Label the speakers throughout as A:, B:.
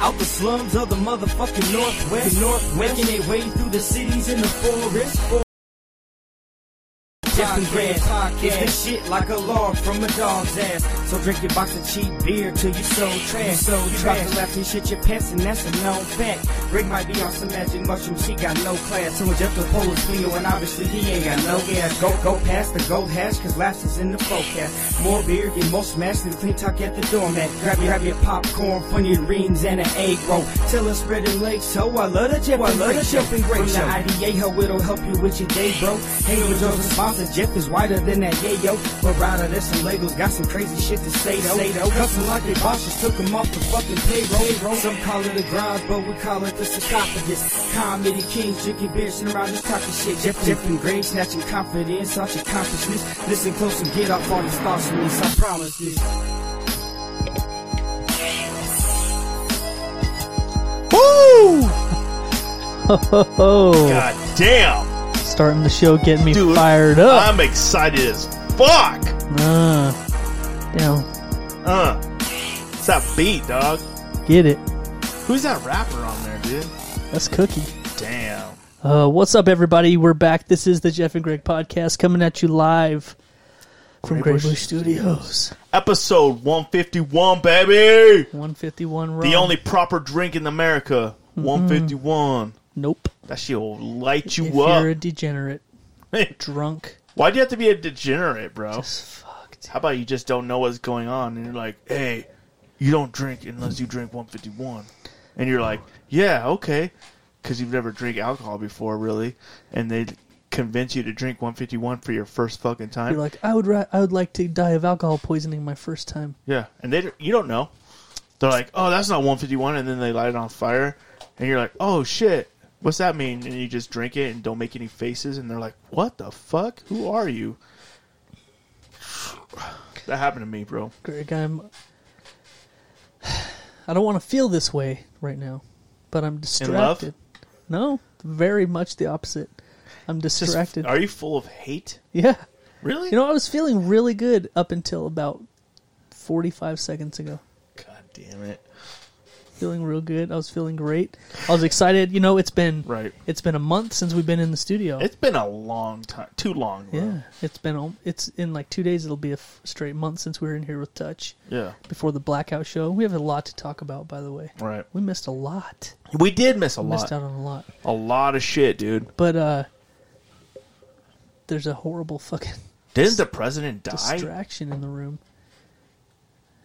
A: Out the slums of the motherfucking Northwest. Northwest. Making their way through the cities in the forest. Different grand podcast. This shit like a log from a dog's ass. So drink your box of cheap beer till you so trash. So you about to laugh and shit your pants, and that's a known fact. Rick might be on some magic mushroom, she got no class. So just the pole is Cleo, and obviously he ain't got no gas. Go go past the gold hash, cause laughs is in the forecast. More beer, get more smashed than clean talk at the doormat. Grab your grab your popcorn, funny rings, and an egg roll. Till it's spread and legs, so I love the Jeff. I love the Jeff and Great Show. IDA, ho, it'll help you with your day, bro. Hey, with Joe's sponsors, Jeff is whiter than that yayo. But rather, there's some Legos, got some crazy shit to say though. Say though. Custom like they bosses took them off the fucking payroll. Some call it a grind, but we call it the sarcophagus. Comedy kings drinking beer, sitting around this talking shit. Jeff, Jeff and Grave snatching confidence, such accomplishments. Listen close and get off all these thoughts from this, I promise this.
B: Woo!
C: Oh,
B: God damn,
C: starting the show getting me
B: dude!
C: fired up.
B: I'm excited as fuck.
C: Uh, yeah,
B: Uh, it's that beat, dog.
C: get it.
B: Who's that rapper on there, dude?
C: That's Cookie.
B: Damn.
C: Uh, what's up, everybody? We're back. This is the Jeff and Greg podcast coming at you live from
B: Grey
C: Grey
B: Bush
C: Bush Studios.
B: Episode 151, baby.
C: 151 wrong.
B: The only proper drink in America. 151.
C: Nope.
B: That shit will light
C: if
B: you
C: you're a
B: up.
C: degenerate, drunk,
B: Why do you have to be a degenerate, bro?
C: as fuck. dude.
B: How about you just don't know what's going on and you're like, hey, you don't drink unless you drink 151. And you're like, yeah, okay. Because you've never drank alcohol before, really. And they convince you to drink 151 for your first fucking time.
C: You're like, I would, ra- I would like to die of alcohol poisoning my first time.
B: yeah. And they you don't know. They're like, oh, that's not 151. And then they light it on fire. And you're like, oh, shit. What's that mean? And you just drink it and don't make any faces. And they're like, what the fuck? Who are you? That happened to me, bro.
C: Greg, I'm. I don't want to feel this way right now, but I'm
B: love?
C: distracted. No, very much the opposite. I'm
B: Just-
C: distracted.
B: are you full of hate?
C: yeah.
B: Really?
C: You know, I was feeling really good up until about 45 seconds ago.
B: God damn it.
C: Feeling real good. I was feeling great. I was excited. You know, it's been
B: Right.
C: It's been a month since we've been in the studio.
B: It's been a long time. Too long. bro.
C: yeah, it's been al- it's in like two days. It'll be a f- straight month since we were in here with Touch
B: Yeah.
C: before the blackout show. We have a lot to talk about, by the way.
B: Right.
C: We missed a lot.
B: We did miss a lot.
C: Missed out on a lot.
B: A lot of shit, dude.
C: But uh there's a horrible fucking
B: Didn't the president die?
C: distraction in the room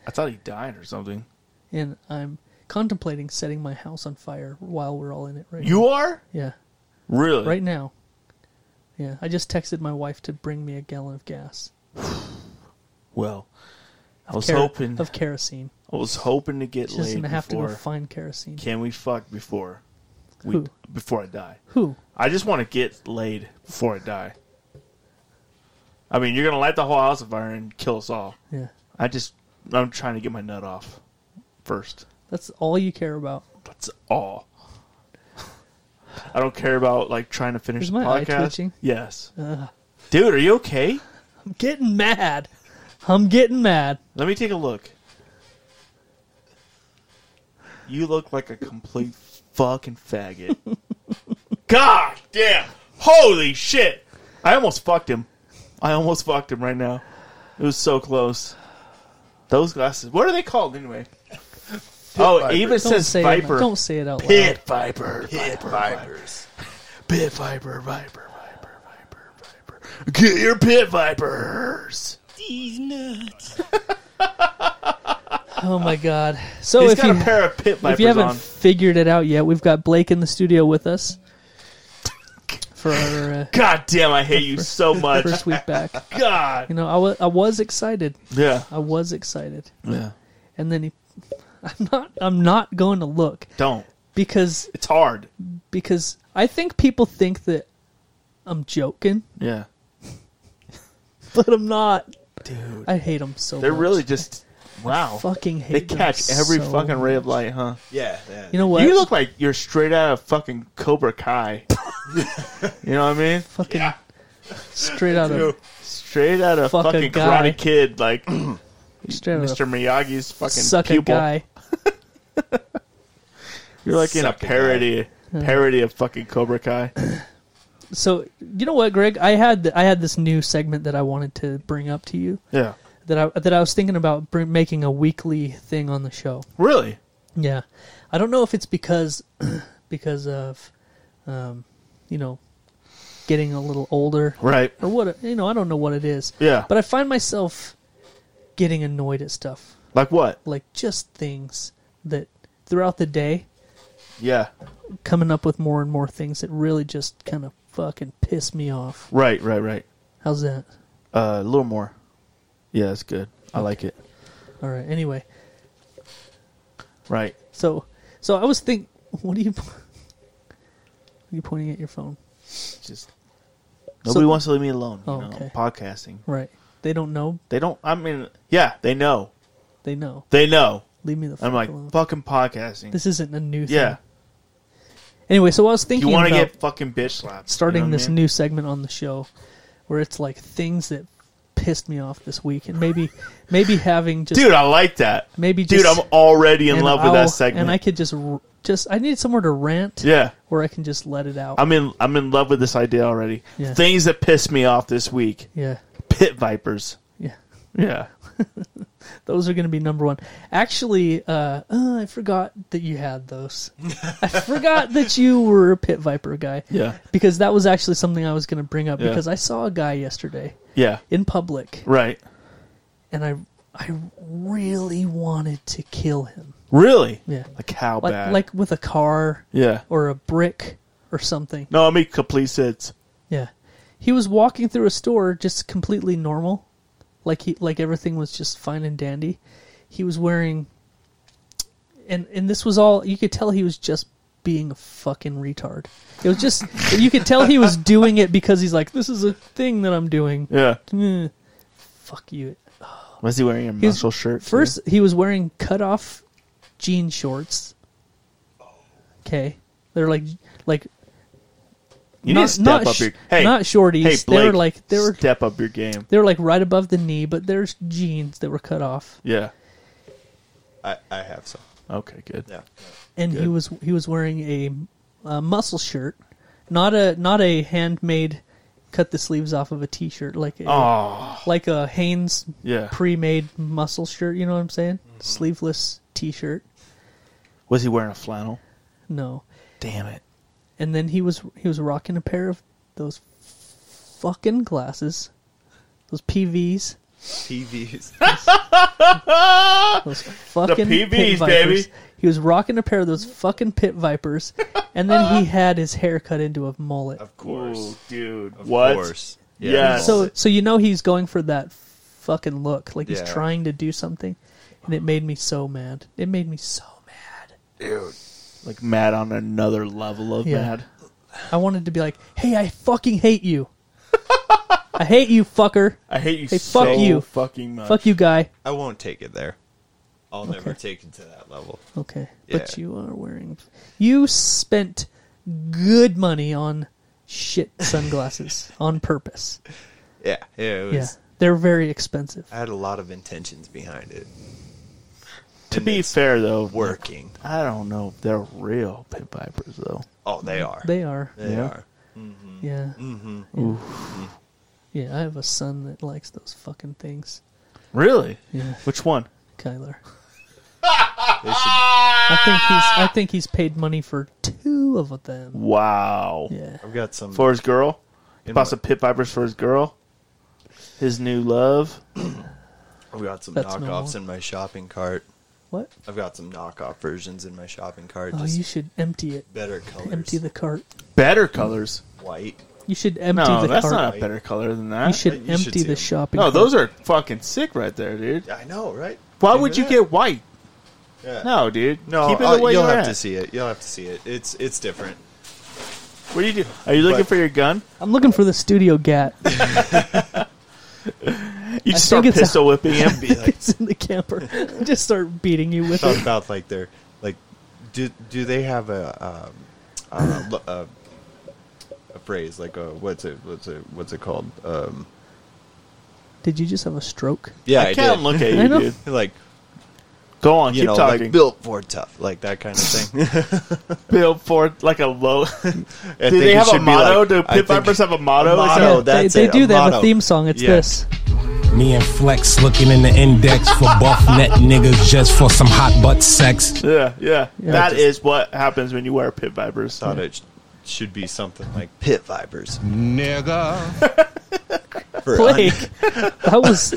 B: I thought he died or something.
C: and I'm contemplating setting my house on fire while we're all in it right now.
B: You are?
C: Yeah.
B: Really?
C: Right now. Yeah. I just texted my wife to bring me a gallon of gas.
B: Well, I was
C: Kero-
B: hoping.
C: of kerosene.
B: I was hoping to get
C: She's
B: laid
C: gonna have
B: before.
C: to go find kerosene.
B: Can we fuck before? We,
C: Who?
B: Before I die.
C: Who?
B: I just want to get laid before I die. I mean, you're gonna light the whole house on fire and kill us all.
C: Yeah.
B: I just, I'm trying to get my nut off first.
C: That's all you care about.
B: That's all. I don't care about like trying to finish
C: Is
B: the
C: my eye
B: podcast.
C: twitching?
B: Yes,
C: Ugh.
B: dude, are you okay?
C: I'm getting mad. I'm getting mad.
B: Let me take a look. You look like a complete fucking faggot. God damn! Holy shit! I almost fucked him. I almost fucked him right now. It was so close. Those glasses. What are they called anyway? oh, it even
C: Don't
B: says
C: say it.
B: Viper.
C: out- Don't say it out loud.
B: Pit Viper. Pit Vipers. Pit Viper, Viper, Viper, Viper, Viper. Get your Pit Vipers.
D: These nuts.
C: Oh my god. So
B: He's
C: if
B: got
C: you
B: a pair of Pit
C: if you
B: Vipers
C: haven't
B: on.
C: figured it out yet, we've got Blake in the studio with us for our uh,
B: God damn, I hate you so much.
C: first week back.
B: God.
C: You know, I wa- I was excited.
B: Yeah.
C: I was excited,
B: Yeah.
C: and then he, I'm not. I'm not going to look
B: Don't.
C: because
B: It's hard.
C: because I think people think that I'm joking,
B: Yeah.
C: but I'm not.
B: Dude.
C: I hate them so.
B: They're
C: much.
B: really just. Wow.
C: fucking hate.
B: They
C: them
B: catch every
C: so
B: fucking ray of light, huh?
D: Yeah, yeah.
C: You know what?
B: You look like you're straight out of fucking Cobra Kai. you know what I mean?
C: fucking straight out of
B: Straight out of
C: Fuck a
B: fucking
C: guy.
B: Karate Kid, like
C: straight out
B: Mr.
C: of
B: Miyagi's fucking
C: suck a
B: pupil.
C: guy.
B: You're like in a
D: Suck it,
B: parody, parody of fucking Cobra Kai.
C: So you know what, Greg? I had I had this new segment that I wanted to bring up to you
B: Yeah,
C: that I that I was thinking about bring, making a weekly thing on the show.
B: really.
C: Yeah, I don't know if it's because because of um, you know getting a little older
B: Right.
C: or what you know. I don't know what it is.
B: Yeah.
C: but I find myself getting annoyed at stuff
B: Like what?
C: like just things that throughout the day
B: Yeah.
C: coming up with more and more things that really just kind of fucking piss me off.
B: Right. Right. Right.
C: How's that?
B: Uh, a little more. Yeah, that's good. I like it.
C: All right. Anyway,
B: Right.
C: so so I was think, what are you? What are you pointing at your phone?
B: Just nobody
C: So-
B: wants to leave me alone. You
C: Oh,
B: know,
C: okay.
B: podcasting.
C: Right. They don't know.
B: They don't. I mean, yeah, they know.
C: They know.
B: They know.
C: Leave me the. Fuck
B: I'm like
C: alone.
B: fucking podcasting.
C: This isn't a new thing.
B: yeah.
C: Anyway, so I was thinking
B: You want to
C: about
B: get fucking bitch slapped.
C: starting
B: you know what I
C: this
B: mean?
C: new segment on the show where it's like things that pissed me off this week, and maybe maybe having just
B: Dude, I like that.
C: Maybe
B: Dude,
C: just-
B: I'm already in
C: and
B: love with
C: I'll-
B: that segment.
C: and I could just r- just I need somewhere to rant.
B: yeah.
C: where I can just let it out.
B: I'm in I'm in love with this idea already.
C: Yeah.
B: Things that pissed me off this week.
C: yeah,
B: Pit vipers.
C: yeah.
B: Yeah.
C: Those are going to be number one. Actually, uh, uh, I forgot that you had those. I forgot that you were a pit viper guy.
B: Yeah.
C: Because that was actually something I was going to bring up
B: Yeah.
C: because I saw a guy yesterday
B: Yeah.
C: in public
B: Right.
C: and I I really wanted to kill him.
B: Really?
C: Yeah.
B: Like how
C: Like
B: bad?
C: like with a car
B: yeah.
C: or a brick or something.
B: No, I mean complete sense.
C: Yeah. He was walking through a store just completely normal. Like he like everything was just fine and dandy. He was wearing and and this was all you could tell he was just being a fucking retard. It was just you could tell he was doing it because he's like this is a thing that I'm doing.
B: Yeah.
C: Eh, Fuck you.
B: Was he wearing a
C: was-
B: muscle shirt? too?
C: First he was wearing cut off jean shorts. Okay. They're like like
B: you
C: not-
B: need to step
C: not
B: up
C: sh-
B: your hey,
C: not shorties.
B: Hey,
C: They were
B: Blake,
C: like- they were-
B: step up your game.
C: They were like right above the knee, but there's jeans that were cut off,
B: Yeah.
D: I, I have some.
B: Okay, good.
D: Yeah.
C: and he
B: Good.
C: was he was wearing a, a muscle shirt, not a not a handmade, cut the sleeves off of a t-shirt like a
B: Oh,
C: like a Hanes
B: yeah. Mm-hmm.
C: pre-made muscle shirt. You know what I'm saying? Sleeveless t-shirt.
B: Was he wearing a flannel?
C: No,
B: Damn it.
C: and then he was he was rocking a pair of those fucking glasses, those PVs,
D: TVs.
C: those fucking
B: PVs,
C: pit vipers.
B: baby.
C: He was rocking a pair of those fucking pit vipers, and then he had his hair cut into a mullet.
D: Of course.
B: Ooh, dude.
D: Of
B: what?
D: course.
B: Yes.
C: So, so you know he's going for that fucking look, like he's
D: Yeah.
C: trying to do something, and it made me so mad. It made me so mad.
B: Like mad on another level of
C: Yeah.
B: mad.
C: I wanted to be like, "Hey, I fucking hate you. I hate you, fucker.
B: I hate you
C: Hey,
B: so
C: fuck you.
B: fucking much.
C: Fuck you, guy."
D: I won't take it there. I'll never take it to that level.
C: Okay, but
D: Yeah.
C: you are wearing. You spent good money on shit sunglasses on purpose.
D: Yeah. Yeah. It was,
C: Yeah, they're very expensive.
D: I had a lot of intentions behind it.
B: To be fair, though,
D: Working.
B: I don't know if they're real pit vipers, though.
D: Oh, they are.
C: They are.
D: They
B: Yeah.
D: are.
C: Yeah. Mm-hmm. Yeah. I have a son that likes those fucking things.
B: Really?
C: Yeah,
B: Which one?
C: Kyler.
D: They should,
C: I think he's. I think he's paid money for two of them.
B: Wow.
C: Yeah.
D: I've got some.
B: For his girl? He
D: in
B: bought
D: my-
B: some pit vipers for his girl? His new love?
D: I've got some
C: That's
D: knockoffs
C: normal.
D: in my shopping cart.
C: What?
D: I've got some knockoff versions in my shopping cart.
C: Oh,
D: just
C: you should empty it.
D: better colors.
C: Empty the cart.
B: Better colors.
D: white.
C: You should empty
B: No,
C: the
B: that's
C: cart.
B: not a better color than that.
C: you should
D: You should
C: empty
D: see
C: the
D: them.
C: shopping.
B: no,
C: cart.
B: those are fucking sick right there, dude.
D: I know, right?
B: Why
D: Think
B: would
D: of
B: you
D: that.
B: get white?
D: Yeah.
B: No, dude.
D: No,
B: keep it
D: I'll-
B: the way
D: you'll
B: you're
D: have
B: at.
D: to see it. You'll have to see it. It's it's different.
B: What do you do? Are you looking
D: But-
B: for your gun?
C: I'm looking for the studio gat.
B: You
C: I
B: just start
C: think it's a-
B: pistol whipping him.
D: Be like
C: it's in the camper. Just start beating you with
D: talk
C: it.
D: about like their like. Do do they have a um, uh, lo- a, a phrase like a what's it what's it what's it called? Um,
C: Did you just have a stroke?
D: yeah,
B: I can't
D: did.
B: look at
C: I
B: you,
C: know.
B: dude.
D: like
B: Go on,
D: you
B: keep
D: know,
B: talking.
D: like built for tough, like that kind of thing.
B: Bill Ford, like a low. Do
D: I think
B: they
D: it
B: have a
D: should be
B: motto?
D: like-
B: Do
D: I
B: Pit
D: think-
B: Vipers have a motto?
D: A motto.
C: Yeah,
D: Oh, that's
C: they, they
D: it,
C: do.
D: a
C: They have a
D: motto.
C: theme song. It's
D: Yeah.
C: this.
E: Me and Flex looking in the index for buff net niggas just for some hot butt sex.
B: Yeah, yeah. That is
C: That
B: what happens when you wear Pit Vipers.
D: Thought it sh- should be something like pit vipers.
F: Nigga.
D: For
C: Blake, that was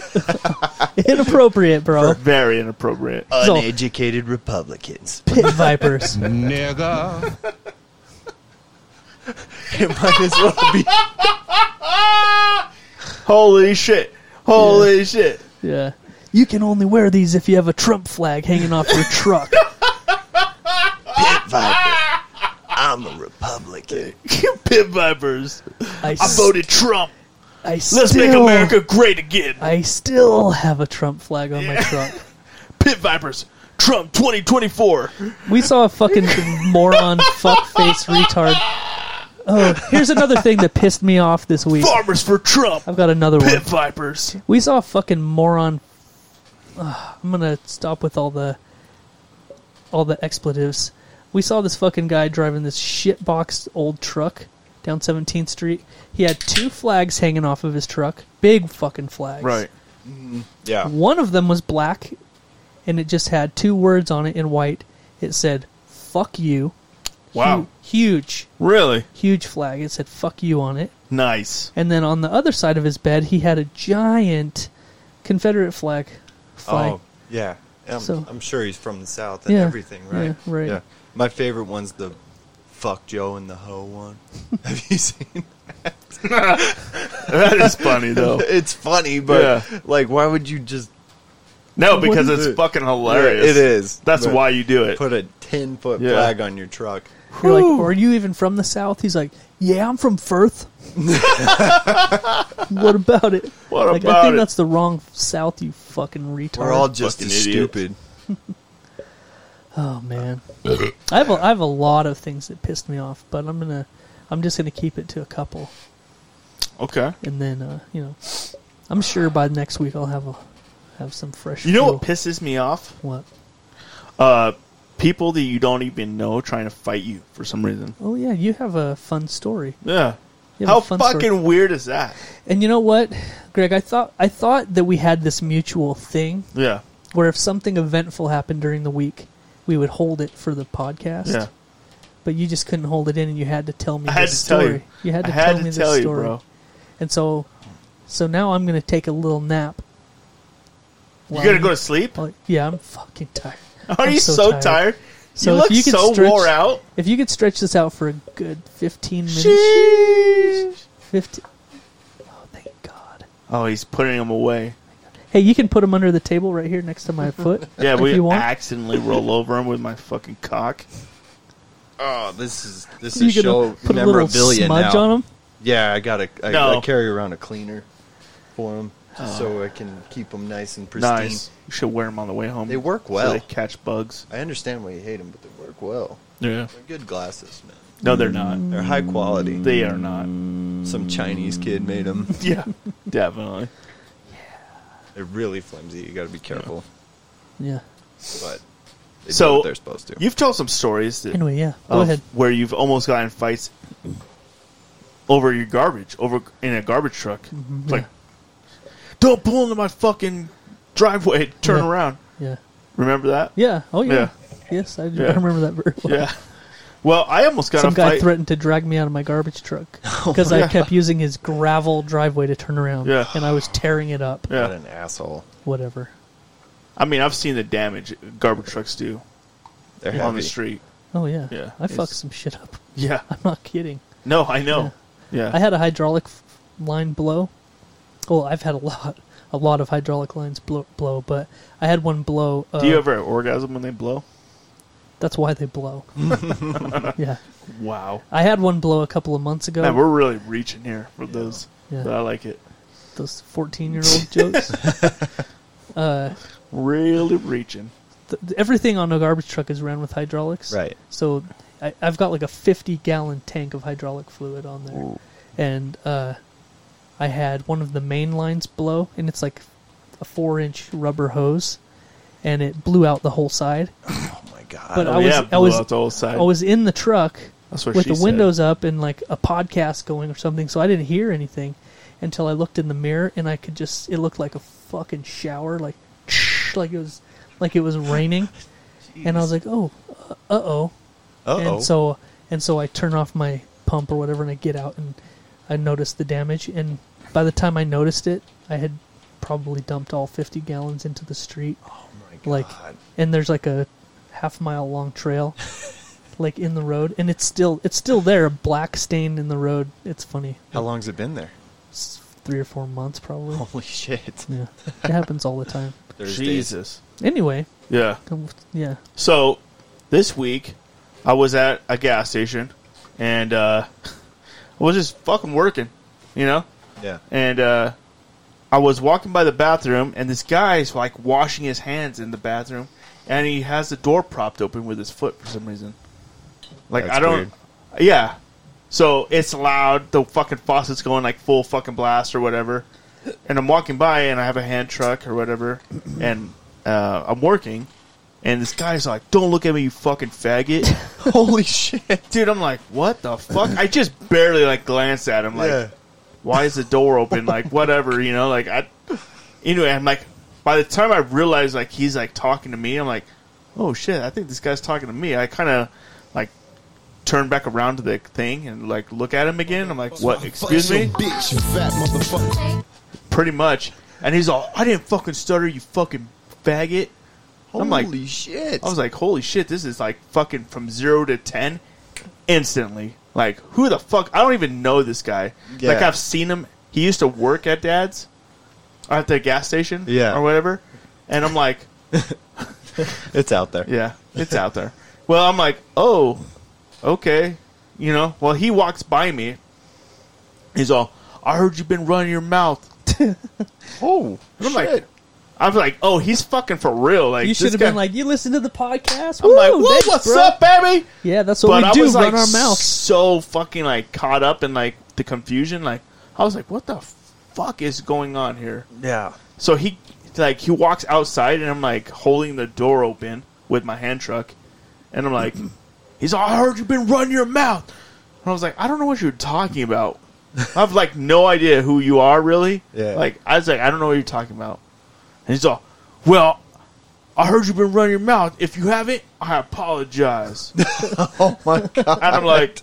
C: inappropriate, bro.
B: Very inappropriate.
D: un-
C: So-
D: uneducated Republicans.
C: Pit vipers.
F: Nigga.
D: It might as well be.
B: Holy shit. Holy shit.
C: Yeah. You can only wear these if you have a Trump flag hanging off your truck.
D: Pit Viper. I'm a Republican.
B: You Pit Vipers.
C: I,
B: I voted Trump.
C: I still,
B: Let's make America great again.
C: I still have a Trump flag on my truck.
B: Pit Vipers. Trump 2024.
C: We saw a fucking moron, fuckface, retard. Oh, here's another thing that pissed me off this week.
B: Farmers for Trump.
C: I've got another one.
B: Pit Vipers.
C: We saw a fucking moron. Ugh, I'm gonna stop with all the all the expletives. We saw this fucking guy driving this shitbox old truck down 17th Street. He had two flags hanging off of his truck, big fucking flags.
D: Yeah.
C: One of them was black, and it just had two words on it in white. It said "fuck you."
B: Wow.
C: Hu- huge,
B: Really?
C: huge flag. It said "fuck you" on it.
B: Nice.
C: And then on the other side of his bed, he had a giant Confederate flag. fly.
D: Oh, yeah. I'm,
C: So-
D: I'm sure he's from the South and
C: Yeah.
D: everything, right?
C: Yeah, right.
D: My favorite one's the fuck Joe and the hoe one. Have you seen?
B: That is funny, though.
D: It's funny, but
B: Yeah.
D: like, why would you just
B: No, because
C: What
B: it's
D: is it?
B: fucking hilarious.
D: Yeah, it is.
B: That's
D: But-
B: why you do it.
D: put a 10 foot
B: Yeah.
D: flag on your truck?
C: You're like, are you even from the South? He's like, yeah, I'm from Firth. what about it?
B: What
C: like, I
B: about
C: think
B: it?
C: that's the wrong South, you fucking retard.
D: We're all just
B: Fucking
D: as
B: idiots.
D: stupid.
C: oh man, I have a, I have a lot of things that pissed me off, but I'm gonna I'm just gonna keep it to a couple,
B: Okay.
C: and then uh, you know, I'm sure by next week I'll have a have some fresh.
B: You know what
C: fuel.
B: pisses me off?
C: What?
B: Uh, people that you don't even know trying to fight you for some reason.
C: Oh yeah, you have a fun story.
B: Yeah.
C: You have
B: How
C: a fun
B: fucking
C: story.
B: weird is that?
C: And you know what, Greg? I thought I thought that we had this mutual thing
B: Yeah.
C: where if something eventful happened during the week, we would hold it for the podcast.
B: Yeah.
C: But you just couldn't hold it in, and you had to tell me.
B: I had
C: this
B: to tell
C: story.
B: you.
C: had to
B: I had
C: tell
B: to
C: me
B: tell
C: this
B: you,
C: story.
B: bro.
C: And so, so now I'm going to take a little nap.
B: You gonna go to sleep?
C: Well, yeah, I'm fucking tired.
B: Are
C: I'm
B: you so, tired?
C: So
B: you
C: if
B: look
C: you could
B: so
C: stretch-
B: wore out.
C: If you could stretch this out for a good 15 minutes,
B: Sheesh.
C: 15. Oh, thank God.
B: Oh, he's putting them away.
C: Hey, you can put them under the table right here next to my foot.
B: Yeah,
C: if
B: we
C: you want.
B: accidentally roll over him with my fucking cock.
D: Oh, this is this
C: You
D: is
C: gonna
D: show
C: put a little
D: memorabilia
C: smudge
D: now.
C: on them.
D: Yeah, I gotta I,
B: No.
D: I carry around a cleaner for them just
C: Oh.
D: so I can keep them nice and pristine.
B: Nice. You should wear them on the way home.
D: They work
B: so
D: well.
B: they catch bugs.
D: I understand why you hate them, but they work well.
B: Yeah. Mm.
D: They're good glasses, man.
B: No, they're not.
D: They're high quality.
B: They are not.
D: Some Chinese kid made them.
B: Yeah, definitely.
D: They're really flimsy. You got to be careful,
C: Yeah.
D: but they
B: So,
D: do what they're supposed to.
B: You've told some stories that
C: Anyway, yeah. Go
B: of
C: ahead.
B: where you've almost gotten in fights over your garbage, over in a garbage truck.
C: Mm-hmm.
B: It's like, don't pull into my fucking driveway. Turn
C: Yeah.
B: around.
C: Yeah.
B: Remember that?
C: Yeah. Oh yeah.
B: Yeah.
C: Yes, I, do
B: Yeah.
C: I remember that very well.
B: Yeah. Well, I almost got in
C: Some
B: a
C: guy
B: fight. Oh,
C: threatened to drag me out of my garbage truck because I kept using his gravel driveway to turn around,
B: Yeah.
C: and I was tearing it up.
D: What
B: yeah.
D: an asshole.
C: Whatever.
B: I mean, I've seen the damage garbage trucks do
D: They're
B: on
D: heavy.
B: the street.
C: Oh yeah.
B: Yeah,
C: I fucked
B: it's-
C: some shit up.
B: Yeah.
C: I'm not kidding.
B: No, I know. Yeah.
C: I had a hydraulic f- line blow. Well, I've had a lot, a lot of hydraulic lines blow, blow but I had one blow. Uh,
B: do you ever orgasm when they blow?
C: That's why they blow. yeah,
B: Wow.
C: I had one blow a couple of months ago.
B: Man, we're really reaching here for those.
C: Uh, Yeah.
B: But I like it.
C: Those fourteen-year-old jokes.
B: Really reaching.
C: th- th- everything on a garbage truck is ran with hydraulics.
D: Right.
C: So I, I've got like a 50 gallon tank of hydraulic fluid on there. And uh, I had one of the main lines blow, and it's like a four inch rubber hose. and it blew out the whole side.
D: Oh my god.
C: But
B: Oh,
C: I was
B: yeah,
C: I
B: blew
C: was
B: out the whole side.
C: I was in the truck
B: That's what
C: with
B: she
C: the
B: said.
C: windows up and like a podcast going or something, so I didn't hear anything until I looked in the mirror and I could just it looked like a fucking shower, like like it was like it was raining, and I was like, oh, uh oh,
D: Uh-oh.
C: and so and so I turn off my pump or whatever and I get out and I notice the damage and by the time I noticed it, I had probably dumped all 50 gallons into the street.
D: oh my god.
C: like and there's like a half mile long trail like in the road and it's still it's still there black stain in the road. It's funny.
D: How long's it been there?
C: It's 3 or 4 months probably.
B: Oh.
D: Holy shit.
C: Yeah. It happens all the time.
B: Jesus.
C: Anyway,
B: Yeah.
C: um, yeah.
B: So this week, I was at a gas station, and uh, I was just fucking working, you know.
D: Yeah.
B: And uh, I was walking by the bathroom, and this guy's like washing his hands in the bathroom, and he has the door propped open with his foot for some reason. Like
D: That's
B: I don't,
D: weird.
B: yeah. So it's loud. The fucking faucet's going like full fucking blast or whatever. And I'm walking by, and I have a hand truck or whatever, and uh, I'm working. And this guy's like, "Don't look at me, you fucking faggot."
D: Holy shit.
B: dude i'm like what the fuck i just barely like glanced at him like
D: Yeah.
B: why is the door open like whatever you know like i anyway i'm like by the time i realized like he's like talking to me i'm like oh shit i think this guy's talking to me i kind of like turn back around to the thing and like look at him again i'm like what excuse me
G: Bitch, you fat motherfucker.
B: pretty much and he's all i didn't fucking stutter you fucking faggot
D: Holy
B: like-
D: shit.
B: I was like, holy shit, this is like fucking from zero to ten instantly. Like, who the fuck? I don't even know this guy.
D: Yeah.
B: Like, I've seen him. He used to work at Dad's or at the gas station
D: Yeah.
B: or whatever. And I'm like,
D: it's out there.
B: yeah, it's out there. Well, I'm like, oh, okay. You know, well, he walks by me. He's all, I heard you've been running your mouth.
D: Oh.
B: And I'm like, I'm like, oh, he's fucking for real. Like,
C: You
B: this
C: should have
B: guy-
C: been like, you listen to the podcast.
B: I'm like,
C: Woo,
B: "Whoa,
C: thanks,
B: what's
C: bro."
B: up, baby?
C: Yeah, that's what we
B: but
C: do.
B: I was
C: run
B: like
C: our mouth.
B: so fucking like caught up in like the confusion. Like I was like, what the fuck is going on here?
D: Yeah.
B: So he like he walks outside and I'm like holding the door open with my hand truck, and I'm like, he's all, I heard you've been running your mouth. And I was like, I don't know what you're talking about. I have like no idea who you are really.
D: Yeah.
B: Like I was like, I don't know what you're talking about. And he's all, well. I heard you've been running your mouth. If you haven't, I apologize.
D: Oh my god.
B: And I'm like,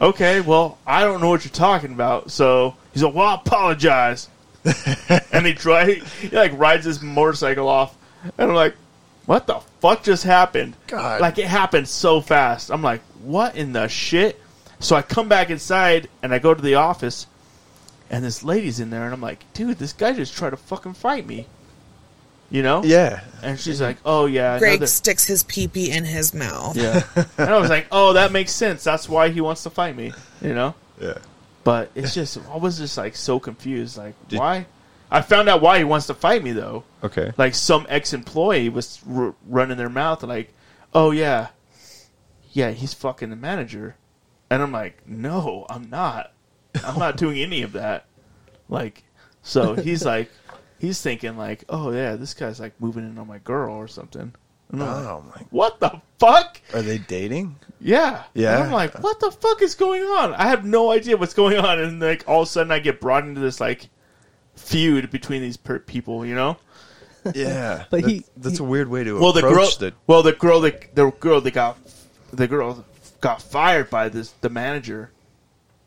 B: okay, well, I don't know what you're talking about. So he's like, well, I apologize. and he try he like rides his motorcycle off, and I'm like, what the fuck just happened?
D: God.
B: Like it happened so fast. I'm like, what in the shit? So I come back inside and I go to the office, and this lady's in there, and I'm like, dude, this guy just tried to fucking fight me. You know?
D: yeah.
B: And she's like, oh yeah,
H: Greg
B: another-
H: sticks his peepee in his mouth.
B: yeah. and I was like, oh, that makes sense. That's why he wants to fight me, you know?
D: Yeah.
B: But it's just, I was just like so confused. Like,
D: Did-
B: why? I found out why he wants to fight me, though.
D: Okay.
B: Like, some ex employee was r- running their mouth, like, oh, yeah. Yeah, he's fucking the manager. And I'm like, no, I'm not. I'm not doing any of that. Like, so he's like, he's thinking, like, oh, yeah, this guy's like moving in on my girl or something. And I'm like,
D: oh my.
B: what the fuck?
D: Are they dating?
B: Yeah.
D: Yeah.
B: And I'm like, what the fuck is going on? I have no idea what's going on. And like all of a sudden I get brought into this like feud between these per- people, you know?
D: Yeah.
C: But
D: that's,
C: he-
D: that's
C: he-
D: a weird way to
B: Well, the girl
D: approach the
B: Well, the girl that the girl that got the girl got fired by this the manager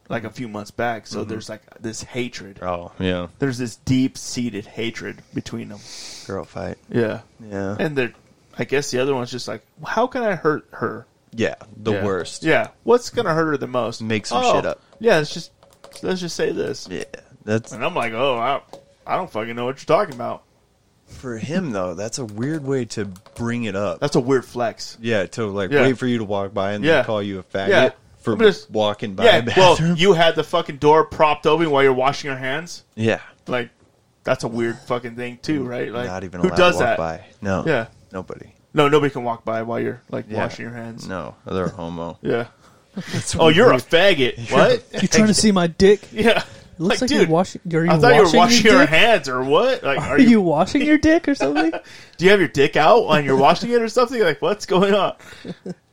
B: like a few months back. So there's like this hatred.
D: Oh, yeah.
B: There's this deep-seated hatred between them.
D: Girl fight.
B: Yeah.
D: Yeah.
B: And they're I guess the other one's just like, how can I hurt her?
D: Yeah, the
B: Yeah.
D: worst.
B: Yeah. What's gonna hurt her the most? Oh,
D: Make some shit up.
B: Yeah, let's just let's just say this.
D: Yeah. That's
B: And I'm like, oh, I, I don't fucking know what you're talking about.
D: for him though. That's a weird way to bring it up.
B: That's a weird flex.
D: yeah, to like
B: Yeah.
D: wait for you to walk by and
B: Yeah.
D: then call you a faggot
B: Yeah.
D: for
B: I'm just-
D: walking by.
B: yeah.
D: the
B: Well,
D: bathroom.
B: you had the fucking door propped open while you're washing your hands.
D: yeah.
B: Like, that's a weird fucking thing too, right? Like,
D: Not even
B: who
D: allowed
B: does
D: to walk
B: that?
D: by. No.
B: Yeah.
D: Nobody.
B: No, nobody can walk by while you're like
D: Yeah.
B: washing your hands.
D: No, they're a homo.
B: Yeah. oh, you're a faggot. What?
C: You trying to see my dick?
B: yeah.
C: It looks like,
B: Like,
C: you're
B: dude,
C: washing. Are you
B: I thought you were
C: washing,
B: washing
C: your,
B: your
C: dick?
B: hands or what? Like,
C: Are you washing your dick or something?
B: do you have your dick out when you're washing it or something? Like, what's going on?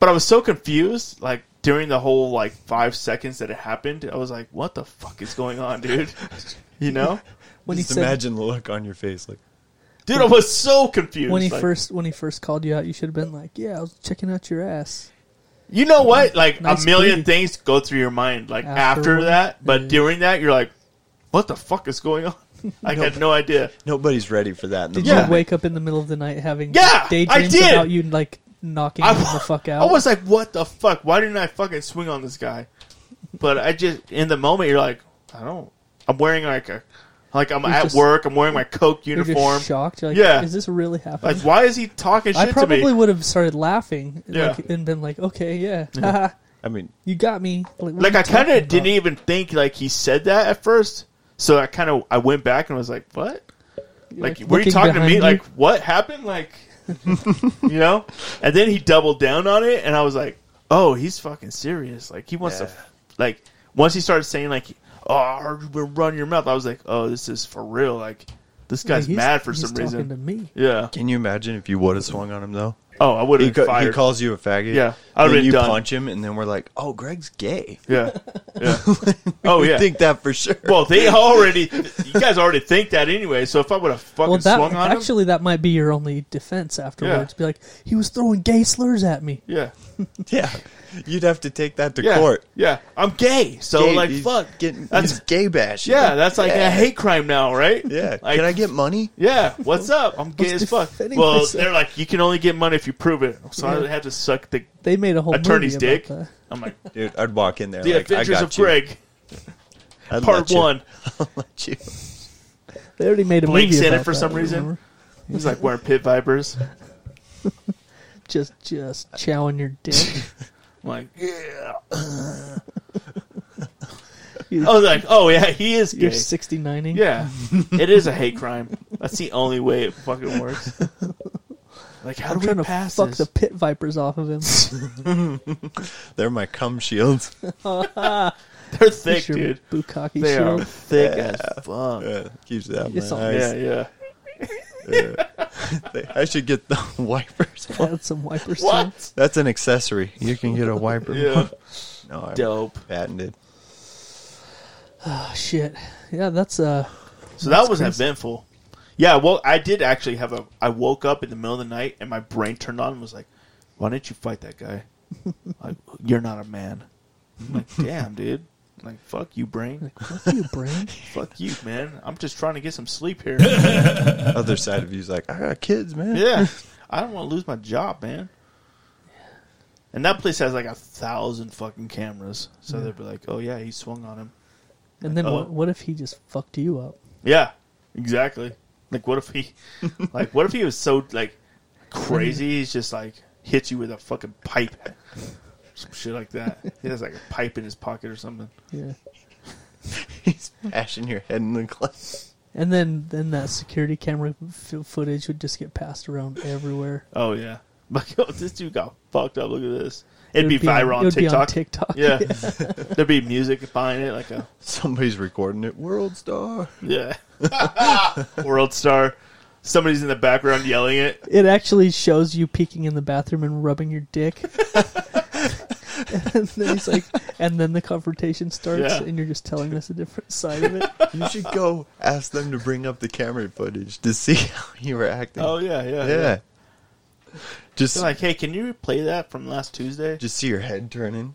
B: But I was so confused, like, during the whole, like, five seconds that it happened, I was like, what the fuck is going on, dude? You know?
C: When he
D: Just
C: said
D: imagine the look on your face, like
B: Dude, I was so confused.
C: when he
B: Like,
C: first when he first called you out, you should have been like, "Yeah, I was checking out your ass."
B: You know what? Like,
C: Nice
B: a million
C: booty.
B: things go through your mind, like, after,
C: Afterward.
B: that. But during that, you're like, what the fuck is going on? I had no idea.
D: nobody's ready for that. In the
C: Did
B: Yeah.
C: you wake up in the middle of the night having
B: Yeah, I
C: daydreams
B: did.
C: about you like knocking
B: I,
C: him the fuck out?
B: I was like, what the fuck? Why didn't I fucking swing on this guy? But I just in the moment you're like, I don't. I'm wearing like a, like I'm
C: You're
B: at
C: just-
B: work. I'm wearing my Coke
C: You're just
B: uniform.
C: shocked. You're like,
B: Yeah.
C: is this really happening?
B: Like, why is he talking shit
C: I probably
B: to me?
C: would have started laughing
B: Yeah.
C: like, and been like, "Okay, yeah,
D: I mean,
C: you got me." Like, what
B: Like
C: are
B: I
C: you
B: kind
C: talking
B: of didn't
C: about?
B: even think like he said that at first. So I kind of I went back and was like, what? Like,
C: like,
B: were you
C: looking
B: talking to
C: behind
B: me?
C: you?
B: Like what happened? Like, you know? And then he doubled down on it, and I was like, oh, he's fucking serious. Like he wants to, like once he started saying like, oh, I heard you were running your mouth. I was like, oh, this is for real. Like this
C: Like,
B: guy's
C: he's-
B: mad for
C: he's
B: some
C: talking
B: reason.
C: To me,
B: Yeah.
D: can you imagine if you would have swung on him though?
B: Oh, I would
D: He,
B: have
D: ca-
B: been
D: he
B: fired.
D: calls you a faggot.
B: Yeah, I would've
D: then
B: been
D: you
B: done.
D: punch him, and then we're like, "Oh, Greg's gay."
B: Yeah. Yeah. oh
D: We
B: yeah.
D: think that for sure.
B: Well, they already, you guys already think that anyway. So if I would have fucking
C: well, that
B: swung on him,
C: actually that might be your only defense afterwards. Be like, he was throwing gay slurs at me.
B: yeah,
D: yeah, you'd have to take that to
B: yeah,
D: court.
B: yeah, I'm gay, so
D: Gay-
B: like
D: he's
B: fuck,
D: getting
B: That's-
D: that's gay bash.
B: yeah, that's like a hate crime now, right?
D: yeah.
B: like,
D: can I get money?
B: Yeah, what's up? I'm gay as fuck.
C: defending
B: Well,
C: myself.
B: they're like, you can only get money if you prove it. So I had to suck the
C: They made a whole
B: attorney's
C: movie about
B: dick.
C: that.
B: I'm like,
D: Dude, I'd walk in there.
B: the
D: like, I
B: Adventures
D: got
B: of
D: you.
B: Greg,
D: I'd
B: Part
D: let you.
B: One.
D: I'll let you.
C: They already made a
B: Blake's
C: movie
B: in it
C: about
B: for
C: that,
B: some reason.
C: remember?
B: He's like wearing pit vipers. I'm
C: Just just chowing your dick.
B: like, yeah.
C: You-
B: I was like, oh yeah, he is gay.
C: You're 69ing.
B: Yeah, it is a hate crime. That's the only way it fucking works. Like, how
C: I'm
B: do
C: trying
B: we
C: to
B: pass
C: fuck
B: this?
C: the pit vipers off of him.
D: They're my cum shields.
B: They're thick,
C: It's your
B: dude.
C: Bukkake
B: They are
C: shield.
B: thick as fuck.
D: Uh, keeps it out of
C: It's
D: my
C: all-
B: Yeah,
D: eyes.
B: yeah.
D: I should get the wipers.
C: Had some wipers. too.
B: What?
D: That's an accessory. You can get a wiper.
B: Yeah.
D: No, I
B: Dope.
D: patented.
C: Oh, shit. Yeah, that's uh.
B: So that was eventful. Yeah, well, I did actually have a. I woke up in the middle of the night and my brain turned on and was like, "Why didn't you fight that guy? like, you're not a man." I'm like, damn, dude. I'm like, fuck you, brain.
C: Fuck you, brain.
B: Fuck you, man. I'm just trying to get some sleep here.
D: Other side of you's like, I got kids, man.
B: Yeah. I don't want to lose my job, man. And that place has like a thousand fucking cameras. So they'd be like, oh, yeah, he swung on him.
C: And then
B: Oh.
C: what, what if he just fucked you up?
B: Yeah, exactly. Like, what if he, like, what if he was so, like, crazy? He's just like, hits you with a fucking pipe. Some shit like that. He has like a pipe in his pocket or something.
C: Yeah.
D: He's bashing your head in the glass.
C: And then then that security camera f- footage would just get passed around everywhere.
B: Oh, yeah. Like, oh, this dude got fucked up. Look at this. It'd,
C: It would
B: be viral
C: it
B: on
C: would be
B: TikTok.
C: TikTok.
B: Yeah. There'd be music behind it, like a
D: Somebody's recording it. World star.
B: Yeah. World star. Somebody's in the background yelling it.
C: It actually shows you peeking in the bathroom and rubbing your dick. and then he's like, and then the confrontation starts,
B: Yeah.
C: and you're just telling us a different side of it.
D: You should go ask them to bring up the camera footage to see how you were acting.
B: Oh yeah, yeah.
D: yeah. Just
B: They're like, hey, can you replay that from last Tuesday?
D: just see your head turning.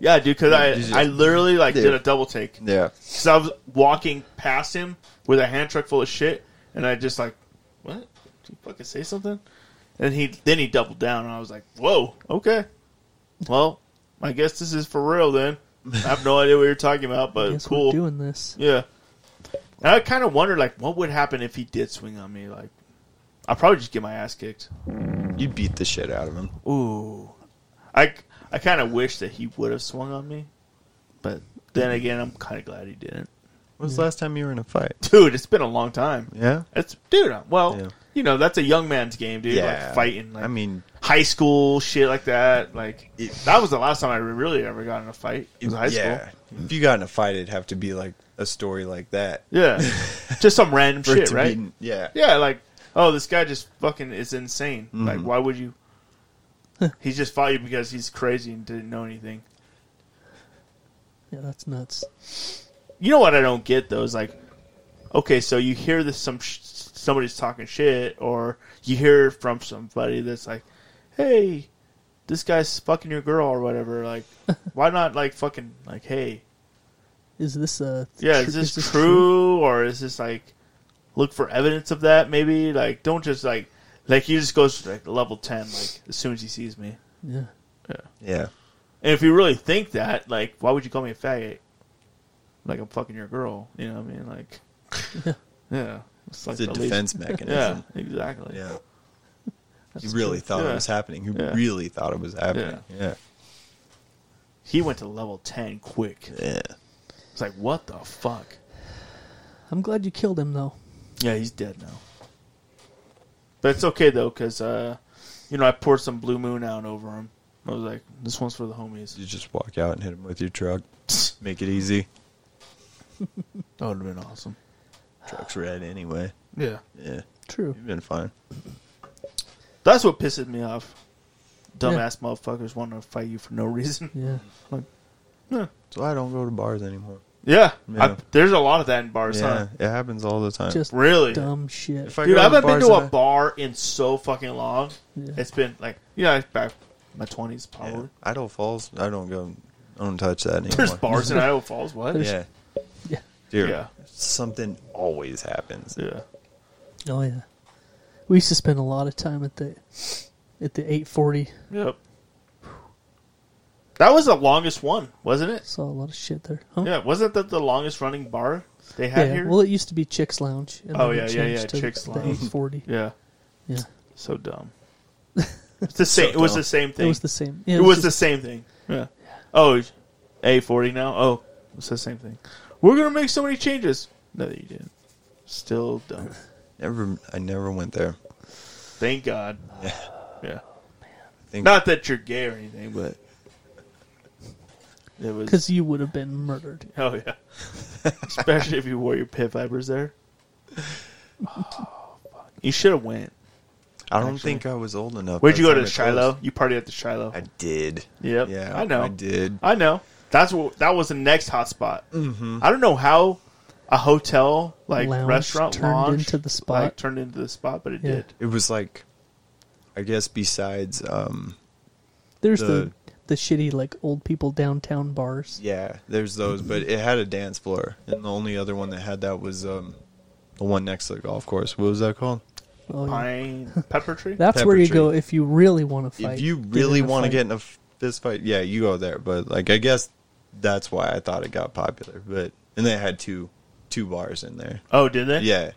B: yeah, dude, because I
D: just-
B: I literally like
D: Dude.
B: did a double take
D: Yeah.
B: because I was walking past him with a hand truck full of shit, and I just like, what? Did you fucking say something? And he then he doubled down, and I was like, whoa, okay. Well, I guess this is for real then. I have no idea what you're talking about, but
C: Guess
B: cool.
C: we're doing this.
B: Yeah. And I kind of wonder, like, what would happen if he did swing on me? Like, I'd probably just get my ass kicked.
D: You beat the shit out of him.
B: Ooh. I, I kind of wish that he would have swung on me. But
D: Mm-hmm.
B: then again, I'm kind of glad he didn't.
D: When was the last time you were in a fight?
B: Dude, it's been a long time.
D: Yeah.
B: It's, dude, uh, well,
D: Yeah.
B: you know, that's a young man's game, dude. Like, fighting. Like,
D: I mean,
B: high school shit like that. Like that was the last time I really ever got in a fight. It was high
D: yeah.
B: school.
D: If you got in a fight, it'd have to be like a story like that.
B: Yeah, just some random
D: For it
B: shit,
D: to
B: right?
D: be- yeah.
B: Yeah, like oh, this guy just fucking is insane. Like why would you? he just fought you because he's crazy and didn't know anything.
C: Yeah, that's nuts.
B: You know what I don't get though is like, okay, so you hear this some sh- somebody's talking shit, or you hear from somebody that's like, hey, this guy's fucking your girl or whatever. Like, why not like fucking like hey,
C: Is this uh?
B: yeah,
C: tru-
B: is this true or is this like look for evidence of that? Maybe like don't just like like he just goes to like level ten like as soon as he sees me.
C: Yeah.
D: Yeah.
B: And if you really think that, like, why would you call me a faggot? Like I'm fucking your girl, you know what I mean? Like, yeah, it's like
D: It's a
B: the least-
D: defense
B: Yeah,
D: mechanism.
B: exactly.
D: Yeah. You really thought
B: Yeah.
D: it was happening. You
B: Yeah.
D: really thought it was happening. Yeah.
B: He went to level ten quick.
D: Yeah.
B: It's like what the fuck?
C: I'm glad you killed him though.
B: Yeah, he's dead now. But it's okay though, cause uh, you know I poured some blue moon out over him. I was like, this one's for the homies.
D: You just walk out and hit him with your truck. Make it easy.
B: That would have been awesome.
D: Truck's red anyway.
B: Yeah.
D: Yeah.
C: True.
D: You've been fine.
B: That's what pisses me off. Dumbass motherfuckers want to fight you for no reason.
C: Yeah.
D: So I don't go to bars anymore.
B: Yeah.
D: Yeah.
B: I- there's a lot of that in bars,
D: yeah.
B: huh?
D: It happens all the time.
C: Just
B: Really?
C: dumb shit.
D: If I
B: Dude,
D: go
B: I haven't been
D: bars
B: to
D: and
B: a
D: I-
B: bar in so fucking long.
C: Yeah.
B: It's been like, yeah, it's back my 20s
D: Yeah.
B: probably.
D: Idle Falls. I don't go. I don't touch that anymore.
B: There's bars in Iowa Falls. What?
D: Yeah.
C: Yeah.
D: Dude,
B: Yeah.
D: something always happens.
B: Yeah.
C: Oh yeah. We used to spend a lot of time at the at the 840.
B: Yep. That was the longest one, wasn't it?
C: Saw a lot of shit there. Huh?
B: Yeah. Wasn't that the longest running bar they had
C: Yeah,
B: here?
C: Well, it used to be Chicks Lounge. And
B: Oh,
C: then
B: yeah,
C: it
B: yeah, yeah,
C: changed to
B: Chicks
C: the
B: Lounge.
C: 840.
B: yeah.
C: Yeah.
B: So dumb. It's the same. it was
D: dumb.
B: the same thing.
C: It was the same. yeah,
B: It was the
C: just-
B: same thing. Yeah. Oh, A forty now. Oh, it's the same thing. We're gonna make so many changes. No, you didn't. Still dumb.
D: Never. I never went there.
B: Thank God. Yeah.
D: Thank-
B: Not that you're gay or anything, but it was.
C: Because you would have been murdered.
B: oh yeah. Especially if you wore your pit vipers there. Oh, fuck. You should have went.
D: I don't think I was old enough.
B: Where'd
D: by
B: you
D: the
B: go to
D: time it
B: Shiloh?
D: closed.
B: You party at the Shiloh.
D: I did.
B: Yep.
D: Yeah.
B: I know.
D: I Mm-hmm. did.
B: I know. That's what that was the next hot spot. I don't know how a hotel like
C: Lounge
B: restaurant
C: turned
B: lounge,
C: into the spot.
B: like, turned into the spot, but it
C: Yeah.
B: did.
D: It was like, I guess besides, um,
C: There's the, the
D: The-
C: shitty like old people downtown bars.
D: yeah, there's those, but it had a dance floor, and the only other one that had that was um, the one next to the golf course. What was that called?
C: Oh, yeah.
B: Pine pepper tree.
C: That's
D: Pepper
C: where you
D: tree.
C: go if you really want to fight.
D: if you
C: Get
D: really
C: in a
D: want to
C: fight.
D: get in a f- fist fight, yeah, you go there. But like, I guess that's why I thought it got popular. But and they had two, two bars in there.
B: oh, did they?
D: Yeah.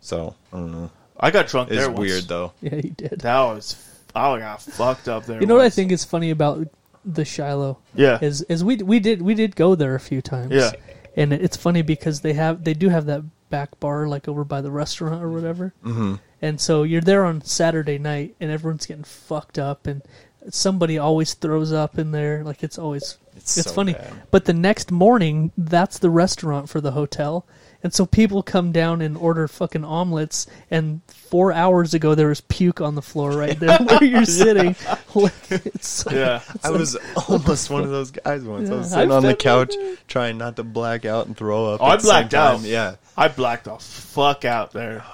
D: So I don't know.
B: I got drunk
D: It's
B: there. once.
D: weird though.
C: yeah, you did.
B: That was. I got fucked up there.
C: You know what I
B: once.
C: think is funny about the Shiloh?
B: Yeah.
C: Is is we we did we did go there a few times.
B: Yeah.
C: And it's funny because they have they do have that back bar like over by the restaurant or whatever. Mm-hmm. And so you're there on Saturday night and everyone's getting fucked up and somebody always throws up in there like it's always it's,
D: It's so
C: funny.
D: bad.
C: But the next morning that's the restaurant for the hotel. And so people come down and order fucking omelets and 4 hours ago there was puke on the floor right there where you're sitting. Like, it's so
B: Yeah.
D: I was almost one of those guys once. I was sitting
C: I've done
D: on the
C: that.
D: couch trying not to black out and throw up.
B: Oh, I
D: at the same
B: blacked out.
D: time. Yeah.
B: I blacked the fuck out there,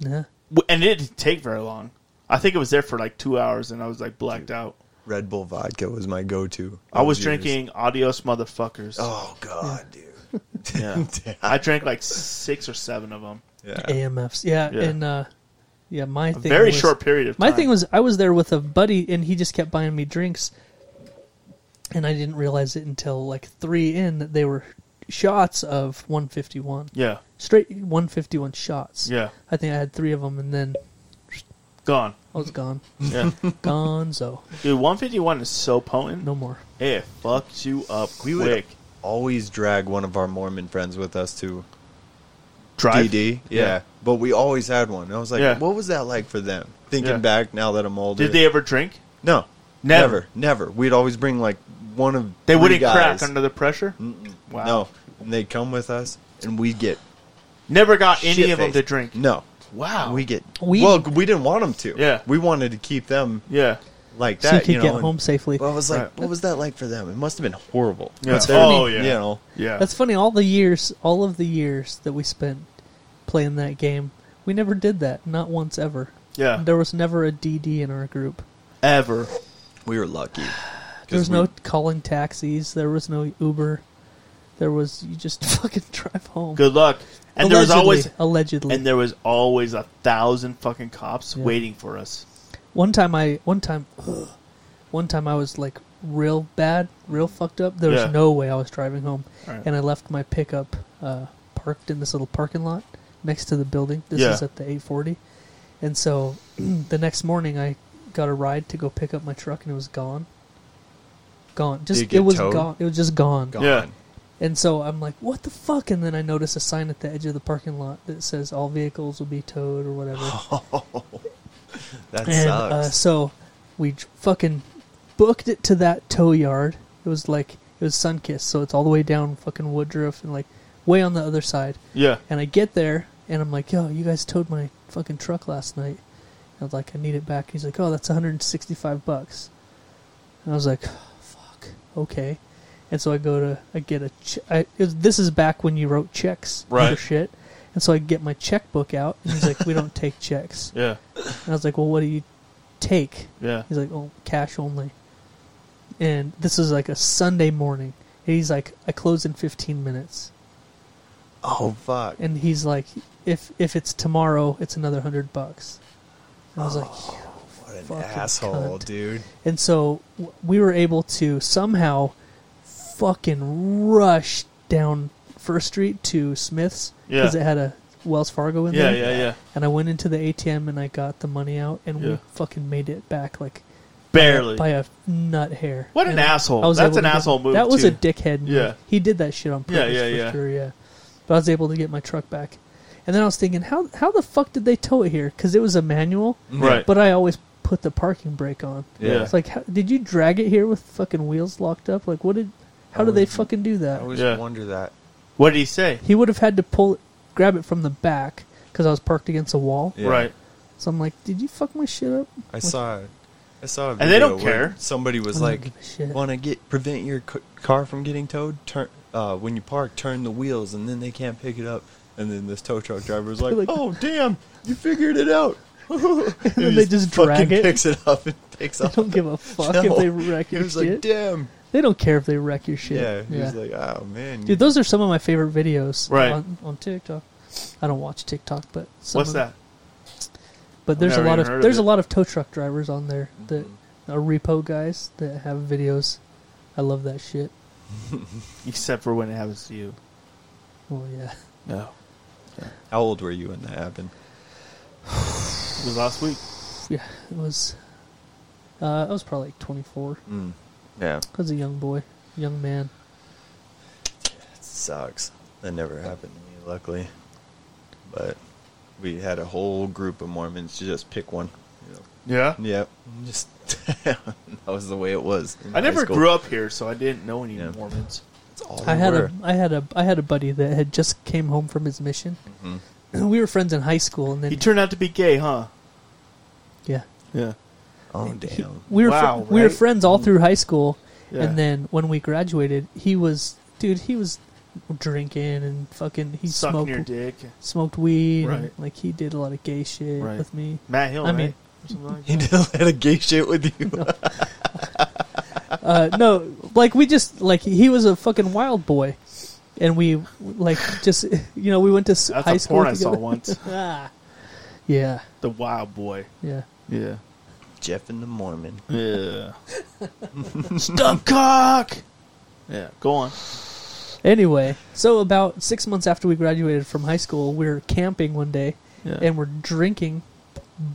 C: Yeah.
B: W- and it didn't take very long. I think it was there for like two hours, and I was like blacked out.
D: Red Bull vodka was my go to.
B: I was drinking Adios motherfuckers.
D: Oh, God, dude.
B: Yeah. I drank like six or seven of them.
D: Yeah.
C: AMFs. Yeah,
B: Yeah.
C: and uh, yeah, my thing.
B: Very
C: was-
B: short period of time.
C: My thing was I was there with a buddy, and he just kept buying me drinks, and I didn't realize it until like three in that they were shots of 151,
B: Yeah.
C: straight 151 shots.
B: Yeah.
C: I think I had three of them, and then
B: Gone.
C: I was gone,
B: Yeah.
C: gone. So
B: Dude, 151 is so potent.
C: no more.
B: It fucks you up
D: We
B: quick.
D: would always drag one of our Mormon friends with us to
B: Drive.
D: DD. Yeah. But we always had one. And I was like,
B: Yeah.
D: what was that like for them? thinking
B: Yeah.
D: back now that I'm older.
B: Did they ever drink?
D: No,
B: Never.
D: never, never. We'd always bring like one of
B: They
D: three
B: wouldn't
D: guys.
B: crack under the pressure. Wow.
D: No, and they'd come with us, and we'd get
B: Never got any of them
D: shit-faced.
B: to drink.
D: No,
B: Wow.
D: we get
C: We-
D: well. We didn't want them to.
B: Yeah.
D: we wanted to keep them
B: Yeah.
D: like
C: so
D: that.
C: you could
D: know,
C: get
D: and-
C: home safely.
D: What was like?
B: Right.
D: What was that like for them? It must have been horrible.
B: Yeah.
D: But they're-
B: Oh, yeah.
D: You know,
B: Yeah.
C: That's funny. All the years, all of the years that we spent playing that game, we never did that. Not once ever.
B: yeah.
C: There was never a DD in our group.
B: Ever.
D: we were lucky.
C: There
D: 'Cause
C: was no
D: we-
C: calling taxis. There was no Uber. There was you just fucking drive home.
B: Good luck. And there was
C: Allegedly-
B: always
C: allegedly.
B: and there was always a thousand fucking cops
C: Yeah.
B: waiting for us.
C: one time I one time one time I was like real bad, real fucked up. There was
B: Yeah.
C: no way I was driving home,
B: Alright.
C: and I left my pickup uh, parked in this little parking lot next to the building. This
B: Yeah.
C: is at the 840, and so the next morning I got a ride to go pick up my truck, and it was gone. Gone. Just
D: it
C: it,
D: get
C: was
D: towed?
C: gone. It was just gone.
D: Gone.
B: Yeah.
C: And so I'm like, what the fuck? And then I notice a sign at the edge of the parking lot that says all vehicles will be towed or whatever.
D: Oh, That
C: and
D: sucks.
C: Uh, so we j- fucking booked it to that tow yard. It was like it was Sunkiss, so it's all the way down fucking Woodruff and like way on the other side.
B: Yeah.
C: And I get there and I'm like, yo, you guys towed my fucking truck last night. And I was like, I need it back. He's like, oh, that's 165 bucks. And I was like, fuck, okay. And so I go to, I get a, che- I, it was, this is back when you wrote checks for
B: Right.
C: shit. And so I get my checkbook out. And he's like, we don't take checks.
B: Yeah.
C: And I was like, well, what do you take?
B: Yeah.
C: He's like, oh, cash only. And this is like a Sunday morning. And he's like, I close in 15 minutes
D: oh fuck.
C: and he's like, "If if it's tomorrow, it's another hundred bucks." And I was like,
D: What an
C: fucking
D: asshole,
C: cunt.
D: dude.
C: and so w- we were able to somehow fucking rush down First Street to Smith's because
B: Yeah.
C: it had a Wells Fargo in
B: Yeah,
C: there.
B: yeah, yeah.
C: And I went into the ATM and I got the money out, and we
B: Yeah.
C: fucking made it back like
B: Barely.
C: by a nut hair.
B: What an
C: And
B: asshole. That's
C: able to
B: an asshole move,
C: That was
B: too.
C: a dickhead move.
B: Yeah.
C: He did that shit on
B: Yeah,
C: purpose
B: yeah,
C: for
B: yeah.
C: sure, yeah. But I was able to get my truck back. And then I was thinking, how how the fuck did they tow it here? Because it was a manual,
B: Right.
C: but I always put the parking brake on.
B: Yeah.
C: It's like, how, did you drag it here with fucking wheels locked up? Like, what did? How did they fucking do
D: I
C: that?
D: always
B: Yeah.
D: wonder that.
B: what did he say?
C: He would have had to pull, grab it from the back because I was parked against a wall.
D: Yeah.
B: Right.
C: So I'm like, did you fuck my shit up?
D: I saw. I saw. A
B: And they
D: video
B: don't
D: where
B: care.
D: Somebody was
C: I don't
D: like,
C: give a shit.
D: "Want to get prevent your c- car from getting towed? Turn uh, when you park, turn the wheels, and then they can't pick it up." And then this tow truck driver was like,
C: Like-
D: "Oh damn, you figured it out!"
C: And then they just drag
D: fucking
C: it.
D: picks it up and takes
C: I
D: off.
C: don't give a fuck
D: No.
C: if they wreck
D: He
C: your
D: was
C: shit.
D: like, "Damn."
C: they don't care if they wreck your shit.
D: Yeah, he was like, "Oh man, you-
C: Dude, those are some of my favorite videos
B: Right.
C: on, on TikTok. I don't watch TikTok, but some
B: What's
C: of-
B: that?
C: But there's a
B: never
C: lot
B: even
C: of
B: heard of
C: there's
B: it. Mm-hmm.
C: a lot of tow truck drivers on there that are repo guys that have videos. I love that shit.
B: Except for when it happens to you.
C: Well, yeah,
B: No.
D: how old were you when that happened?"
B: It was last week.
C: yeah. It was. Uh, I was probably like 24.
D: Mm. Yeah,
C: I was a young boy, young man.
D: it sucks. That never happened to me, luckily. But we had a whole group of Mormons to just pick one. You know.
B: Yeah.
D: Yep. Just that was the way it was.
B: I never grew up here, so I didn't know any
D: Yeah.
B: Mormons. Oh,
C: I had a I had a I had a buddy that had just came home from his mission. We were friends in high school, and then
B: Mm-hmm. He turned out to be gay, huh?
C: yeah,
B: Yeah.
D: Oh damn.
C: we were
B: Wow,
C: fr- we were
B: right? Mm.
C: friends all through high school,
B: Yeah.
C: and then when we graduated, he was dude. He was drinking and fucking. He
B: Sucking
C: smoked
B: your dick.
C: smoked weed. and,
B: Right.
C: like he did a lot of gay shit
B: Right.
C: with me.
B: Matt Hill,
C: I
B: right?
C: mean-
B: Or something like
D: He
B: that.
D: did a lot of gay shit with you.
C: Uh, no, like we just like he was a fucking wild boy, and we like just you know we went to s-
B: That's
C: high
B: a
C: school
B: porn I
C: together.
B: saw once.
C: ah, yeah,
B: the Wild Boy.
C: yeah.
B: Yeah.
D: Jeff and the Mormon.
B: Yeah. Stump cock. Yeah. Go on.
C: Anyway, so about six months after we graduated from high school, we were camping one day
B: Yeah.
C: and we're drinking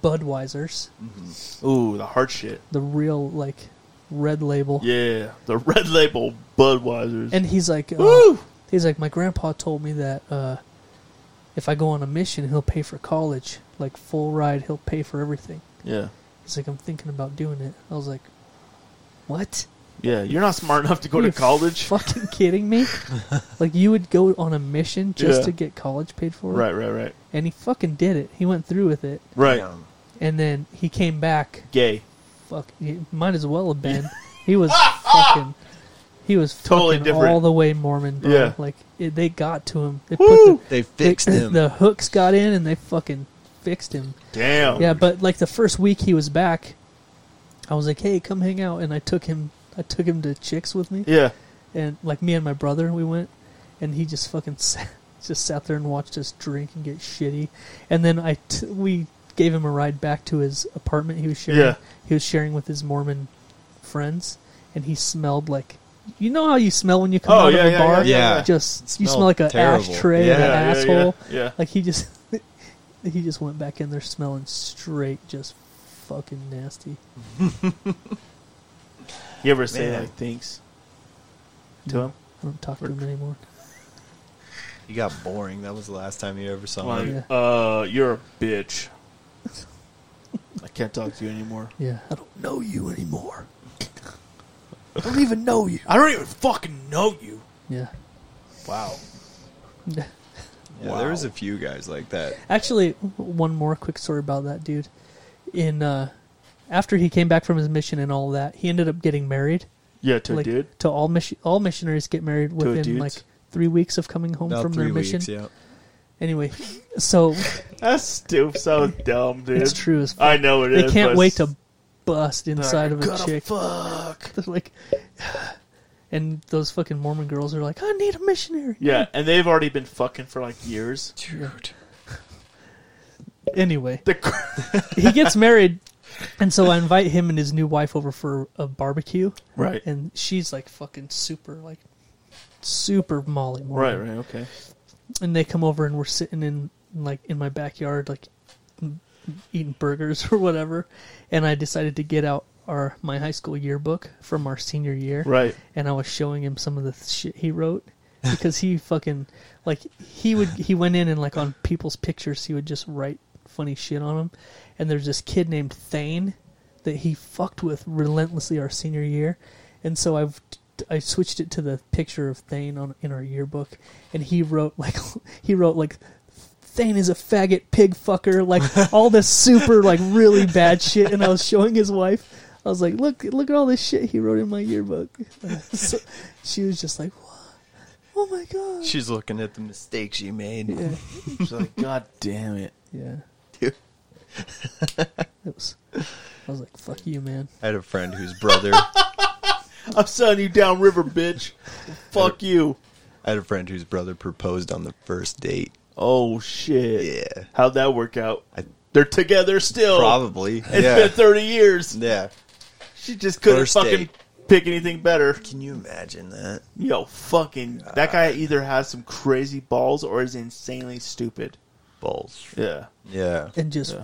C: Budweisers,
B: Ooh, the hard shit.
C: the real like red label.
B: Yeah. The red label Budweisers.
C: And he's like, uh,
B: Woo!
C: he's like, my grandpa told me that uh, if I go on a mission, he'll pay for college, like full ride, he'll pay for everything.
B: Yeah.
C: He's like, I'm thinking about doing it. I was like, what?
B: Yeah. You're not smart enough to go to
C: You're
B: college.
C: Fucking kidding me? like you would go on a mission just
B: Yeah.
C: to get college paid for?
B: Right, right, right.
C: And he fucking did it. He went through with it,
B: Right.
D: Um,
C: and then he came back.
B: Gay.
C: Fuck, he might as well have been. He was fucking. He was
B: Ah! Totally
C: fucking
B: different.
C: all the way Mormon, bro.
B: Yeah.
C: Like it, they got to him. They
B: Woo!
C: put
D: they
C: the,
D: fixed
C: they-
D: him.
C: The hooks got in, and they fucking fixed him.
B: Damn.
C: Yeah, but like the first week he was back, I was like, "Hey, come hang out," and I took him. I took him to chicks with me,
B: Yeah.
C: and like me and my brother, we went, and he just fucking sat, just sat there and watched us drink and get shitty, and then I t- we gave him a ride back to his apartment. He was sharing.
B: Yeah.
C: He was sharing with his Mormon friends, and he smelled like. You know how you smell when you come
B: Oh,
C: out
B: yeah,
C: of a
B: yeah,
C: bar?
B: yeah,
D: yeah.
C: Just
D: It
C: you smell
D: smelled
C: like an
D: terrible.
C: ashtray and
D: Yeah,
C: an
B: yeah,
C: asshole.
B: yeah, yeah.
C: Like he just he just went back in there smelling straight just fucking nasty.
B: You ever say
D: Man.
B: like thanks to him?
C: I don't talk to him anymore.
D: you got boring. That was the last time you ever saw
B: Like,
D: him.
C: yeah.
B: uh, you're a bitch. I can't talk to you anymore.
C: Yeah. I don't
B: know you anymore. I don't even know you. I don't even fucking know you.
C: yeah.
B: Wow.
D: Yeah, there was a few guys like that.
C: Actually, one more quick story about that dude. In uh after he came back from his mission and all that, he ended up getting married.
B: Yeah, to
C: like
B: a dude.
C: to all mission all missionaries get married within
B: dudes?
C: like 3 weeks of coming home
D: About
C: from
D: three
C: their
D: weeks.
C: mission.
D: Yeah.
C: Anyway, so
B: That's stupid. So dumb, dude.
C: it's true as fuck.
B: I know it is.
C: They can't
B: but
C: wait
B: it's-
C: to bust inside of a
B: Gotta
C: chick.
B: Fuck.
C: They're like, and those fucking Mormon girls are like, I need a missionary.
B: Yeah, and they've already been fucking for like years.
C: Anyway,
B: The cr-
C: he gets married, and so I invite him and his new wife over for a barbecue,
B: right.
C: and she's like fucking super like super Molly
B: Right,
C: Mormon.
B: right, okay.
C: And they come over and we're sitting in like in my backyard like eating burgers or whatever, and I decided to get out our my high school yearbook from our senior year.
B: Right.
C: and I was showing him some of the shit he wrote because he fucking like he would he went in and like on people's pictures he would just write funny shit on them and there's this kid named Thane that he fucked with relentlessly our senior year and so I've I switched it to the picture of Thane on in our yearbook and he wrote like he wrote like Thane is a faggot pig fucker, like all this super like really bad shit. And I was showing his wife, I was like, look, look at all this shit he wrote in my yearbook. So she was just like, what? Oh my god.
D: She's looking at the mistakes you made.
C: Yeah,
B: She's like, God damn it.
C: yeah.
D: Dude.
C: It was. I was like, fuck you, man.
D: I had a friend whose brother.
B: I'm selling you down river, bitch. Fuck you.
D: I had a friend whose brother proposed on the first date.
B: Oh shit.
D: Yeah.
B: How'd that work out?
D: I-
B: They're together still.
D: Probably.
B: It's
D: yeah.
B: been thirty years.
D: yeah.
B: She just couldn't
D: First
B: fucking
D: date.
B: pick anything better.
D: Can you imagine that?
B: Yo, fucking that guy either has some crazy balls or is insanely stupid.
D: Balls.
B: Yeah.
D: Yeah.
C: And just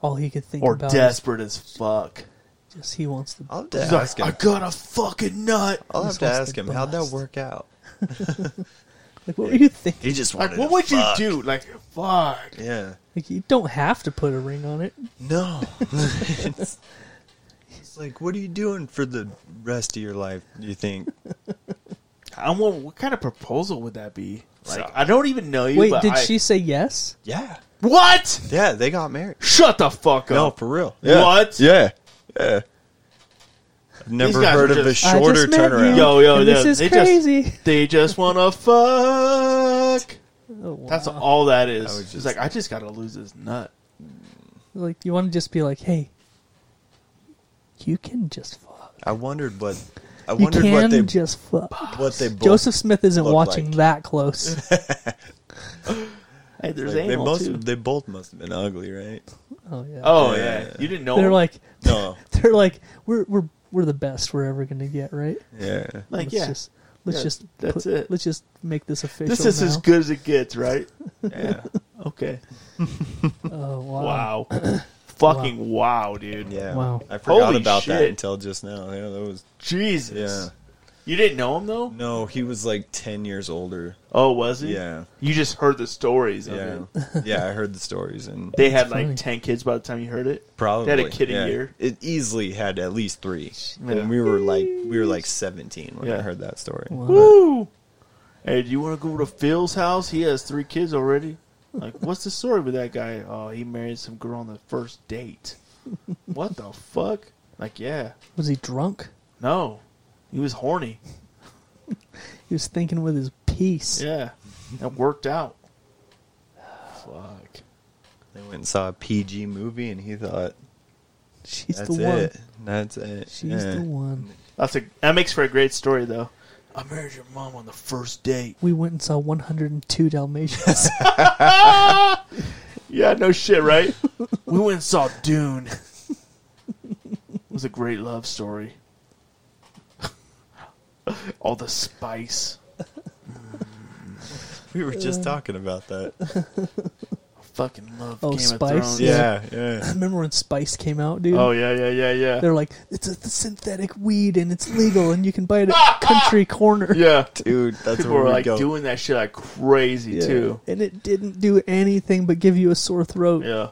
C: all he could think
B: Or
C: about
B: desperate as fuck.
C: is just he wants to.
D: I'll have to
B: He's like,
D: ask
B: I
D: him.
B: got a fucking nut.
D: I'll have
C: This
D: to
C: was
D: ask
C: the
D: him. How'd that
C: best.
D: work out?
C: Like, what were you thinking?
D: He just
B: Like
D: wanted.
B: what
D: to
B: would you
D: fuck.
B: do? Like fuck.
D: Yeah.
C: Like, you don't have to put a ring on it.
D: No. it's, it's like, what are you doing for the rest of your life? You think?
B: I want what kind of proposal would that be? Like I don't even know you
C: Wait,
B: but
C: did
B: I-
C: she say yes?
D: Yeah.
B: What?
D: Yeah. They got married.
B: Shut the fuck
D: No,
B: up.
D: for real.
B: Yeah. What?
D: Yeah. Yeah. I've never
B: guys
D: heard
B: are
D: of a
B: just-
C: I
D: shorter
C: just met
D: turnaround.
C: you,
B: Yo, yo,
C: and this
B: yeah,
C: is
B: they just-
C: crazy.
B: They just want to fuck.
C: Oh, wow.
B: That's all that is.
D: was
B: It's
D: just-
B: like I just gotta lose this nut.
C: Like you want to just be like, hey, you can just fuck.
D: I wondered what. I
C: You
D: wondered
C: can
D: what they
C: just fuck.
D: what they both,
C: Joseph Smith isn't
D: look
C: watching
D: like.
C: that close.
B: Hey, there's
D: like, they
B: anal
D: both
B: too.
D: they both must have been ugly, right?
C: oh yeah.
B: Oh yeah.
D: Yeah.
B: you didn't know.
C: they're like
D: No,
C: they're like we're we're we're the best we're ever gonna get, right?
D: yeah,
B: like
C: let's
B: yeah,
C: just let's
B: Yeah,
C: just
B: that's
C: put-
B: it.
C: Let's just make this official.
B: this is as
C: now.
B: good as it gets, right?
D: yeah,
B: Okay.
C: Oh wow.
B: Wow. Fucking wow, dude.
D: yeah.
C: Wow.
D: I forgot
B: Holy
D: about that
B: shit.
D: until just now. Yeah, that was
B: Jesus.
D: yeah.
B: You didn't know him though?
D: No, he was like ten years older.
B: Oh, was he?
D: Yeah.
B: You just heard the stories. Of
D: Yeah,
B: it.
D: yeah. I heard the stories and
B: They had like ten kids by the time you heard it.
D: probably
B: They had a kid
D: yeah.
B: a year.
D: It easily had at least three.
B: Yeah.
D: And we were like we were like seventeen when I
B: Yeah.
D: heard that story.
B: Woo! Hey, do you want to go to Phil's house? He has three kids already. Like, what's the story with that guy? Oh, he married some girl on the first date. What the fuck? Like, yeah,
C: Was he drunk?
B: no, he was horny.
C: He was thinking with his piece.
B: Yeah, that worked out. Fuck.
D: They went and saw a PG movie, and he thought
C: She's
D: that's
C: the one.
D: it. That's it.
C: She's
D: Yeah.
C: the one.
B: That's a that makes for a great story though. I married your mom on the first date.
C: We went and saw 102 Dalmatians.
B: Yeah, no shit, right? we went and saw Dune. It was a great love story. All the spice.
D: We were just talking about that.
B: Fucking love
C: Oh,
B: Game
C: spice?
B: of Thrones.
D: Yeah, yeah.
C: Remember when Spice came out, dude?
B: Oh yeah, yeah, yeah, yeah.
C: They're like, it's a th- synthetic weed and it's legal and you can buy it at country corner.
B: Yeah.
D: Dude, that's
B: People
D: where
B: were
D: we
B: like
D: go.
B: doing that shit like crazy
D: Yeah.
B: too.
C: And it didn't do anything but give you a sore throat.
B: Yeah.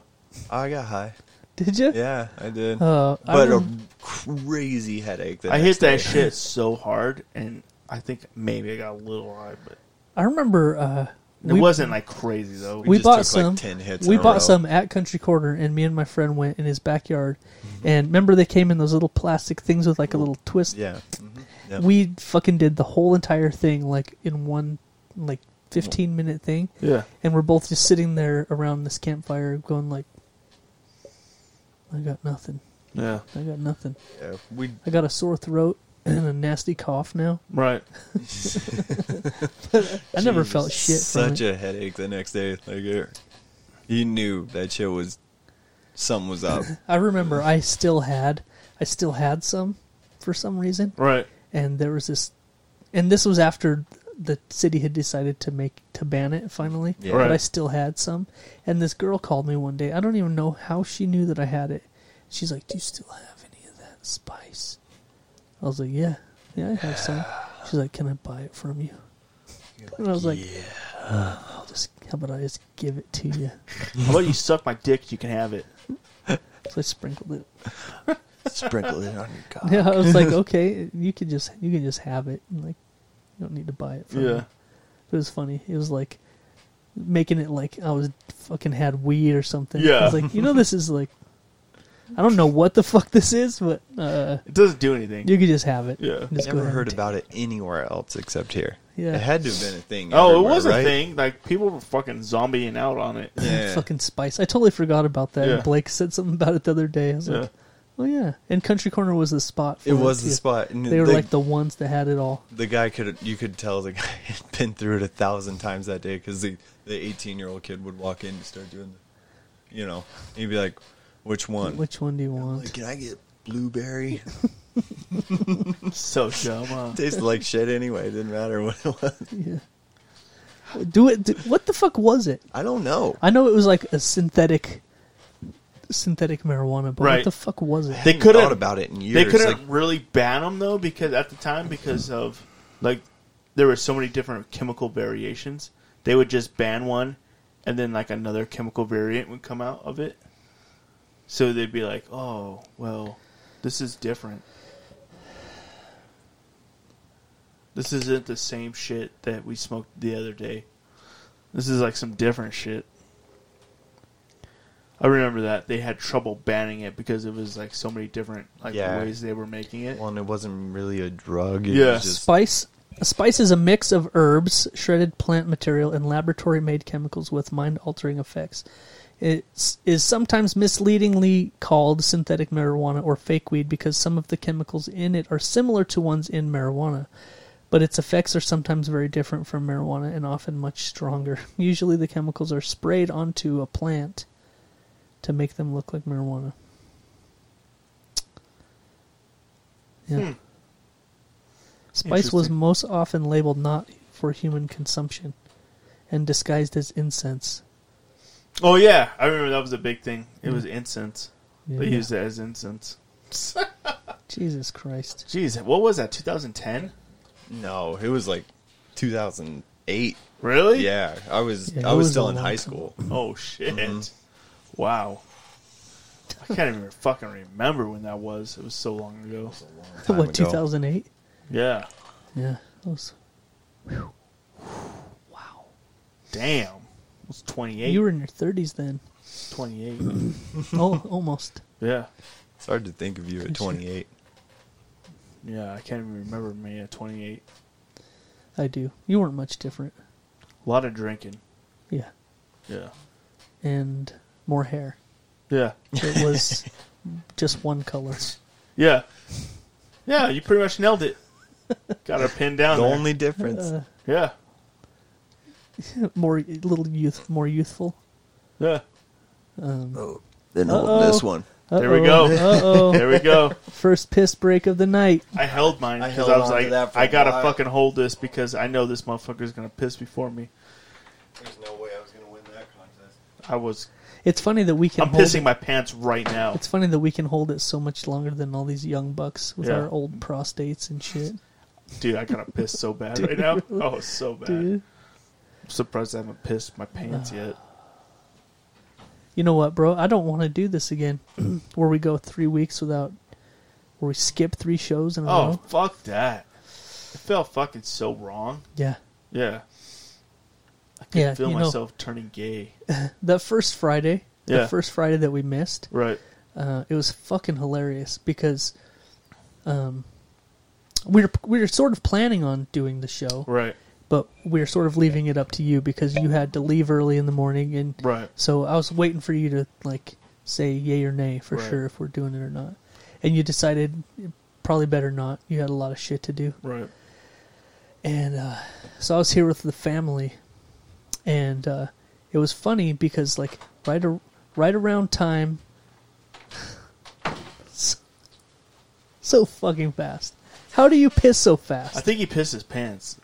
D: Oh, I got high.
C: Did you?
D: Yeah, I did.
C: Uh, I
D: but a
C: rem-
D: crazy headache. the
B: I
D: next
B: hit that
D: day.
B: shit so hard and I think maybe I got a little high, but
C: I remember uh,
B: it
C: we-
B: wasn't like crazy though.
C: we
D: just
C: bought
D: took, like,
C: some.
D: 10 hits
C: we
D: in a row.
C: bought some at Country Corner, and me and my friend went in his backyard. And remember, they came in those little plastic things with like a little twist.
D: Yeah. mhm, yeah.
C: We fucking did the whole entire thing like in one like fifteen minute thing,
B: yeah.
C: and we're both just sitting there around this campfire, going like, "I got nothing.
B: Yeah.
C: I got nothing.
D: yeah. We
C: I got a sore throat and a nasty cough now.
B: Right.
C: I never felt shit.
D: Such
C: from it.
D: a headache the next day. Like, it- you knew that shit was something was up.
C: I remember I still had, I still had some, for some reason.
B: Right.
C: and there was this and this was after the city had decided to make to ban it finally
D: Yeah.
C: but i
B: Right.
C: still had some and this girl called me one day i don't even know how she knew that i had it she's like do you still have any of that spice i was like yeah yeah i have some she's like can i buy it from you and i was like yeah i'll just how about i just give it to you
B: How about you suck my dick? You can have it.
C: so i sprinkled it
D: Sprinkle it on your cock.
C: yeah i was like okay you can just you can just have it and like you don't need to buy it from me. It was funny. It was like making it like I was fucking had weed or something. I
B: Yeah.
C: was like, you know, this is like, I don't know what the fuck this is, but uh,
B: It doesn't do anything.
C: you could just have it.
B: Yeah.
C: Just go
D: Never
C: ahead
D: heard
C: and take
D: about it anywhere else except here.
C: Yeah.
D: It had to have been a thing.
B: Oh, it
D: everywhere,
B: was a
D: right?
B: thing. Like people were fucking zombieing out on it.
D: Yeah.
C: Fucking spice. I totally forgot about that.
B: Yeah.
C: Blake said something about it the other day. I was
B: Yeah.
C: like, oh yeah. And Country Corner was the spot. For
D: It was the
C: too.
D: spot. And
C: They were
D: the,
C: like the ones that had it all.
D: the guy could you could tell the guy had been through it a thousand times that day because the the eighteen year old kid would walk in and start doing, the, you know, and he'd be like, "Which one?
C: Which one do you want?
D: Like, Can I get blueberry?
B: So dumb. huh?
D: Tasted like shit anyway. It didn't matter what it was.
C: yeah. Do it. Do, what the fuck was it?
D: I don't know.
C: I know it was like a synthetic, synthetic marijuana, but what
B: Right.
C: the fuck was it?
B: They
D: I
B: couldn't-
D: thought about it in years.
B: They couldn't
D: like,
B: really ban them though, because at the time, because of like there were so many different chemical variations, they would just ban one, and then like another chemical variant would come out of it. So they'd be like, "Oh, well, this is different. This isn't the same shit that we smoked the other day. This is like some different shit." I remember that they had trouble banning it because it was like so many different like
D: Yeah.
B: ways they were making it.
D: one. It wasn't really a drug. It
B: Yeah.
D: was just
C: Spice. A spice is a mix of herbs, shredded plant material, and laboratory made chemicals with mind altering effects. It is sometimes misleadingly called synthetic marijuana or fake weed because some of the chemicals in it are similar to ones in marijuana, but its effects are sometimes very different from marijuana and often much stronger. Usually, the chemicals are sprayed onto a plant to make them look like marijuana. Yeah.
D: Hmm.
C: Spice was
B: Interesting.
C: most often labeled not for human consumption and disguised as incense.
B: Oh yeah, I remember that was a big thing. It was incense. They
C: Yeah.
B: used it as incense.
C: Jesus Christ.
B: Jeez, what was that? 2010?
D: No, it was like 2008.
B: Really?
D: Yeah, I was
C: Yeah,
D: I
C: it
D: was
C: was
D: still
C: a
D: in
C: long
D: high
C: time.
D: school.
B: Oh shit!
D: Mm-hmm.
B: Wow. I can't even fucking remember when that was. It was so long ago.
D: Time
C: what,
D: ago.
C: 2008?
B: Yeah.
C: Yeah. That was,
B: Damn. It was 28.
C: you were in your 30s then.
B: 28.
C: oh, almost.
B: yeah.
D: It's hard to think of you at 28.
B: Yeah, I can't even remember me at 28.
C: I do. You weren't much different.
B: A lot of drinking.
C: Yeah.
B: Yeah.
C: And more hair.
B: Yeah.
C: It was just one color.
B: Yeah. Yeah, you pretty much nailed it. Got her pinned down.
D: The
B: there.
D: only difference.
C: Uh,
B: Yeah.
C: More, a little youth, more youthful.
B: Yeah.
D: then
C: Uh-oh.
D: this one.
B: There we
C: Uh-oh,
B: go.
C: Uh-oh.
B: There we go.
C: First piss break of the night.
B: I held mine
D: I
B: because
D: held
B: I, was
D: on to
B: like,
D: that for
B: I
D: a
B: gotta
D: while.
B: fucking hold this because I know this motherfucker's gonna piss before me.
D: There's no way I was going to win that contest.
B: I was.
C: It's funny that we can
B: I'm
C: hold
B: pissing
C: it.
B: my pants right now.
C: It's funny that we can hold it so much longer than all these young bucks with
B: Yeah.
C: our old prostates and shit.
B: Dude, I gotta piss so bad right now. Oh, so bad.
C: Dude.
B: I'm surprised I haven't pissed my pants yet.
C: You know what, bro? I don't want to do this again. where we go three weeks without, where we skip three shows in a
B: Oh,
C: row.
B: fuck that. It felt fucking so wrong.
C: Yeah,
B: Yeah. I could
C: Yeah,
B: feel
C: you know-
B: myself turning gay.
C: that first Friday,
B: Yeah.
C: the first Friday that we missed,
B: Right.
C: uh, it was fucking hilarious because, um, we were we were sort of planning on doing the show,
B: Right.
C: but we were sort of leaving it up to you because you had to leave early in the morning and
B: Right.
C: So I was waiting for you to like say yay or nay for
B: Right.
C: sure if we're doing it or not, and you decided probably better not. You had a lot of shit to do,
B: Right.
C: and uh, so I was here with the family, and uh, it was funny because like right ar- right around time, so, so fucking fast. How do you piss so
B: I
C: fast?
B: think he pissed his pants.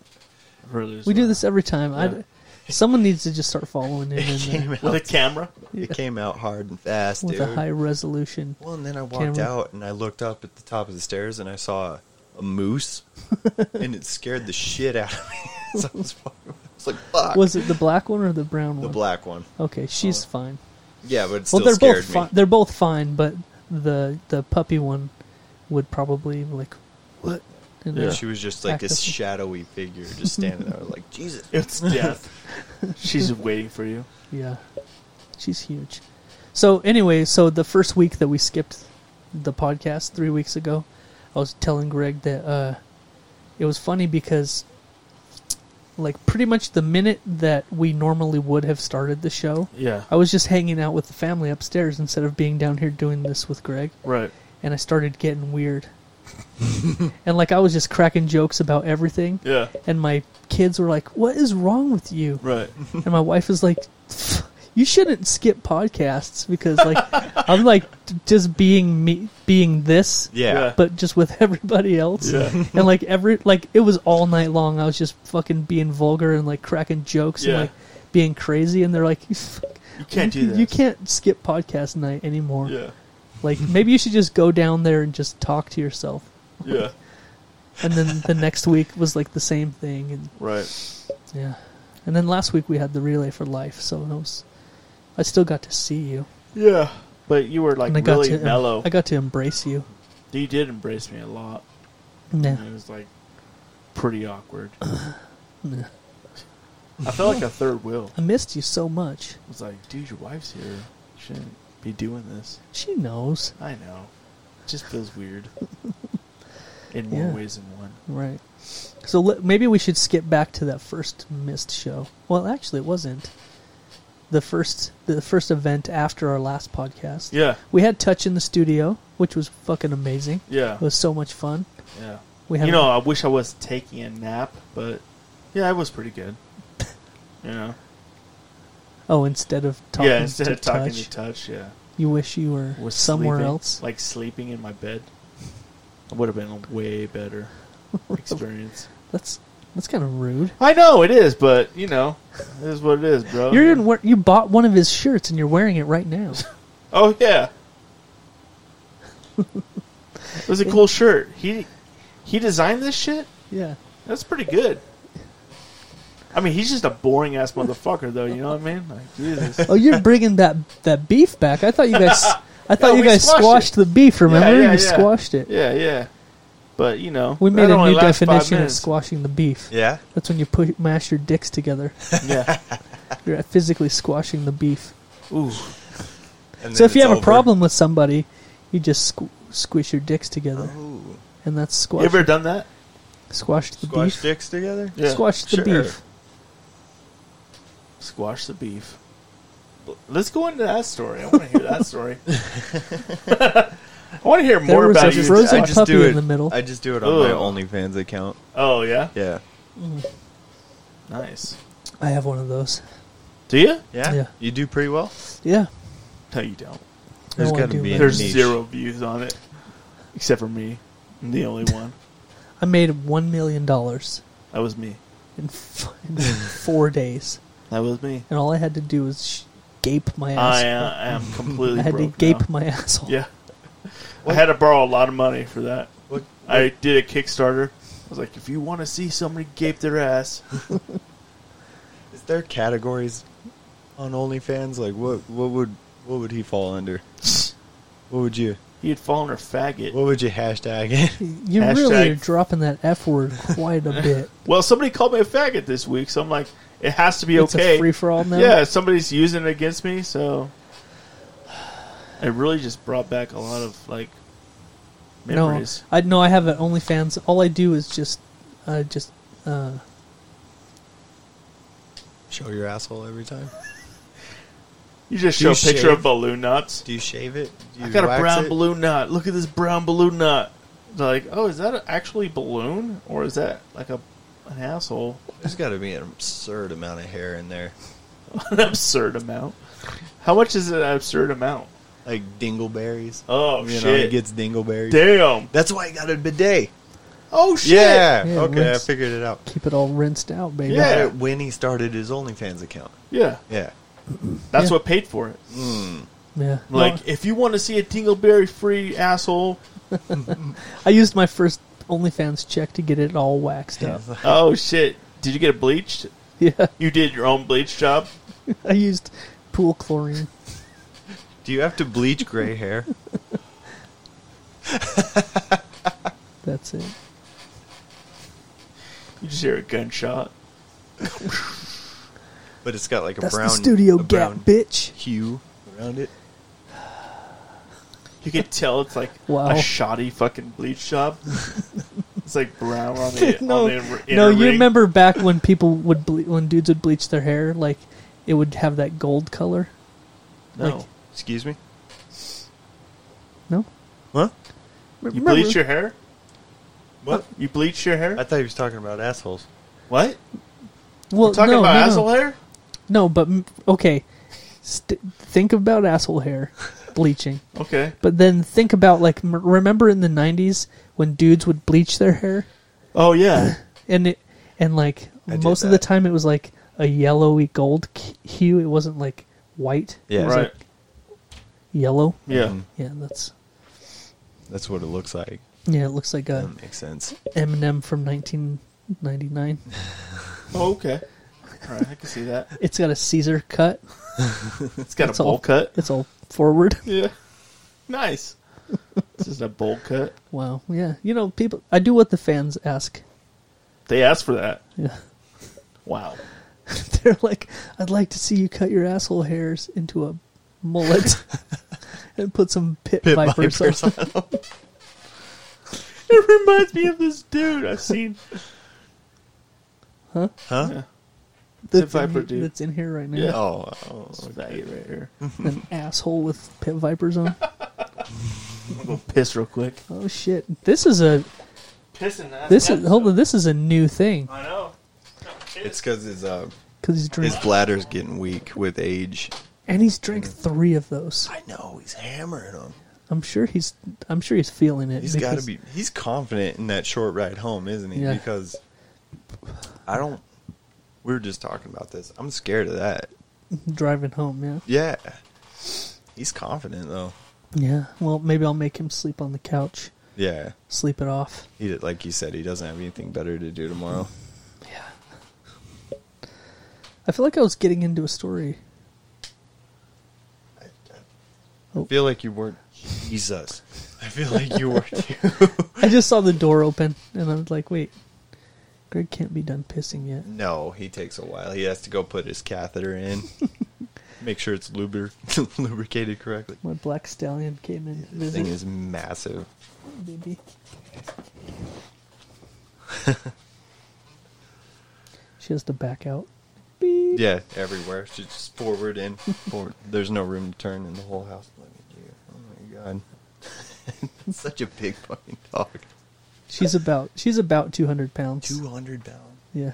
B: Really is
C: We
B: what-
C: do this every time.
B: Yeah.
C: I, someone needs to just start following him
D: It
C: in
D: came
C: uh,
D: out.
B: with a camera.
D: It came out hard and fast,
C: with
D: dude.
C: a high resolution.
D: Well, and then I walked
C: Camera.
D: out and I looked up at the top of the stairs and I saw a, a moose, and it scared the shit out of me. so I was, fucking- I was like, "Fuck!"
C: Was it the black one or the brown one?
D: the black one?
C: Okay, she's fine.
D: Yeah, but it still
C: Well, they're
D: scared
C: both
D: me.
C: fine. They're both fine, but the the puppy one would probably like what? And
D: And
C: then-
D: She was just like
C: Act
D: this
C: different.
D: shadowy figure just standing there. I was like, Jesus.
B: It's death. She's waiting for you.
C: yeah, she's huge. So anyway, so the first week that we skipped the podcast three weeks ago, I was telling Greg that uh, it was funny because like pretty much the minute that we normally would have started the show,
B: Yeah.
C: I was just hanging out with the family upstairs instead of being down here doing this with Greg.
B: Right.
C: and I started getting weird. and like I was just cracking jokes about everything,
B: Yeah.
C: and my kids were like, "What is wrong with you?"
B: Right.
C: And my wife was like, "Pff, "You shouldn't skip podcasts because like I'm like t- just being me, being this,
D: Yeah.
C: but just with everybody else."
B: Yeah.
C: And like every like it was all night long. I was just fucking being vulgar and like cracking jokes
B: Yeah.
C: and like being crazy, and they're like.
B: You can't do that.
C: You can't skip podcast night anymore.
B: Yeah.
C: Like maybe you should just go down there and just talk to yourself.
B: Yeah.
C: and then the next week was like the same thing and
B: Right.
C: yeah and then last week we had the relay for life so it was i still got to see you
B: Yeah. But you were like
C: and i got
B: really
C: to uh,
B: mellow.
C: i got to embrace you
B: You did embrace me a lot.
C: yeah
B: And it was like pretty awkward. I felt like a third wheel.
C: i missed you so much
B: I was like, dude, your wife's here. You shouldn't be doing this.
C: she knows
B: I know. It just feels weird. In more
C: Yeah.
B: ways than one.
C: right so le- maybe we should skip back to that first missed show well actually it wasn't the first the first event after our last podcast
B: Yeah.
C: we had touch in the studio which was fucking amazing
B: Yeah.
C: it was so much fun
B: Yeah.
C: we had
B: You know, I wish I was taking a nap, but yeah, it was pretty good. You know?
C: oh instead of talking
B: yeah, instead
C: to
B: of talking
C: touch.
B: to touch, yeah.
C: You wish you were
B: Was
C: somewhere
B: sleeping-
C: else.
B: Like sleeping in my bed. It would have been a way better experience.
C: That's that's kind of rude.
B: I know it is, but you know, it is what it is, bro.
C: You're even wear, you bought one of his shirts and you're wearing it right now.
B: Oh yeah. it was a cool shirt. He he designed this shit?
C: yeah,
B: That's pretty good. I mean, he's just a boring ass motherfucker, though. You know what I mean? Like Jesus.
C: Oh, you're bringing that that beef back. I thought you guys. I thought
B: Yeah,
C: you
B: we
C: guys
B: squashed
C: squashed the beef. Remember,
B: yeah,
C: you
B: yeah.
C: squashed it.
B: Yeah, yeah. But you know,
C: We made
B: that
C: a
B: only
C: new
B: lasts five
C: definition of
B: minutes.
C: squashing the beef.
D: Yeah.
C: That's when you push, mash your dicks together.
B: Yeah.
C: You're physically squashing the beef.
B: Ooh.
C: So
D: And then
C: if you
D: it's
C: have a
D: over.
C: problem with somebody, you just squ- squish your dicks together,
D: Ooh.
C: and that's
B: Oh. You
C: squash.
B: ever done that?
C: squash the
D: squash
C: beef.
D: sticks together.
B: Yeah.
C: Squash the
D: Sure.
C: beef.
B: Squash the beef. Let's go into that story. I want to hear that story. I want to hear
C: There
B: more
C: was
B: about
C: a
B: you.
C: frozen-
D: I
B: I-
D: just
C: puppy
D: do
C: in
D: it.
C: the middle.
D: I just do it on my OnlyFans account.
B: oh yeah,
D: Yeah.
B: nice.
C: I have one of those.
B: Do you?
D: Yeah.
C: Yeah.
D: You do pretty well.
C: Yeah.
B: No, you don't.
D: There's
C: I
D: gotta
C: do
D: be
C: that.
D: a
B: There's
D: Niche.
B: zero views on it, except for me. I'm the only one.
C: I made one million dollars
B: That was me.
C: in, f- in four days,
B: That was me.
C: and all I had to do was sh- gape my
B: I,
C: asshole.
B: uh, I am completely.
C: I had to
B: broke
C: gape
B: now.
C: my asshole.
B: Yeah. I had to borrow a lot of money for that.
D: What-
B: I did a Kickstarter. I was like, if you want to see somebody gape their ass,
D: Is there categories on OnlyFans? Like what? What would? What would he fall under? What would you?
B: he had fallen her faggot.
D: What would you hashtag it?
C: You
B: Hashtag-
C: really are dropping that F word quite a bit.
B: Well, somebody called me a faggot this week, so I'm like, it has to be
C: It's
B: okay.
C: a free for all now.
B: Yeah, somebody's using it against me, so it really just brought back a lot of like
C: no,
B: memories.
C: I no, I have an OnlyFans. All I do is just, uh, just uh,
D: Show your asshole every time.
B: You just
D: Do
B: show
D: you
B: a picture
D: shave?
B: of balloon nuts.
D: Do you shave it? Do you
B: I got a
D: wax
B: brown
D: it?
B: balloon nut. Look at this brown balloon nut. They're like, oh, is that actually balloon or is that like a an asshole?
D: There's got to be an absurd amount of hair in there,
B: an absurd amount. How much is an absurd amount?
D: like dingleberries.
B: Oh
D: you know, he
B: shit!
D: gets dingleberries.
B: Damn.
D: That's why I got a bidet.
B: Oh shit.
D: Yeah.
C: Yeah,
D: okay,
C: rinse.
D: I figured it out.
C: keep it all rinsed out, baby.
B: Yeah.
D: Got it When he started his OnlyFans account.
B: Yeah. Mm-hmm.
D: Yeah.
B: That's
C: Yeah.
B: what paid for it.
C: Yeah.
B: Like,
C: No,
B: if you want to see a dingleberry free asshole,
C: I used my first OnlyFans check to get it all waxed up.
B: oh shit! Did you get it bleached?
C: yeah,
B: You did your own bleach job.
C: I used pool chlorine.
D: Do you have to bleach gray hair?
C: That's it.
B: You just hear a gunshot.
D: But it's got like a
C: That's
D: brown
C: the studio
D: a
C: gap,
D: brown
C: bitch.
D: hue around it.
B: You can tell it's like
C: Wow.
B: a shoddy fucking bleach job. it's like brown on the
C: no,
B: on the inner
C: no, you
B: ring.
C: remember back when people would ble- when dudes would bleach their hair, like it would have that gold color.
B: No,
C: like-
D: Excuse me.
C: No,
D: Huh?
B: you bleach your hair.
C: Uh,
D: What?
B: You bleach your hair.
D: I thought he was talking about assholes.
B: Uh, what?
C: well,
B: Talking
C: Oh, no,
B: about
C: no,
B: asshole
C: no.
B: hair?
C: No, but mm, okay. St- think about asshole hair bleaching,
B: Okay.
C: but then think about like m- remember in the '90s when dudes would bleach their hair.
B: Oh yeah.
C: and it and like
D: I did
C: most of the
D: that.
C: time it was like a yellowy gold k- hue it wasn't like white
D: Yeah.
B: right.
C: yellow
B: yeah.
C: yeah that's
D: That's what it looks like.
C: yeah it looks like a
D: That makes sense.
C: m&m from 1999
B: Oh, okay. All right, I can see that.
C: it's got a caesar cut
B: It's got
C: It's
B: a bowl
C: all-
B: cut.
C: it's all forward
B: Yeah. Nice. This is a bowl cut.
C: wow yeah you know people i do what the fans ask
B: They asked for that.
C: yeah
B: Wow.
C: they're like i'd like to see you cut your asshole hairs into a mullet and put some pit,
D: Pit
C: vipers,
D: vipers
C: on
B: It reminds me of this dude I've seen.
D: Huh?
C: the
B: Pit viper, dude.
C: that's in here right now
B: Yeah.
D: Oh, oh,
B: This faggot right here.
C: an asshole with pit vipers on.
B: Piss real quick.
C: Oh shit! This is a
B: Pissing that.
C: this is hold on. This is a new thing
B: I know.
D: it's because his uh,
C: because he's drink
D: his bladder's getting weak with age.
C: and he's drank three of those.
D: I know he's hammering him.
C: I'm sure he's I'm sure he's feeling it.
D: He's got to
C: because-
D: be. He's confident in that short ride home, isn't he?
C: Yeah.
D: Because I don't. We were just talking about this. I'm scared of that.
C: driving home. Yeah,
D: Yeah. He's confident though.
C: yeah. Well, maybe I'll make him sleep on the couch.
D: Yeah.
C: Sleep it off.
D: He did, like you said, he doesn't have anything better to do tomorrow.
C: Yeah. I feel like I was getting into a story.
D: I feel like you weren't Jesus. I feel like you were too.
C: I just saw the door open and I was like, wait, Greg can't be done pissing yet.
D: No, he takes a while. He has to go put his catheter in. Make sure it's lubri- lubricated correctly.
C: My black stallion came in. to
D: This thing
C: visit,
D: is massive.
C: baby. she has to back out.
D: Yeah, everywhere. She's just forward and forward. There's no room to turn in the whole house. Look at you. Oh my god. It's Such a big fucking dog.
C: She's about she's about two hundred pounds.
D: 200 pounds.
C: Yeah.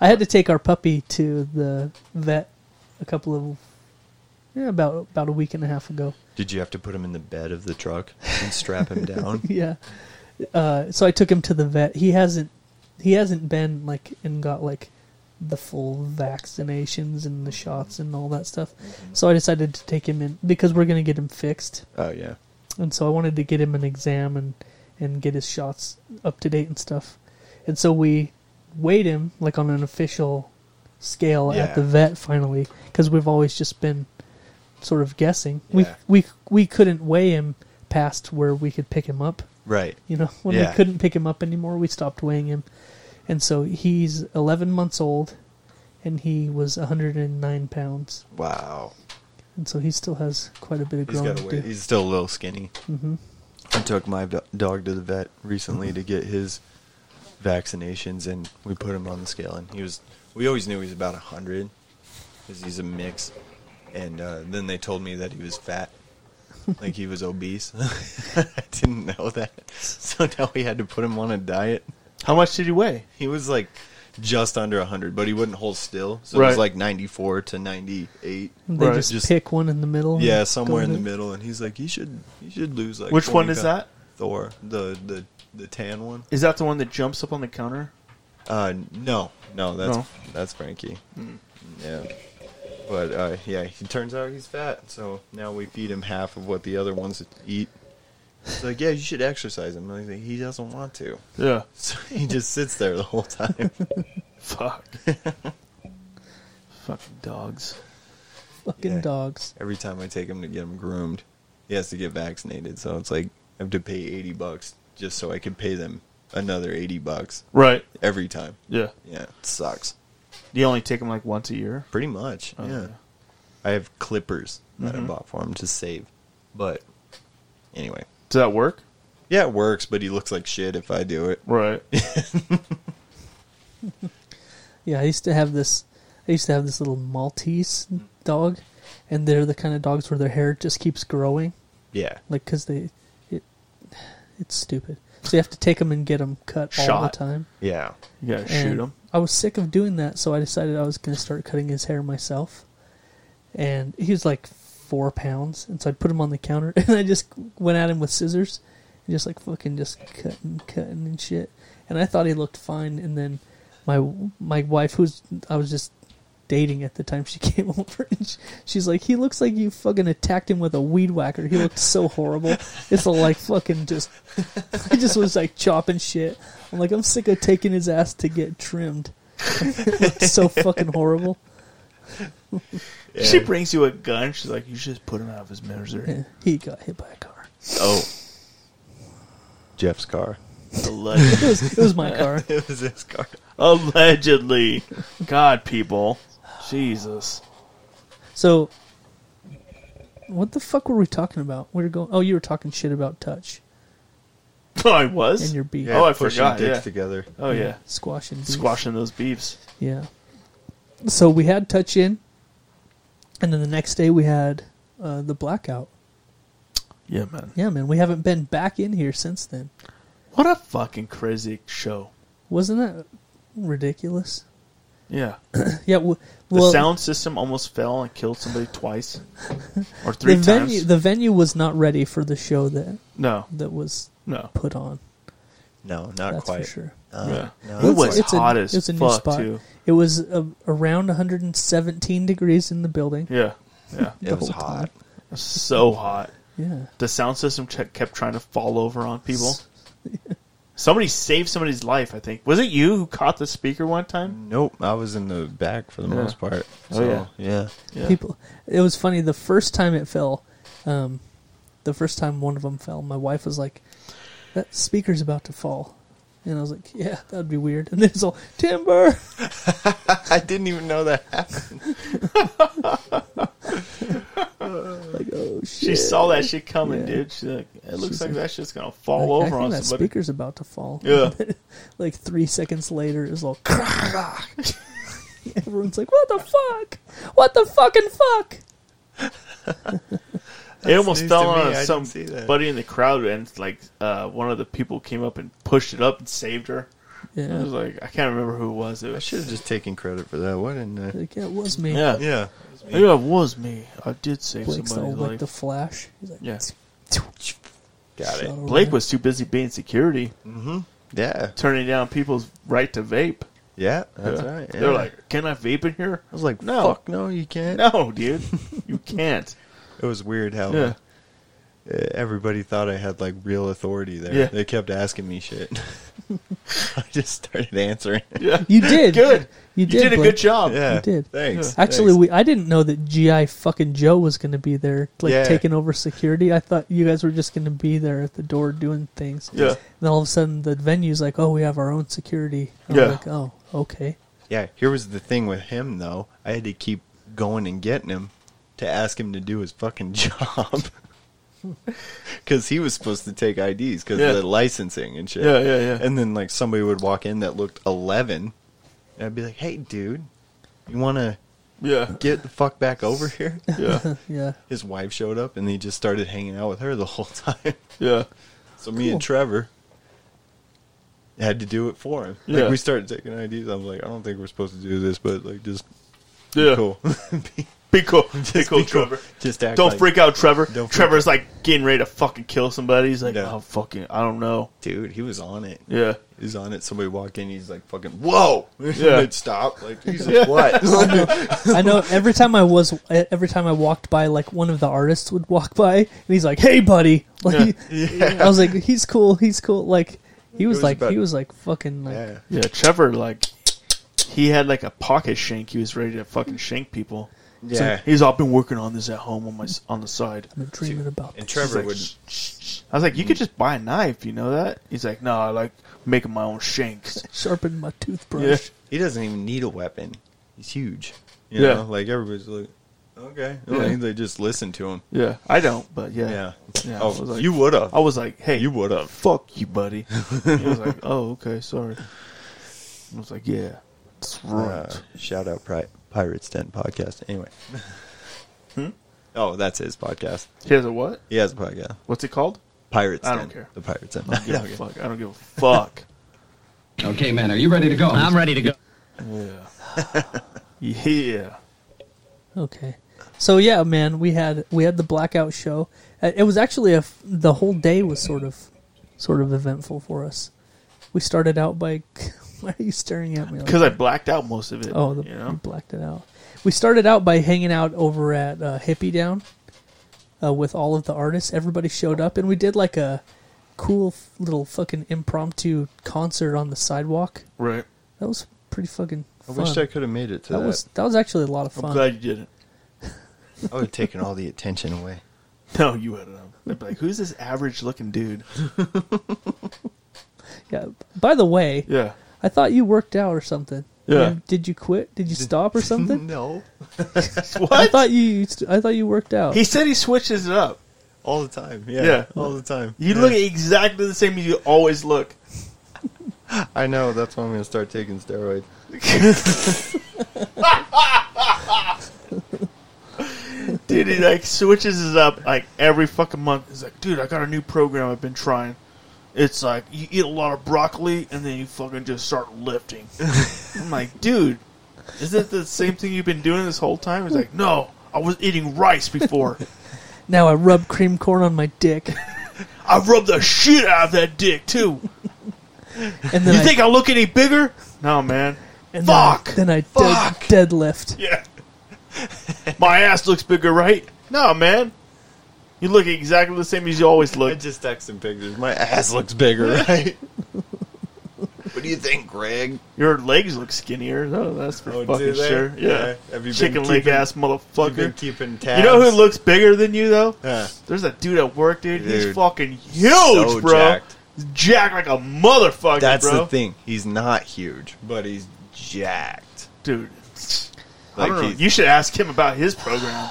C: I had to take our puppy to the vet a couple of yeah, about about a week and a half ago.
D: Did you have to put him in the bed of the truck and strap him down?
C: Yeah. Uh, so I took him to the vet. He hasn't he hasn't been like and got like the full vaccinations and the shots and all that stuff.
D: Mm-hmm.
C: So I decided to take him in because we're going to get him fixed.
D: Oh, yeah.
C: and so I wanted to get him an exam and and get his shots up to date and stuff. And so we weighed him like on an official scale
D: Yeah.
C: at the vet finally because we've always just been sort of guessing.
D: Yeah.
C: We we we couldn't weigh him past where we could pick him up.
D: Right.
C: You know, when
D: Yeah.
C: we couldn't pick him up anymore, we stopped weighing him. And so he's 11 months old and he was 109 pounds.
D: Wow.
C: And so he still has quite a bit of
D: He's
C: growing
D: got
C: to
D: to wait.
C: do.
D: He's still a little skinny.
C: Mm-hmm.
D: I took my do- dog to the vet recently to get his vaccinations, and we put him on the scale, and he was. We always knew he was about hundred because he's a mix, and uh, then they told me that he was fat, like he was obese. I didn't know that, so now we had to put him on a diet.
B: How much did he weigh?
D: He was like just under 100 but he wouldn't hold still so it was
B: Right.
D: like 94 to 98
C: And They
B: Right,
C: just,
D: just-
C: pick one in the middle. and
D: yeah,
C: go
D: somewhere in
C: with
D: the
C: it.
D: middle, and he's like, "You should, you should lose like."
B: Which one
D: 20
B: is
D: pound-
B: that?
D: Thor, the the the tan one.
B: Is that the one that jumps up on the counter?
D: Uh, no, no, that's
B: No.
D: that's Frankie.
C: Hmm.
D: Yeah, but uh, yeah, he turns out he's fat, so now we feed him half of what the other ones eat. He's like, "Yeah, you should exercise him." And he's like, he doesn't want to,
B: Yeah.
D: so he just sits there the whole time.
B: Fuck. Fucking dogs.
C: Fucking
D: Yeah.
C: dogs.
D: Every time I take him to get him groomed, he has to get vaccinated, so it's like I have to pay eighty bucks just so I could pay them another eighty bucks
B: Right.
D: every time.
B: Yeah.
D: Yeah, it sucks.
B: You only take them like once a year.
D: Pretty much.
B: Oh,
D: yeah. Mm-hmm.
B: yeah.
D: I have clippers that I bought for him to save. But anyway.
B: Does that work?
D: Yeah, it works, but he looks like shit if I do it.
B: Right.
C: Yeah, I used to have this. I used to have this little Maltese dog, and they're the kind of dogs where their hair just keeps growing,
D: Yeah.
C: like because they, it, it's stupid. So you have to take them and get them cut all the
B: Shot.
C: time.
D: Yeah.
B: You gotta shoot
C: And
B: them.
C: I was sick of doing that, so I decided I was going to start cutting his hair myself. And he was like four pounds, and so I put him on the counter, and I just went at him with scissors, and just like fucking just cutting, cutting and shit. And I thought he looked fine, and then my my wife, who's I was just dating at the time, she came over and she, she's like, "He looks like you fucking attacked him with a weed whacker. He looked so horrible. It's like fucking just I just was like chopping shit. I'm like, I'm sick of taking his ass to get trimmed. it's so fucking horrible.
B: She brings you a gun. She's like, you should just put him out of his
C: Yeah,
B: misery.
C: he got hit by a car.
D: Oh. Jeff's car.
C: It
B: Alleg-
C: was, it was my car.
D: it was his car.
B: Allegedly. God, people. Jesus.
C: So, what the fuck were we talking about? We were going. Oh, you were talking shit about touch
B: I was.
C: and your beef.
B: Yeah. Oh, I
D: pushing
B: forgot,
D: dicks
B: yeah.
D: together.
B: oh, yeah.
C: squash and beef.
B: Squashing those beefs.
C: Yeah. So we had touch in, and then the next day we had uh, the blackout.
B: Yeah, man.
C: Yeah, man, we haven't been back in here since then.
B: What a fucking crazy show.
C: Wasn't that ridiculous?
B: Yeah.
C: Yeah. W-
B: The
C: well,
B: sound system almost fell and killed somebody twice or
C: the
B: three times.
C: venue the venue was not ready for the show that
B: no,
C: that was
B: no,
C: put on.
D: No, not
C: that's
D: quite.
C: for sure.
B: yeah.
D: Uh, no,
B: it
D: it's
B: was
D: like- It's
B: hot as fuck too.
C: It was uh, around 117 degrees in the building.
B: Yeah, yeah,
D: It was hot.
B: so hot.
C: Yeah.
B: The sound system che- kept trying to fall over on people. Somebody saved somebody's life, I think. Was it you who caught the speaker one time?
D: Nope, I was in the back for the most part.
B: Oh,
D: So,
B: yeah.
D: yeah.
B: Yeah.
C: People. It was funny. The first time it fell, um, the first time one of them fell, my wife was like, "That speaker's about to fall," and I was like, "Yeah, that'd be weird." And then it's all timber.
D: I didn't even know that happened.
C: Like, oh
B: She
C: shit!
B: saw that shit coming,
C: Yeah.
B: dude. She's like, it looks
C: She's
B: like
C: like-
B: that shit's gonna
C: Like,
B: fall
C: I
B: over
C: think
B: on
C: that
B: somebody.
C: speaker's about to fall.
B: Yeah.
C: like three seconds later, it was all. Everyone's like, "What the fuck? What the fucking fuck?"
B: It almost
D: news
B: fell
D: to me. I
B: on
D: didn't
B: some
D: see that.
B: buddy in the crowd, and like uh, one of the people came up and pushed it up and saved her. I
C: Yeah,
B: was like, I can't remember who it was. It
D: I
B: was
D: should have just taken credit for that, wouldn't I?
C: like yeah, it was me.
B: yeah, yeah,
D: Yeah.
B: it was me. I did save
C: Blake's all
B: somebody's
C: like
B: life.
C: the Flash. He's like,
B: Yeah.
D: Got it.
C: shuttle
B: Blake
C: around.
B: was too busy being security,
D: Yeah.
B: turning down people's right to vape.
D: Yeah, that's
B: Yeah.
D: right.
B: They're
D: yeah.
B: like, "Can I vape in here?"
D: I was like,
B: No.
D: fuck, no, you can't.
B: No, dude, you can't.
D: It was weird how
B: Yeah.
D: uh, everybody thought I had like real authority there.
B: Yeah.
D: They kept asking me shit. I just started answering.
B: Yeah,
C: You did
B: good.
C: You
B: You
C: did,
B: did, a
C: Blake.
B: good job.
D: Yeah.
C: You did.
D: Thanks.
C: Actually,
D: thanks.
C: we I didn't know that GI fucking Joe was going to be there, like
D: Yeah.
C: taking over security. I thought you guys were just going to be there at the door doing things.
B: Yeah.
C: And then all of a sudden, the venue's like, "Oh, we have our own security." I'm
B: Yeah.
C: Like, oh, okay.
D: Yeah, here was the thing with him though. I had to keep going and getting him to ask him to do his fucking job. Because he was supposed to take IDs because
B: Yeah.
D: of the licensing and shit.
B: Yeah, yeah, yeah.
D: And then like somebody would walk in that looked eleven, and I'd be like, "Hey, dude, you want to
B: yeah,
D: get the fuck back over here?"
B: yeah,
C: Yeah.
D: His wife showed up, and he just started hanging out with her the whole time.
B: yeah.
D: So me and Trevor had to do it for him.
B: Yeah.
D: Like we started taking IDs. I was like, I don't think we're supposed to do this, but like just be
B: yeah.
D: cool.
B: Be cool. be cool,
D: be cool.
B: Trevor.
D: Just act
B: Don't
D: like-
B: freak out, Trevor.
D: Don't freak
B: Trevor's like getting ready to fucking kill somebody. He's like,
D: Yeah.
B: oh fucking, I don't know.
D: Dude, he was on it.
B: Yeah,
D: He was on it. Somebody walked in. He's like, fucking, whoa!
B: Yeah.
D: Mid stop. Like, Jesus, what?
C: I know. Every time I was, every time I walked by, like one of the artists would walk by, and he's like, "Hey, buddy." Like, I was like, "He's cool. He's cool." Like, he was,
D: was
C: like,
D: about-
C: he was like, fucking, like,
D: yeah.
B: yeah. Trevor like. He had like a pocket shank. He was ready to fucking shank people. He's
D: Yeah.
B: like, he's. all, I've been working on this at home on my s- on the side.
C: I've been dreaming about.
D: and
C: This.
D: Trevor
B: like,
D: would.
B: I was like, you could just buy a knife. You know that? He's like, no, I like making my own shanks.
C: Sharpen my toothbrush.
B: Yeah.
D: He doesn't even need a weapon. He's huge. You
B: Yeah.
D: know? Like, everybody's like, okay.
B: Yeah.
D: They just listen to him.
B: Yeah, I don't, but yeah.
D: Yeah.
B: Yeah, I
D: oh,
B: was like-
D: you would have.
B: I was like, hey,
D: You would have.
B: fuck you, buddy. he was like, oh, okay, sorry. I was like, yeah, that's right.
D: Uh, shout out Pri- Pirates Den podcast. Anyway. Oh, that's his podcast.
B: he has a what?
D: He has a podcast.
B: What's it called?
D: Pirates
B: I
D: Den.
B: don't care.
D: The Pirates Den.
B: I don't give a fuck. I don't give a fuck.
I: Okay, man, are you ready to go? I'm ready to go.
B: yeah. yeah.
C: Okay. So yeah, man, we had we had the blackout show. Uh, It was actually a f- the whole day was sort of sort of eventful for us. We started out by why are you staring at me? Like,
B: Because I blacked out most of it.
C: oh, the,
B: you
C: you
B: know?
C: blacked it out. We started out by hanging out over at uh, Hippie Down uh, with all of the artists. Everybody showed up, and we did like a cool f- little fucking impromptu concert on the sidewalk.
B: Right.
C: That was pretty fucking.
D: I
C: Fun.
D: wish I could have made it to
C: that
D: that.
C: was that was actually a lot of
B: I'm
C: fun.
B: glad you didn't.
D: I would have taken all the attention away.
B: No, you wouldn't. have. They'd be like, who's this average looking dude?
C: Yeah. By the way,
B: Yeah.
C: I thought you worked out or something.
B: Yeah.
C: You- Did you quit? Did you stop or something?
D: no,
C: I
B: What?
C: thought you. Used to- I thought you worked out.
B: he said he switches it up.
D: all the time. Yeah,
B: Yeah.
D: all the time.
B: You
D: Yeah.
B: look exactly the same as you always look.
D: I know. That's why I'm gonna start taking steroids.
B: Dude, he like switches it up like every fucking month. He's like, dude, I got a new program I've been trying. It's like you eat a lot of broccoli and then you fucking just start lifting. I'm like, dude, is it the same thing you've been doing this whole time? He's like, no, I was eating rice before.
C: now I rub cream corn on my dick,
B: I rubbed the shit out of that dick too.
C: and then
B: You
C: I,
B: think I look any bigger? No, man.
C: and then I-
B: Fuck.
C: Then I,
B: Fuck.
C: Dead, deadlift.
B: Yeah. My ass looks bigger, right? No, man. You look exactly the same as you always
D: I
B: look.
D: just texted pictures. My ass looks bigger, right? what do you think, Greg?
B: Your legs look skinnier. though. that's for
D: Oh, do
B: fucking
D: they?
B: sure. Yeah.
D: Yeah. Have you been
B: Chicken leg
D: keeping-
B: ass
D: You've been
B: motherfucker.
D: keeping tabs.
B: You know who looks bigger than you though?
D: Huh.
B: There's that dude at work, dude. He's
D: Dude.
B: fucking huge,
D: So
B: bro.
D: jacked.
B: He's jacked like a motherfucker,
D: That's
B: bro.
D: the thing. He's not huge, but he's jacked.
B: Dude. I
D: Like
B: don't know.
D: he's-
B: You should ask him about his program.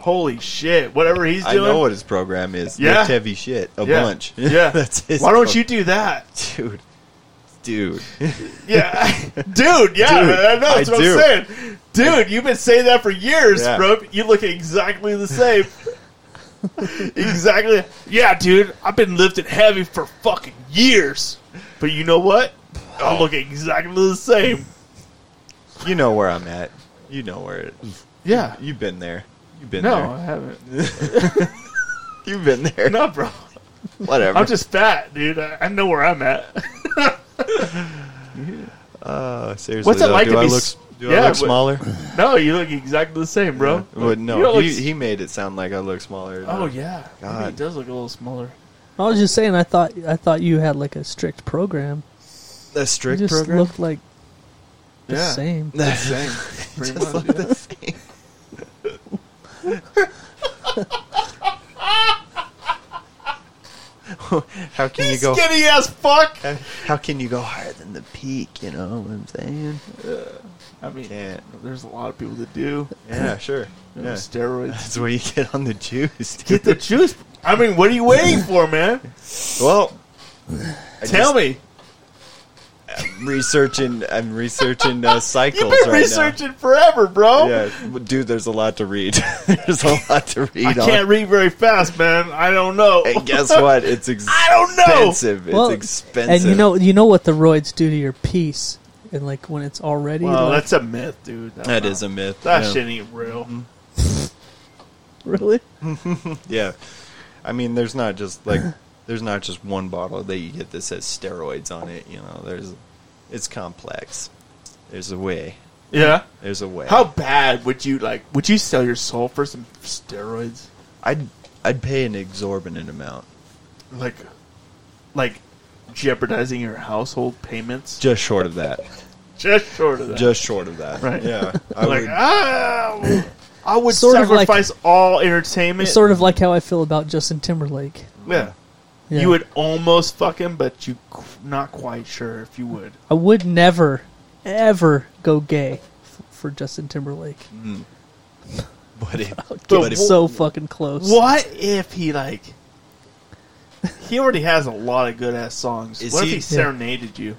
B: Holy shit. Whatever he's
D: I
B: doing.
D: know what his program is.
B: Yeah.
D: Lift heavy shit a
B: yeah.
D: bunch.
B: Yeah.
D: that's his.
B: Why don't
D: pro-
B: you do that?
D: dude? Dude,
B: Yeah, dude. Yeah,
D: Dude,
B: I know. That's
D: I
B: what
D: do.
B: I'm saying, dude. You've been saying that for years,
D: Yeah.
B: bro. You look exactly the same. exactly. Yeah, dude. I've been lifting heavy for fucking years, but you know what? I look exactly the same.
D: you know where I'm at. You know where it.
B: Yeah.
D: You've been there. You've been
B: No, I
D: there.
B: haven't.
D: You've been there.
B: No, bro.
D: Whatever.
B: I'm just fat, dude. I, I know where I'm at.
D: Uh, seriously,
B: What's it
D: though,
B: like
D: do
B: to
D: I
B: be
D: look,
B: s-
D: do
B: Yeah,
D: I look
B: but-
D: smaller?
B: No, you look exactly the same, bro.
D: But
B: You don't
D: no,
B: look
D: he,
B: s-
D: he made it sound like I look smaller. than-
B: Oh yeah, Maybe
D: God.
B: he does look a little smaller.
C: I was just saying. I thought I thought you had like a strict program.
D: a
C: You
D: strict
C: just
D: program.
C: looked like the
B: Yeah.
C: same.
D: the
B: Same. Pretty much, yeah.
D: same. How can you go?
B: Skinny ass fuck.
D: how- How can you go higher than the peak? You know what I'm saying?
B: I mean,
D: Can't.
B: there's a lot of people that do
D: Yeah, sure.
B: you know,
D: Yeah.
B: steroids.
D: That's where you get on the juice.
B: Get the
D: dude.
B: juice. I mean, what are you waiting for, man?
D: well. I
B: Tell
D: just-
B: me.
D: I'm researching. I'm researching uh, cycles
B: You've been
D: right
B: researching forever, bro.
D: now. Yeah, w- dude. There's a lot to read. there's a lot to read.
B: I
D: on.
B: can't read very fast, man. I don't know.
D: And guess what? It's expensive.
B: I don't know.
D: It's
C: Well,
D: expensive.
C: And you know, you know what the roids do to your piece, and like when it's already.
B: Well,
C: like,
B: that's a myth, dude.
D: that is a myth. Mm-hmm.
B: That
D: yeah.
B: shit ain't real.
C: really.
D: Yeah. I mean, there's not just like there's not just one bottle that you get that says steroids on it. You know, there's it's complex. There's a way.
B: Yeah.
D: There's a way.
B: How bad would you like? Would you sell your soul for some steroids?
D: I'd I'd pay an exorbitant amount
B: Like, like jeopardizing your household payments?
D: just short of that.
B: Just short of that.
D: Just short of that.
B: Right.
D: Yeah. I
B: like,
D: would.
B: ah, I would
C: Sort of like-
B: sacrifice all entertainment.
C: It's sort of like how I feel about Justin Timberlake.
B: yeah.
C: Yeah.
B: You would almost fuck him, but you qu- not quite sure if you would.
C: I would never, ever go gay f- for Justin Timberlake.
D: But if,
C: But
D: but if,
C: so fucking close.
B: What if he like? He already has a lot of good ass songs.
D: Is
B: what if
D: he-
B: he serenaded you,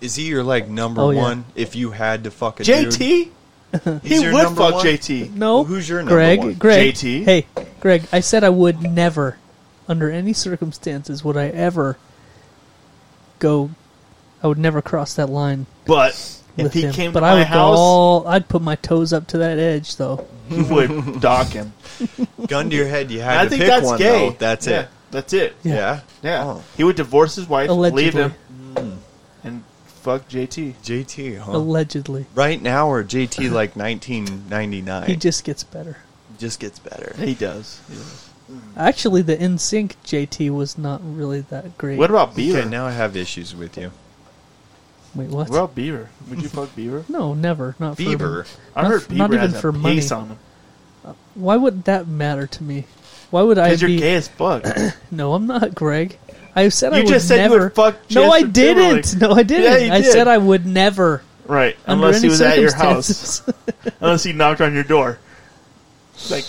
D: is he your like number
C: Oh, yeah.
D: one? If you had to fuck a dude?
B: JT?
D: He's
B: He
D: your
B: would
D: number
B: fuck
D: one?
B: JT.
C: No.
D: Who's your number
C: Greg?
D: one?
C: Greg.
B: JT?
C: Hey, Greg. I said I would never, under any circumstances, would I ever go. I would never cross that line
B: But if
C: with
B: he
C: him.
B: came
C: but
B: to
C: I
B: my
C: would go
B: house,
C: all. I'd put my toes up to that edge, though.
B: he would dock him.
D: Gun to your head, you had
B: I
D: to
B: think
D: pick
B: that's
D: one.
B: gay.
D: Though. That's
B: Yeah,
D: it.
B: That's it.
C: Yeah.
D: Yeah.
B: Yeah.
D: Oh.
B: He would divorce his wife, leave
C: Allegedly.
B: him, mm, and fuck JT.
D: JT, huh?
C: Allegedly,
D: right now or JT like 1999?
C: he just gets better.
D: just gets better.
B: He does. He does.
C: Actually, the in sync JT was not really that great.
B: What about Beaver?
D: Okay, now I have issues with you.
C: Wait, what?
B: What about Beaver? Would you fuck Beaver?
C: no, never. Not for
D: Bieber.
B: I
C: Not-
B: heard Beaver
C: not
B: has
C: even
B: a
C: for money.
B: piece on him.
C: Why would that matter to me? Why would I
B: Because you're
C: be?
B: gay as fuck.
C: No, I'm not, Greg. I said I
B: You
C: would
B: just said you
C: never.
B: would fuck
C: no, I
B: Justin
C: didn't.
B: Timberlake.
C: No, I didn't.
B: Yeah, you
C: I
B: did.
C: said I would never.
B: right.
C: Under
B: Unless
C: any
B: he was at your house.
C: circumstances.
B: Unless he knocked on your door. Like,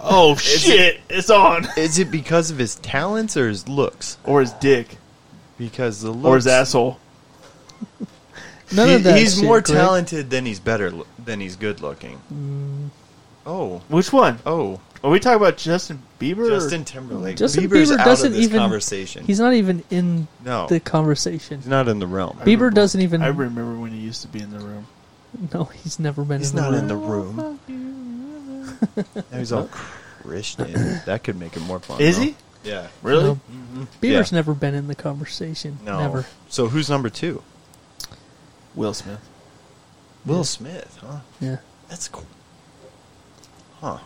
B: oh shit, it's on.
D: Is it because of his talents or his looks?
B: Or his dick.
D: Because the looks.
B: Or his asshole.
C: None
D: He-
C: of that.
D: he's
C: shit,
D: more
C: Greg.
D: talented than he's better lo- than he's good looking.
C: Mm.
D: Oh,
B: Which one?
D: oh,
B: Are we talking about Justin Bieber? or-
D: Justin Timberlake.
C: Justin
D: Bieber's
C: Bieber
D: out
C: doesn't
D: of this
C: even.
D: conversation. Oh.
C: He's not even in
D: no,
C: the conversation.
D: he's not in the realm.
C: Bieber doesn't even.
B: I remember when he used to be in the room.
C: no, he's never been
D: He's
C: in the
D: not
C: room.
D: in the room. now he's all Christian. That could make it more fun.
B: Is
D: though.
B: he?
D: Yeah.
B: Really?
C: No. Bieber's
D: Yeah.
C: never been in the conversation.
D: No.
C: Never.
D: So who's number two?
B: Will Smith.
D: Will Smith, huh?
C: Yeah.
D: That's cool. Huh.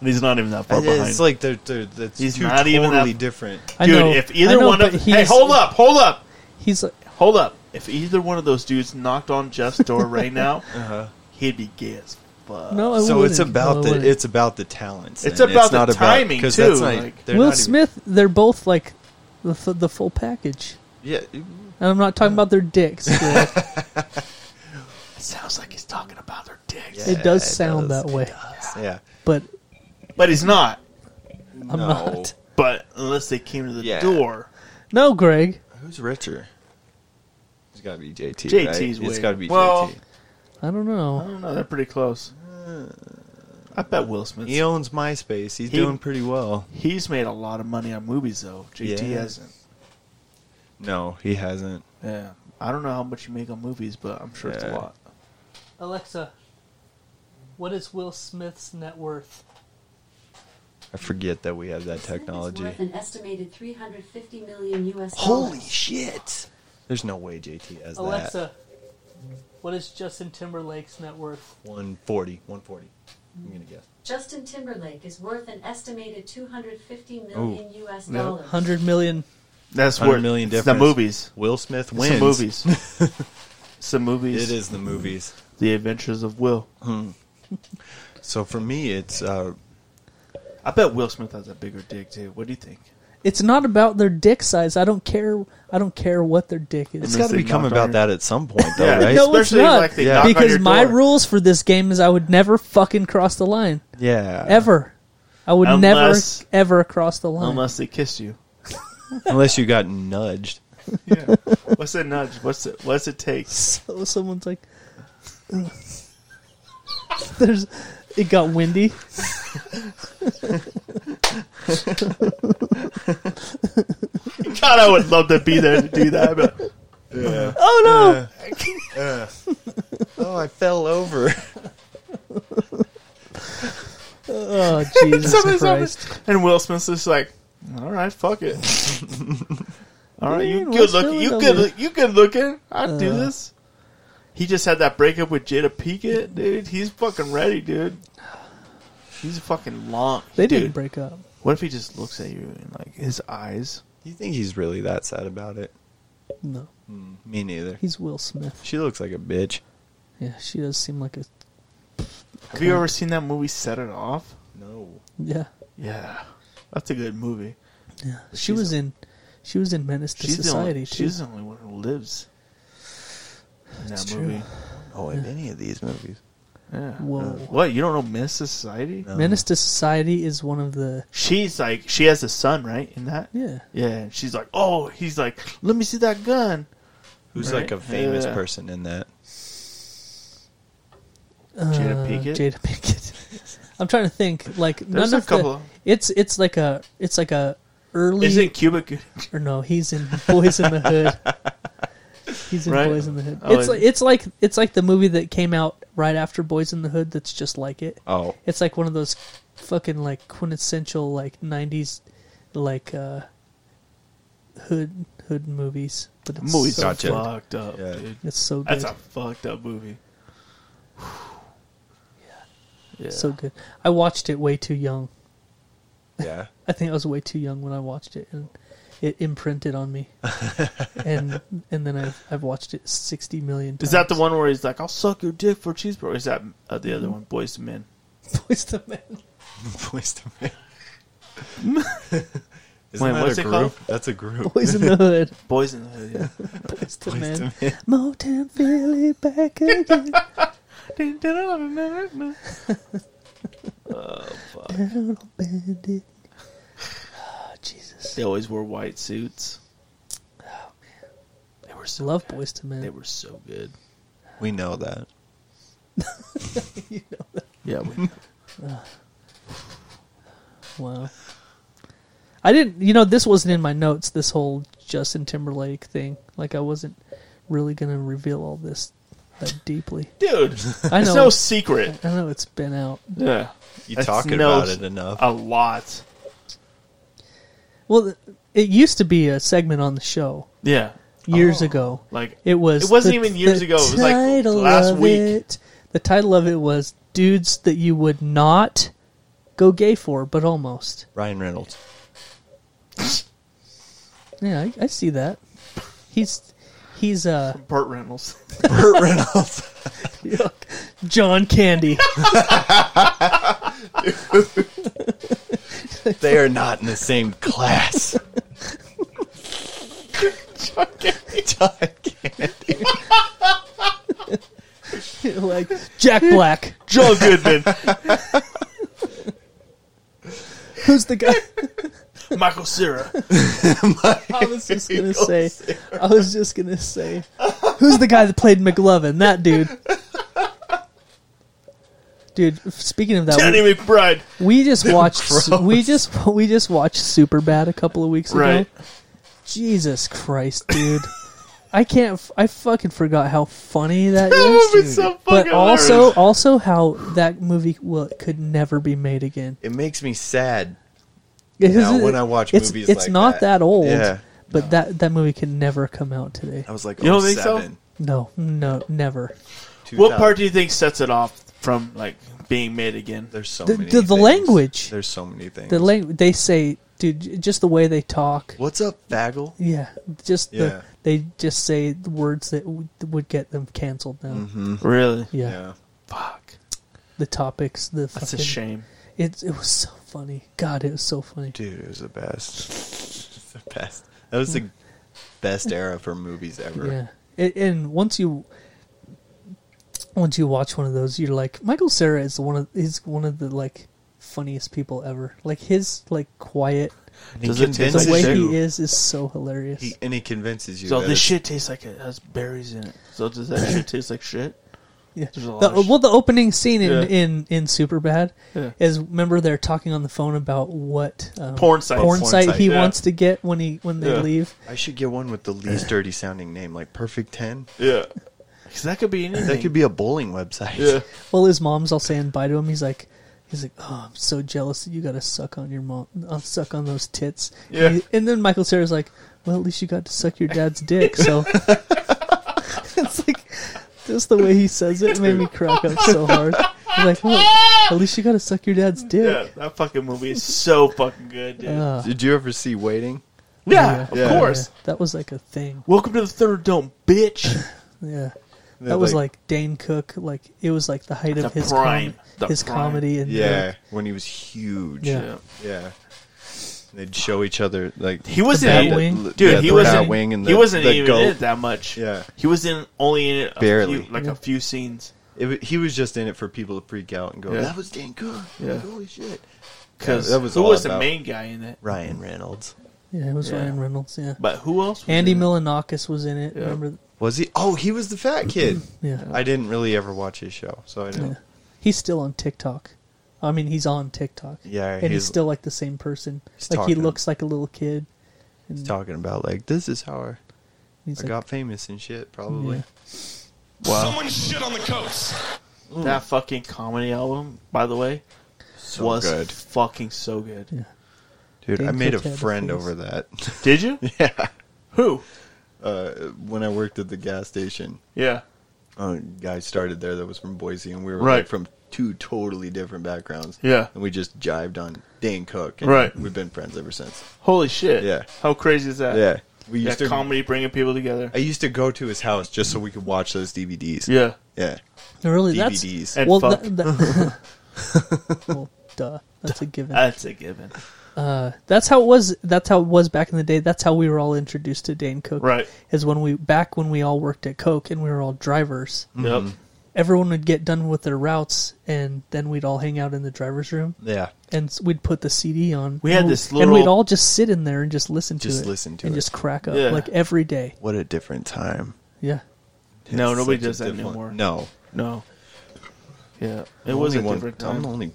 B: And he's not even that far behind.
D: It's like they're, they're that's
B: He's
D: two
B: not even
D: totally
B: that-
D: different.
C: I
B: Dude,
C: know,
B: if
C: I
B: either
C: know,
B: one of
C: but
B: hey, hold up, hold up,
C: He's like,
B: hold up. If either one of those dudes knocked on Jeff's door right now,
D: Uh-huh.
B: he'd be gay as fuck.
C: no, I
D: so it's
C: Oh, wouldn't. No, I
D: about
C: wouldn't.
D: the it's about the talents.
B: It's
D: then.
B: about the
D: not
B: timing,
D: because
B: too,
D: That's not,
B: like-
D: they're
C: Will
D: not even-
C: Smith. They're both like the f- the full package,
D: yeah,
C: and I'm not talking about their dicks. Will.
B: It sounds like he's talking about their dicks.
C: it does sound that way,
D: yeah.
C: but
B: But he's not.
C: I'm not.
B: But unless they came to the
D: Yeah.
B: door.
C: No, Greg.
D: Who's richer? It's got to be JT.
B: JT's way-
D: right? It's got to be
B: well-
D: JT.
C: I don't
B: I
C: know.
B: don't know, they're pretty close. I bet Will Smith.
D: He owns MySpace. He's
B: He-
D: doing pretty well.
B: He's made a lot of money on movies though. JT
D: Yeah.
B: hasn't.
D: No, he hasn't.
B: Yeah. I don't know how much you make on movies, but I'm sure it's a
D: Yeah.
B: lot.
C: Alexa, what is Will Smith's net worth?
D: I forget that we have that technology.
J: An estimated 350 million US
D: Holy shit! There's no way JT has that.
C: what is Justin Timberlake's net worth?
D: 140. 140. I'm gonna guess.
J: Justin Timberlake is worth an estimated 250 million US dollars.
C: Hundred million.
B: That's
D: 100
B: where
D: million
B: it's the
D: difference.
B: movies.
D: Will
B: It's
D: Smith
B: the
D: wins.
B: movies. it's the movies.
D: It is the movies.
B: The Adventures of Will.
D: So for me, it's uh,
B: I bet Will Smith has a bigger dick too. What do you think?
C: It's not about their dick size. I don't care. I don't care what their dick
D: it's
C: is.
B: Unless
D: got to
B: they
D: become
B: knocked on
D: about
B: your-
D: that at some point, though, right?
C: No, it's
B: Especially
C: not.
B: like they
D: Yeah.
B: knock on
C: Because
B: your
C: my
B: door.
C: rules for this game is I would never fucking cross the line
D: Yeah.
C: ever. I would
B: Unless-
C: never ever cross the line.
B: unless they kiss you.
D: Unless you got nudged.
B: Yeah. what's a nudge? What's it? What's it take?
C: So someone's like, "There's." It got windy.
B: God, I would love to be there to do that. But
C: Oh no!
D: Oh, I fell over.
C: oh Jesus
B: Somebody's
C: Christ!
B: And Will Smith's just like, all right, fuck it. all right,
C: Yeah,
B: you good
C: what's
B: looking,
C: going
B: you
C: on
B: good,
C: there?
B: look- you good looking. I'd do
C: Uh.
B: this. He just had that breakup with Jada Pinkett, dude. He's fucking ready, dude. He's fucking long.
C: They
B: dude.
C: didn't break up.
B: What if he just looks at you and like his eyes?
D: Do you think he's really that sad about it?
C: No,
D: Me neither.
C: he's Will Smith.
D: She looks like a bitch.
C: Yeah, she does seem like a
B: Have you ever seen that movie Set It Off?
D: No.
C: yeah.
B: Yeah, that's a good movie.
C: She was in she was in Menace to
B: She's the
C: Society
B: only,
C: too.
B: she's the only one who lives. In that
C: true.
B: movie.
D: Oh, in any of these movies.
B: Yeah. Uh,
C: Whoa.
B: What you don't know, Miss Society?
C: Menace to Society is one of the
B: she's like she has a son right in that
C: yeah.
B: yeah and she's like oh he's like let me see that gun
D: Who's
B: Right?
D: like a famous
B: Yeah.
D: person in that?
B: Jada
C: Uh,
B: Pinkett
C: Jada Pinkett. I'm trying to think. Like
B: There's a
C: none of
B: couple.
C: the, it's it's like a it's like a early
B: is it Cuba Good-
C: or no he's in Boys in the Hood. He's in
B: Right.
C: Boys in the Hood.
B: Oh,
C: it's
B: and-
C: like, it's like it's like the movie that came out right after Boys in the Hood. That's just like it.
D: Oh,
C: It's like one of those fucking like quintessential like '90s like uh hood hood movies. But it's
B: movie's
C: so
D: Gotcha.
C: good.
B: fucked up
D: Yeah.
B: dude
C: It's so good.
B: that's a fucked up movie yeah
C: So good. I watched it way too young.
D: yeah.
C: I think I was way too young when I watched it, and it imprinted on me. and and then I've I've watched it sixty million times.
B: is that the one where he's like I'll suck your dick for a cheeseburger or is that uh, the
C: Mm-hmm.
B: other one Boys to Men
C: Boys to Men?
D: Voice to Man. Isn't
B: Wait,
D: that
B: what's
D: a
B: it
D: group?
B: called?
D: That's a group.
C: Boys in the Hood.
B: Boys in the Hood yeah.
C: Boys to
D: Voice
C: Men.
D: to Man.
C: Motown Philly back again. Little bandit. Oh, Jesus.
B: they always wore white suits
C: They were so love Boys to Men.
B: they were so good
D: We know that.
B: yeah we,
C: Wow. I didn't, you know, this wasn't in my notes, this whole Justin Timberlake thing. Like, I wasn't really going to reveal all this that deeply.
B: dude
C: I
B: it's
C: know.
B: no secret
C: I know it's been out.
B: yeah
D: You
B: That's
D: talk
B: no
D: about
B: s-
D: it enough.
B: a lot
C: Well, it used to be a segment on the show
B: yeah
C: years ago.
B: like
C: It was.
B: It wasn't
C: the-
B: even years
C: the
B: ago. It was, like,
C: title
B: last
C: of
B: week.
C: It, the title of it was "Dudes That You Would Not go gay for, but almost.
D: Ryan Reynolds.
C: Yeah, I, I see that. He's he's uh
B: Burt Reynolds.
D: Burt Reynolds.
C: John Candy.
D: They are not in the same class. John Candy.
C: like Jack Black.
B: Joel Goodman.
C: Who's the guy?
B: Michael Cera.
C: I was just gonna say. I was just gonna say. Who's the guy that played McLovin? That dude. Dude, speaking of that,
B: Danny
C: we,
B: McBride.
C: we just watched
D: Gross.
C: we just we just watched Superbad a couple of weeks ago.
B: Right.
C: Jesus Christ, dude. I can't. f- I fucking forgot how funny that
B: That
C: is.
B: movie's so
C: dude. but
B: fucking
C: also,
B: hilarious.
C: also how that movie will could never be made again.
D: It makes me sad.
C: Because
D: Now,
C: it-
D: when I watch
C: it's,
D: movies
C: it's
D: like
C: not
D: that-
C: that, old.
D: Yeah.
C: But that that movie can never come out today.
D: I was like,
B: You
D: oh
B: don't think so?
D: seven.
C: No, no, never.
B: What part do you think sets it off from like being made again?
D: There's so
C: The-
D: many.
C: the- the
D: things.
C: language.
D: There's so many things.
C: The lang- they say, dude, j- just the way they talk.
D: What's up, Faggle?
C: Yeah, just
D: Yeah.
C: the they just say the words that w- would get them canceled now.
D: Mm-hmm.
B: Really?
C: Yeah.
B: Fuck.
C: the topics, the fucking,
B: That's a shame.
C: It it was so funny. God, it was so funny.
D: Dude, it was the best. It's the best. That was the best era for movies ever.
C: Yeah, it, and once you once you watch one of those, you're like Michael Sarah is one of he's one of the like funniest people ever. Like his like quiet,
D: And he
B: Does it taste
C: the
B: It's
D: convinces
C: way
D: you.
C: he is is so hilarious.
D: He- and he convinces you.
B: So
D: that
B: this
D: it's-
B: shit tastes like it has berries in it. So does that shit taste like shit?
C: yeah.
B: There's a lot
C: The-
B: of sh-
C: well, the opening scene in
B: Yeah.
C: in in Superbad
B: Yeah.
C: is remember they're talking on the phone about what um,
B: Porn site.
C: porn
D: Porn
C: site
D: site,
C: he
B: yeah.
C: wants to get when he when they
B: Yeah.
C: leave.
D: I should get one with the least dirty sounding name, like Perfect Ten.
B: Yeah. Because that could be anything.
D: That could be a bowling website.
B: Yeah.
C: Well, his mom's all saying bye to him. He's like, he's like, oh, I'm so jealous that you got to suck on your mom, uh, suck on those tits.
B: Yeah.
C: And, he- and then Michael Sarah's like, well, at least you got to suck your dad's dick. So it's like just the way he says it made me crack up so hard. He's like, well, at least you got to suck your dad's
B: Yeah.
C: dick.
B: That fucking movie is so fucking good, dude.
C: Uh,
D: Did you ever see Waiting?
B: yeah, Of
D: Yeah.
B: course.
C: yeah, that was like a thing.
B: Welcome to the third dome, bitch.
C: Yeah. That
D: They're
C: was
D: like-
C: like, Dane Cook. Like it was like the height of
B: The
C: his
B: prime.
C: com-
B: The
C: his
B: prime.
C: comedy and
D: Yeah, when he was huge.
C: Yeah.
B: Yeah.
D: Yeah. They'd show each other like
B: He wasn't
C: Bat
B: in it.
C: Wing.
B: Dude,
D: yeah,
B: he
D: the
B: wasn't.
D: Bat Wing and the,
B: he wasn't
D: the
B: even
D: goat.
B: in it that much.
D: Yeah.
B: he was in only in it a
D: Barely.
B: few, like
C: Yeah.
B: a few scenes.
D: It wa- he was just in it for people to freak out and go,
B: Yeah.
D: "That was Dan Cook!
B: Yeah.
D: Holy shit!"
B: Because
D: Yeah, that was
B: who
D: all
B: was the
D: about-
B: main guy in it?
D: Ryan Reynolds
C: yeah, it was
B: Yeah.
C: Ryan Reynolds. Yeah.
B: But who else? Was
C: Andy
B: in it?
C: Milanakis was in it.
B: Yeah.
C: Remember?
D: was he? Oh, he was the fat kid.
C: Yeah.
D: I didn't really ever watch his show, so I didn't.
C: Yeah. He's still on TikTok. I mean, he's on TikTok.
D: Yeah,
C: and he's,
D: he's-
C: still like the same person.
D: He's
C: Like he
D: talking.
C: looks like a little kid.
D: He's talking about like this is how I,
C: He's
D: I
C: like,
D: got famous and shit. Probably.
C: Yeah.
D: Wow,
B: That fucking comedy album, by the way,
D: so
B: was
D: good,
B: fucking so good.
D: dude. I
C: Dan
D: made a
C: Cook had a
D: friend
C: face.
D: over that
B: Did you? yeah. Who?
D: when I worked at the gas station.
B: Yeah.
D: A guy started there that was from Boise, and we were
B: Right.
D: like from two totally different backgrounds.
B: Yeah.
D: and we just jived on Dan Cook. And
B: Right.
D: we've been friends ever since.
B: Holy shit.
D: Yeah.
B: How crazy is that?
D: Yeah, we
B: That
D: used to.
B: comedy bringing people together.
D: I used to go to his house just so we could watch those DVDs.
B: Yeah.
D: yeah,
C: really,
D: DVDs.
C: that's
B: And
C: well,
B: fuck.
C: that, that- well, duh, that's a given.
B: That's a given.
C: Uh, that's how it was. That's how it was back in the day. That's how we were all introduced to Dane Cook.
B: Right.
C: Is when we back when we all worked at Coke and we were all drivers.
D: Mm-hmm.
B: Yep.
C: Everyone would get done with their routes, and then we'd all hang out in the driver's room.
D: yeah.
C: and s- we'd put the CD on.
B: We had
C: and
B: this
C: and we'd
B: little-
C: all just sit in there and just listen to
D: Just
C: it,
D: listen to
C: and
D: it.
C: just crack up
B: Yeah.
C: like every day.
D: What a different time.
C: Yeah,
B: No,
D: It's
B: nobody
D: such a
B: does that
D: different-
B: anymore.
D: No,
B: No. Yeah. It was a
D: Only one-
B: different
D: I'm
B: time.
D: the only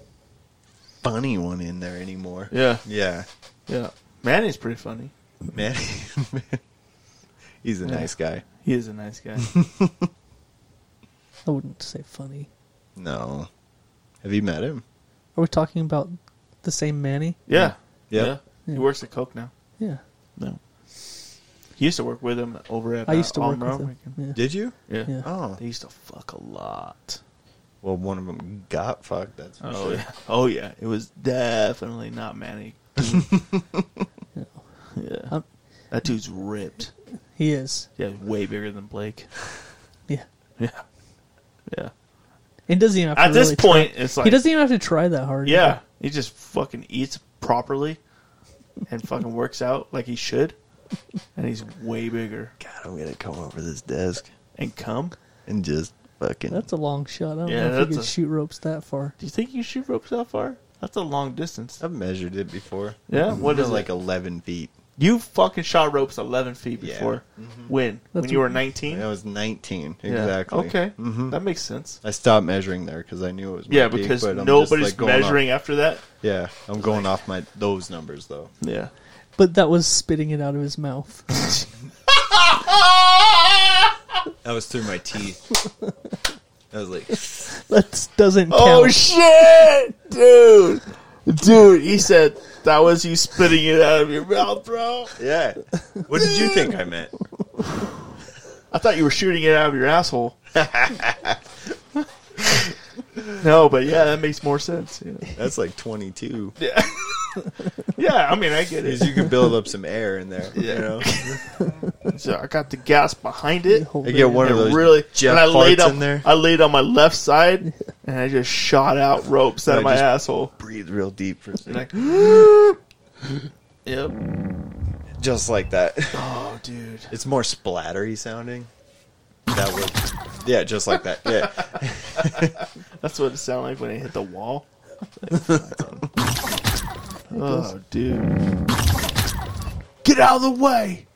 D: funny one in there anymore.
B: Yeah.
D: yeah,
B: Yeah. Manny's pretty funny.
D: man. He's a nice guy.
B: He is a nice guy.
C: I wouldn't say funny.
D: No, have you met him?
C: Are we talking about the same Manny?
B: yeah.
D: Yeah.
B: He works at Coke now.
C: Yeah,
B: No. He used to work with him over at.
C: I used to
B: uh,
C: work
B: Almaro
C: with him.
B: Weekend.
C: Yeah.
D: Did you?
B: Yeah.
C: Yeah.
D: Oh,
B: They used to fuck a lot.
D: Well, one of them got fucked. That's for
B: Oh
D: sure.
B: yeah. Oh yeah. It was definitely not Manny. yeah.
C: Um,
B: That dude's ripped.
C: He is.
B: Yeah, way bigger than Blake.
C: Yeah.
B: Yeah. Yeah.
C: And doesn't even have to
B: At this
C: really try-
B: point, it's like
C: he doesn't even have to try that hard.
B: Yeah, he just fucking eats properly and fucking works out like he should, and he's way bigger.
D: God, I'm gonna come over this desk
B: And cum?
D: and just fucking.
C: That's a long shot. I don't
B: Yeah,
C: know if
B: that's
C: you could
B: a-
C: shoot ropes that far.
B: Do you think you shoot ropes that far? That's a long distance.
D: I've measured it before.
B: Yeah, what
D: It's
B: is
D: like
B: it?
D: eleven feet?
B: You fucking shot ropes eleven feet
D: Yeah.
B: before. When? when
C: That's-
B: you were nineteen?
D: I was nineteen exactly.
B: Okay.
D: hmm
B: That makes sense.
D: I stopped measuring there because I knew it was. my
B: Yeah,
D: peak,
B: because
D: but I'm just,
B: nobody's
D: like, going off-
B: measuring after that.
D: Yeah, I'm going off my those numbers though.
B: Yeah.
C: But that was spitting it out of his mouth.
D: That was through my teeth. I was like,
C: that doesn't count.
B: Oh shit, dude, dude. He said that was you spitting it out of your mouth, bro.
D: yeah. What did you think I meant?
B: I thought you were shooting it out of your asshole. no, but yeah, that makes more sense. Yeah,
D: That's like 22.
B: yeah I mean, I get
D: Because
B: it.
D: you can build up some air in there. You
B: Yeah.
D: know,
B: So I got the gas behind it.
C: Hold
D: I
C: it
D: get
C: in.
D: one
B: It
D: of those
B: really,
D: jet
B: and I laid
D: farts
B: up,
D: in there.
B: I laid on my left side, and I just shot out ropes out
D: I
B: of my
D: just-
B: asshole.
D: breathe real deep for a second.
B: Like, yep.
D: just like that.
B: Oh, dude.
D: It's more splattery sounding. That would, yeah, just like that. Yeah,
B: That's what it sounded like when it hit the wall. oh, dude. Get out of the way!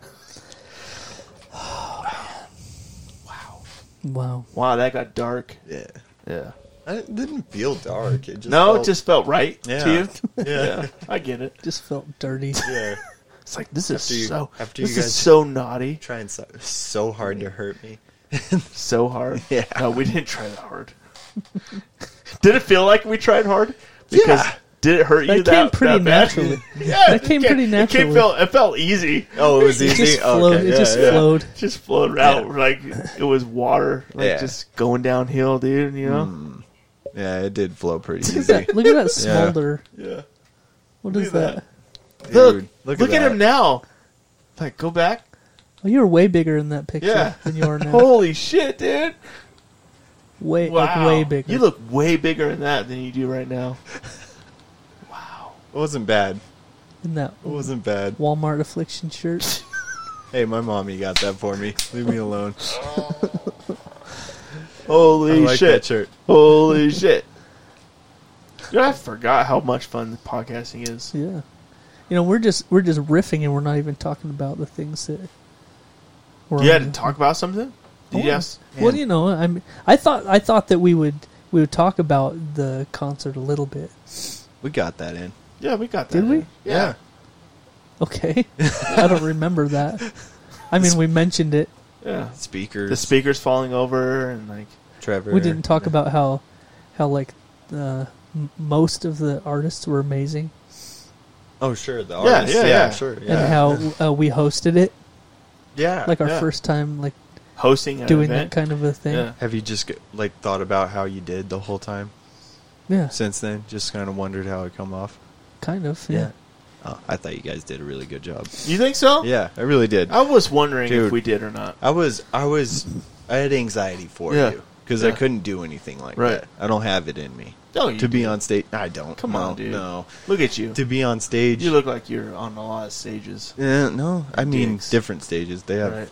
C: Wow.
B: Wow, that got dark.
D: yeah.
B: Yeah.
D: I, it didn't feel dark. It just
B: No, it
D: felt-
B: just felt right
D: Yeah.
B: to you.
D: yeah,
B: I get it.
C: Just felt dirty.
D: yeah.
B: It's like this is
D: After you-
B: so
D: after you
B: this
D: guys-
B: is so naughty,
D: Trying so, so hard to hurt me.
B: so hard.
D: Yeah.
B: No, we didn't try that hard. did it feel like we tried hard? Because
D: Yeah.
B: did it hurt you
C: That
B: that,
C: came pretty
B: that bad?
C: naturally.
B: Yeah,
C: That came
B: it
C: pretty
B: It,
C: naturally.
B: came felt, it felt easy.
D: Oh, it was
C: It
D: easy.
C: just flowed.
D: Okay,
C: it
D: yeah,
C: just
D: yeah.
C: flowed.
B: just flowed out like it was water, like
D: Yeah.
B: just going downhill, dude. You know?
D: Yeah, it did flow pretty
C: Look at
D: easy.
C: that, look at that smolder.
B: Yeah.
C: What is
B: Look at
C: that?
B: that.
D: Dude,
B: Look, look,
D: look
B: at,
D: that.
B: him now. Like, go back.
C: Oh, you're way bigger in that picture
B: Yeah.
C: than you are now.
B: Holy shit, dude!
C: way,
B: Wow,
C: like way bigger.
B: You look way bigger in that than you do right now.
D: It wasn't bad.
C: in that
D: It wasn't bad.
C: Walmart affliction shirt.
D: Hey, my mommy got that for me. Leave me alone. I
B: Holy
D: like that
B: shit!
D: shirt.
B: Holy shit! Dude, I forgot how much fun podcasting is.
C: yeah. You know, we're just we're just riffing and we're not even talking about the things that. We're
B: You had
C: on. Oh,
B: to talk about something. Did you
C: Yeah.
B: ask?
C: Well, you know, I mean, I thought I thought that we would we would talk about the concert a little bit.
D: We got that in.
B: Yeah, we got that.
C: Did we?
B: Yeah.
C: Okay, I don't remember that. I mean, we mentioned it.
B: Yeah.
D: Speakers.
B: The speakers falling over and like
D: Trevor.
C: We didn't talk about how how like uh, m- most of the artists were amazing
D: Oh, sure. The
B: Yeah,
D: artist.
B: yeah,
D: Yeah,
B: yeah.
D: sure. Yeah.
C: and how uh, we hosted it
B: yeah,
C: like our
B: yeah.
C: first time like
B: hosting an
C: doing
B: event.
C: that kind of a thing.
B: Yeah.
C: Yeah.
D: Have you just like thought about how you did the whole time since then? Just kind of wondered how it come off.
C: kind of. Yeah.
D: Oh, I thought you guys did a really good job.
B: You think so?
D: Yeah, I really did.
B: I was wondering if
D: Dude.
B: we did or not.
D: I was, I was, I had anxiety for
B: Yeah.
D: you because I
B: Yeah.
D: couldn't do anything like
B: Right.
D: that. I don't have it in me.
B: No,
D: to
B: you
D: be
B: do.
D: on stage, I don't.
B: Come
D: No,
B: on, dude.
D: No,
B: Look at you.
D: to be on stage,
B: You look like you're on a lot of stages.
D: Eh, no, I mean
B: Dicks.
D: different stages. They have,
B: Right.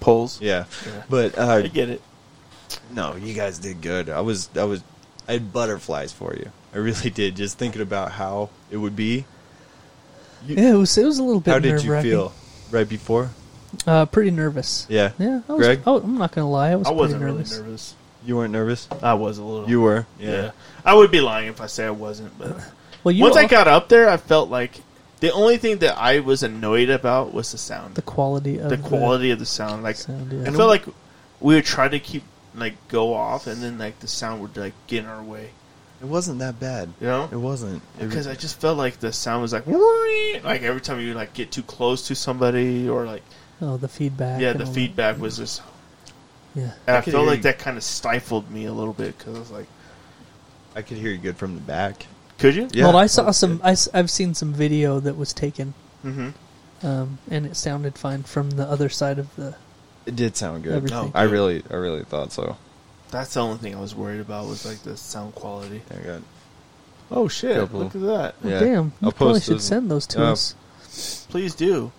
B: Polls.
D: yeah.
B: Yeah.
D: But
B: I
D: uh,
B: get it.
D: no, you guys did good. I was, I was, I had butterflies for you. I really did. Just thinking about how it would be.
C: Yeah, it was it was a little bit.
D: How did you
C: nerve-wracking.
D: feel right before?
C: Uh, pretty nervous.
D: Yeah,
C: Yeah, I was,
D: Greg?
C: oh, I'm not gonna lie, I was
B: I wasn't
C: pretty
B: really
C: nervous.
B: nervous.
D: You weren't nervous.
B: I was a little.
D: You were.
B: Yeah. I would be lying if I say I wasn't. But
C: Well, you
B: once I
C: all-
B: got up there, I felt like the only thing that I was annoyed about was the sound,
C: the
B: the,
C: quality of
B: quality of the sound. Like
C: sound, yeah.
B: I felt like we would try to keep like go off, and then like the sound would like get in our way.
D: It wasn't that bad.
B: You know?
D: It wasn't. It
B: because I just felt like the sound was like like every time you like get too close to somebody or like
C: Oh, the feedback.
B: yeah
C: and
B: the
C: all that.
B: feedback was just
C: Yeah.
B: And I,
D: I could
B: feel
D: hear
B: like
D: you.
B: that kind of stifled me a little bit because I was like,
D: I could hear you good from the back.
B: could you?
D: Yeah.
C: well, I saw
D: that's
C: some.
D: good.
C: I, have seen some video that was taken,
B: Mhm.
C: um, and it sounded fine from the other side of the.
D: It did sound good.
B: Oh.
C: Everything.
D: I really, I really thought so.
B: That's the only thing I was worried about was like the sound quality.
D: There you go.
B: Oh shit!
D: Couple.
B: Look at that.
C: Oh,
D: Yeah.
C: damn, you
D: I'll
C: probably
D: post
C: should
D: those.
C: send those to
D: Yeah.
C: us.
B: Please do.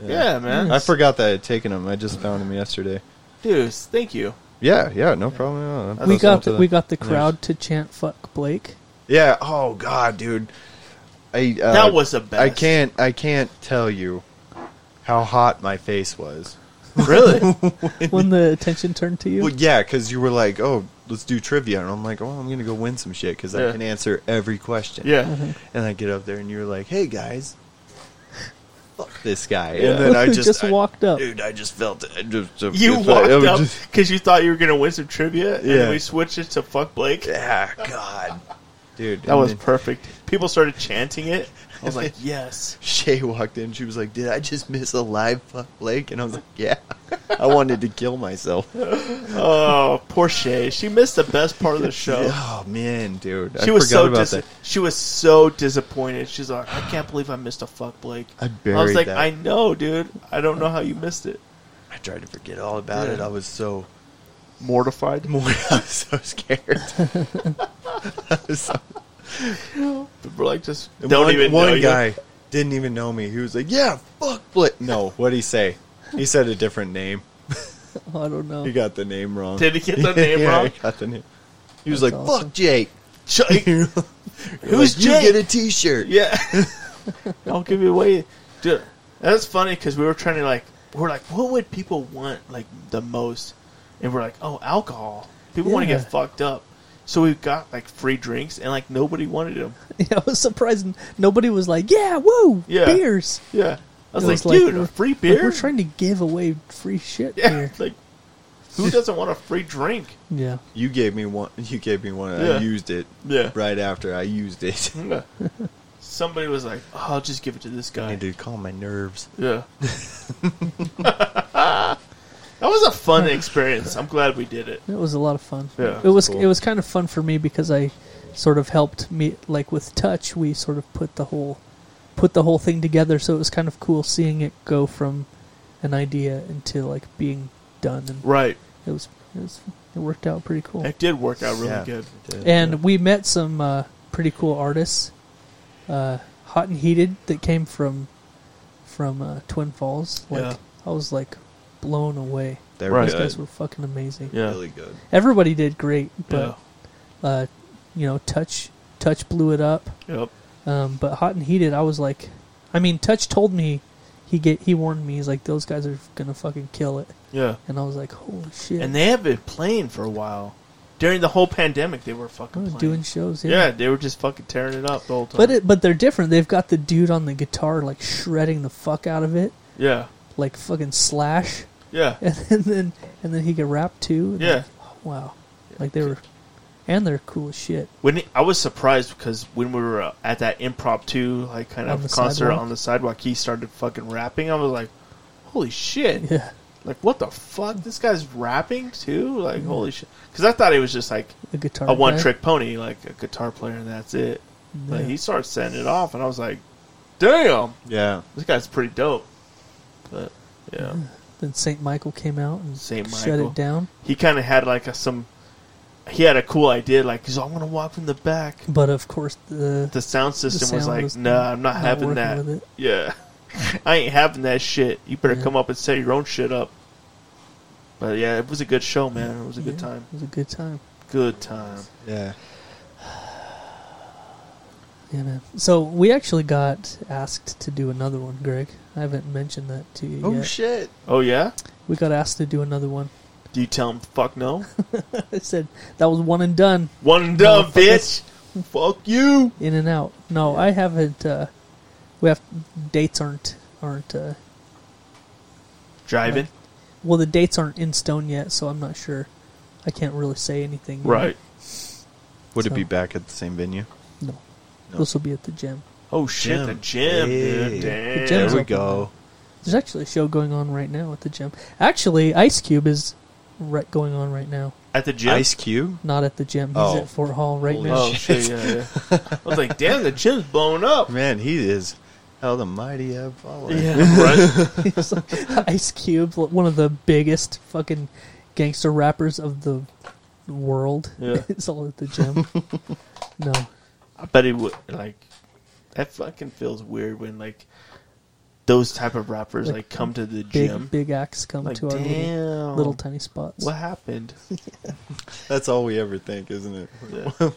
B: Yeah, man.
D: I forgot that I had taken them. I just found them yesterday.
B: Dude, thank you.
D: Yeah, yeah, no problem at all. I
B: I'll
C: We
D: posted them
C: got
D: to
C: the,
D: the-
C: we got the crowd to chant "fuck Blake."
D: Yeah. Oh God, dude. I uh,
B: That was the best.
D: I can't. I can't tell you how hot my face was.
B: Really?
C: when the attention turned to you.
D: Well, yeah, because you were like, "Oh, let's do trivia," and I'm like, "Oh, I'm gonna go win some shit because
B: Yeah.
D: I can answer every question."
B: yeah.
D: And I get up there, and you're like, "Hey guys, fuck this guy,"
B: Yeah.
D: and then
C: Look
D: I
C: who
D: just,
C: just
D: I-
C: walked up.
D: dude. I just felt it. I just,
B: You
D: it's like-
B: walked
D: I was
B: up
D: just-
B: because you thought you were gonna win some trivia, and
D: Yeah.
B: we switched it to fuck Blake.
D: yeah, God, dude.
B: That
D: and
B: was
D: then
B: perfect. People started chanting it. I was like, yes.
D: Shay walked in. She was like, "Did I just miss a live fuck Blake?" And I was like, "Yeah." I wanted to kill myself.
B: Oh, poor Shay. She missed the best part of the show.
D: Oh man, dude,
B: She
D: I
B: was
D: forgot
B: so
D: about
B: dis-
D: that.
B: she was so disappointed. She's like, I can't believe I missed a fuck Blake.
D: I
B: was
D: buried
B: like,
D: that.
B: I know, dude. I don't know how you missed it.
D: I tried to forget all about
B: Yeah.
D: it. I was so
B: Mortified.
D: more. I was so scared. I was so-
B: But We're like, just
D: And
B: don't
D: one,
B: even
D: one
B: know you.
D: guy didn't even know me. He was like, "Yeah, fuck Blake." No, what did he say? He said a different name.
C: Oh, I don't know.
D: He got the name wrong.
B: Did he get the name
D: Yeah,
B: wrong?
D: He, got the name. he was
C: That's
D: like,
C: awesome.
D: "Fuck Jake."
B: Jake.
D: Who's
B: Who's
D: You
B: Jake?
D: get a T-shirt.
B: Yeah. Don't give it away. Dude, that's funny because we were trying to like, we are like, what would people want like the most? And we're like, oh, alcohol. People want to
C: Yeah.
B: get fucked up. So we got like free drinks and like nobody wanted them.
C: Yeah, I was surprised. Nobody was like, "Yeah, woo,
B: Yeah.
C: beers."
B: Yeah. I was,
C: It
B: like,
C: was like
B: dude,
C: we're-
B: a free
C: Like,
B: beer?
C: we're trying to give away free shit
B: yeah.
C: here.
B: Like, who doesn't want a free drink?
C: Yeah,
D: You gave me one. You gave me one.
B: Yeah.
D: I used it.
B: Yeah.
D: Right after I used it.
B: Somebody was like, oh, I'll just give it to this
D: I
B: guy.
D: need to calm my nerves.
B: Yeah. that was a fun experience. I'm glad we did it.
C: it was a lot of fun.
B: Yeah,
C: it was.
D: cool.
C: It was kind of fun for me because I sort of helped me, like with touch, we sort of put the whole put the whole thing together. So it was kind of cool seeing it go from an idea into like being done, and
B: Right.
C: it was it was it worked out pretty cool.
B: It did work out really
D: Yeah.
B: good.
C: and we met some uh, pretty cool artists. Uh, Hot and heated that came from from uh, Twin Falls. Like
B: Yeah.
C: I was like blown away.
D: They're
B: Right.
C: Those
D: good.
C: guys were fucking amazing.
B: Yeah.
D: Really good.
C: Everybody did great,
B: Yeah.
C: but uh, you know, touch touch blew it up.
B: Yep.
C: Um, but Hot and heated, I was like, I mean, touch told me he get he warned me. He's like, those guys are gonna fucking kill it,
B: Yeah.
C: and I was like, holy shit.
B: And they have been playing for a while. During the whole pandemic, they were fucking
C: Oh,
B: playing.
C: doing shows,
B: yeah, they were just fucking tearing it up the whole time.
C: But it, but they're different. They've got the dude on the guitar like shredding the fuck out of it,
B: yeah,
C: like fucking slash,
B: yeah,
C: and then and then he could rap too. and,
B: yeah.
C: like, wow, like they were, and they're cool as shit.
B: When it- I was surprised because when we were uh, at that impromptu like kind
C: On
B: of
C: the
B: concert
C: sidewalk?
B: on the sidewalk, he started fucking rapping. I was like, "Holy shit!"
C: Yeah,
B: Like, what the fuck? This guy's rapping too? Like, holy shit! Because I thought he was just like
C: the guitar.
B: a one
C: guy.
B: trick pony, like a guitar player, and that's it. But
C: Yeah.
B: he started setting it off, and I was like, "Damn,
D: Yeah.
B: this guy's pretty dope." But yeah.
C: Mm-hmm. Then Saint Michael came out and
B: Saint
C: shut
B: Michael.
C: it down.
B: he kind of had like a some he had a cool idea like he's i'm gonna walk from the back
C: But of course the,
B: the sound system was
C: sound
B: like
C: was
B: no i'm not,
C: not
B: having
C: working
B: that
C: with it.
B: yeah i ain't having that shit you better
C: Yeah.
B: come up and set your own shit up but yeah it was a good show man it was a good
C: yeah,
B: time
C: It was a good time.
B: good time
D: Yeah.
C: Yeah, man. So we actually got asked to do another one, Greg. I haven't mentioned that to you
D: Oh
C: yet.
D: shit.
B: oh yeah
C: we got asked to do another one.
B: do you tell him fuck no
C: I said that was one and done.
B: one and done bitch
C: Motherfuckers.
B: fuck you
C: in and out. No, I haven't. Uh, we have dates aren't aren't. Uh,
B: driving
C: well, the dates aren't in stone yet, so I'm not sure. I can't really say anything. yet.
B: right
D: Would
C: So-
D: it be back at the same venue?
C: No.
D: No.
C: This will be at the gym.
B: oh shit
D: Gym.
B: the gym
D: Hey.
B: dude damn
C: The
D: There
C: gym's
D: we
C: open now.
D: go.
C: There's actually a show going on right now at the gym. Actually, Ice Cube is right, going on right now.
B: At the gym?
D: Ice Cube.
C: Not at the gym. He's
D: Oh.
C: at Fort Hall right
D: Holy
C: now.
B: oh, shit, yeah, yeah. I was like, damn, the gym's blown up.
D: Man, he is how the mighty have fallen.
B: Right?
C: It's like Ice Cube, like, one of the biggest fucking gangster rappers of the world.
B: Yeah.
C: it's all at the gym. no,
B: I bet it would, like, that fucking feels weird when, like, those type of rappers,
C: Like,
B: like, come to the
C: big
B: gym.
C: big acts come
B: Like,
C: to our little,
B: damn.
C: little tiny spots.
B: what happened?
D: That's all we ever think, isn't it?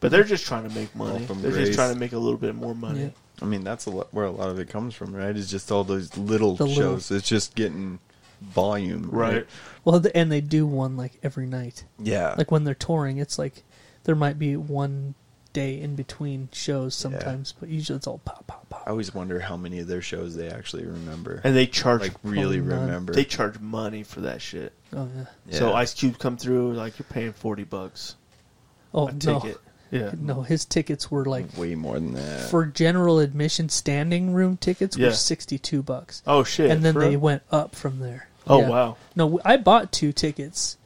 B: But they're just trying to make money.
D: All from
B: They're just
D: Grace.
B: trying to make a little bit more money.
C: Yeah.
D: I mean, that's a lot, where a lot of it comes from, right? It's just all those little
C: The little-
D: shows. It's just getting volume,
B: Right.
C: Well, the, and they do one like every night.
B: Uh.
D: Yeah.
C: Like when they're touring, it's like there might be one day in between shows sometimes, but usually it's all pop pop pop.
D: I always wonder how many of their shows they actually remember.
B: And they charge
D: like really
C: Probably none.
D: remember.
B: they charge money for that shit.
C: Oh yeah.
B: So
D: Yeah.
B: Ice Cube come through, like you're paying forty bucks
C: Oh
B: a
C: no.
B: ticket. Yeah.
C: No, his tickets were like
D: way more than that.
C: for general admission standing room tickets
B: Yeah.
C: were 62 bucks.
B: Oh shit.
C: and then
B: for
C: they
B: real?
C: went up from there.
B: Oh, wow.
C: No, w- I bought two tickets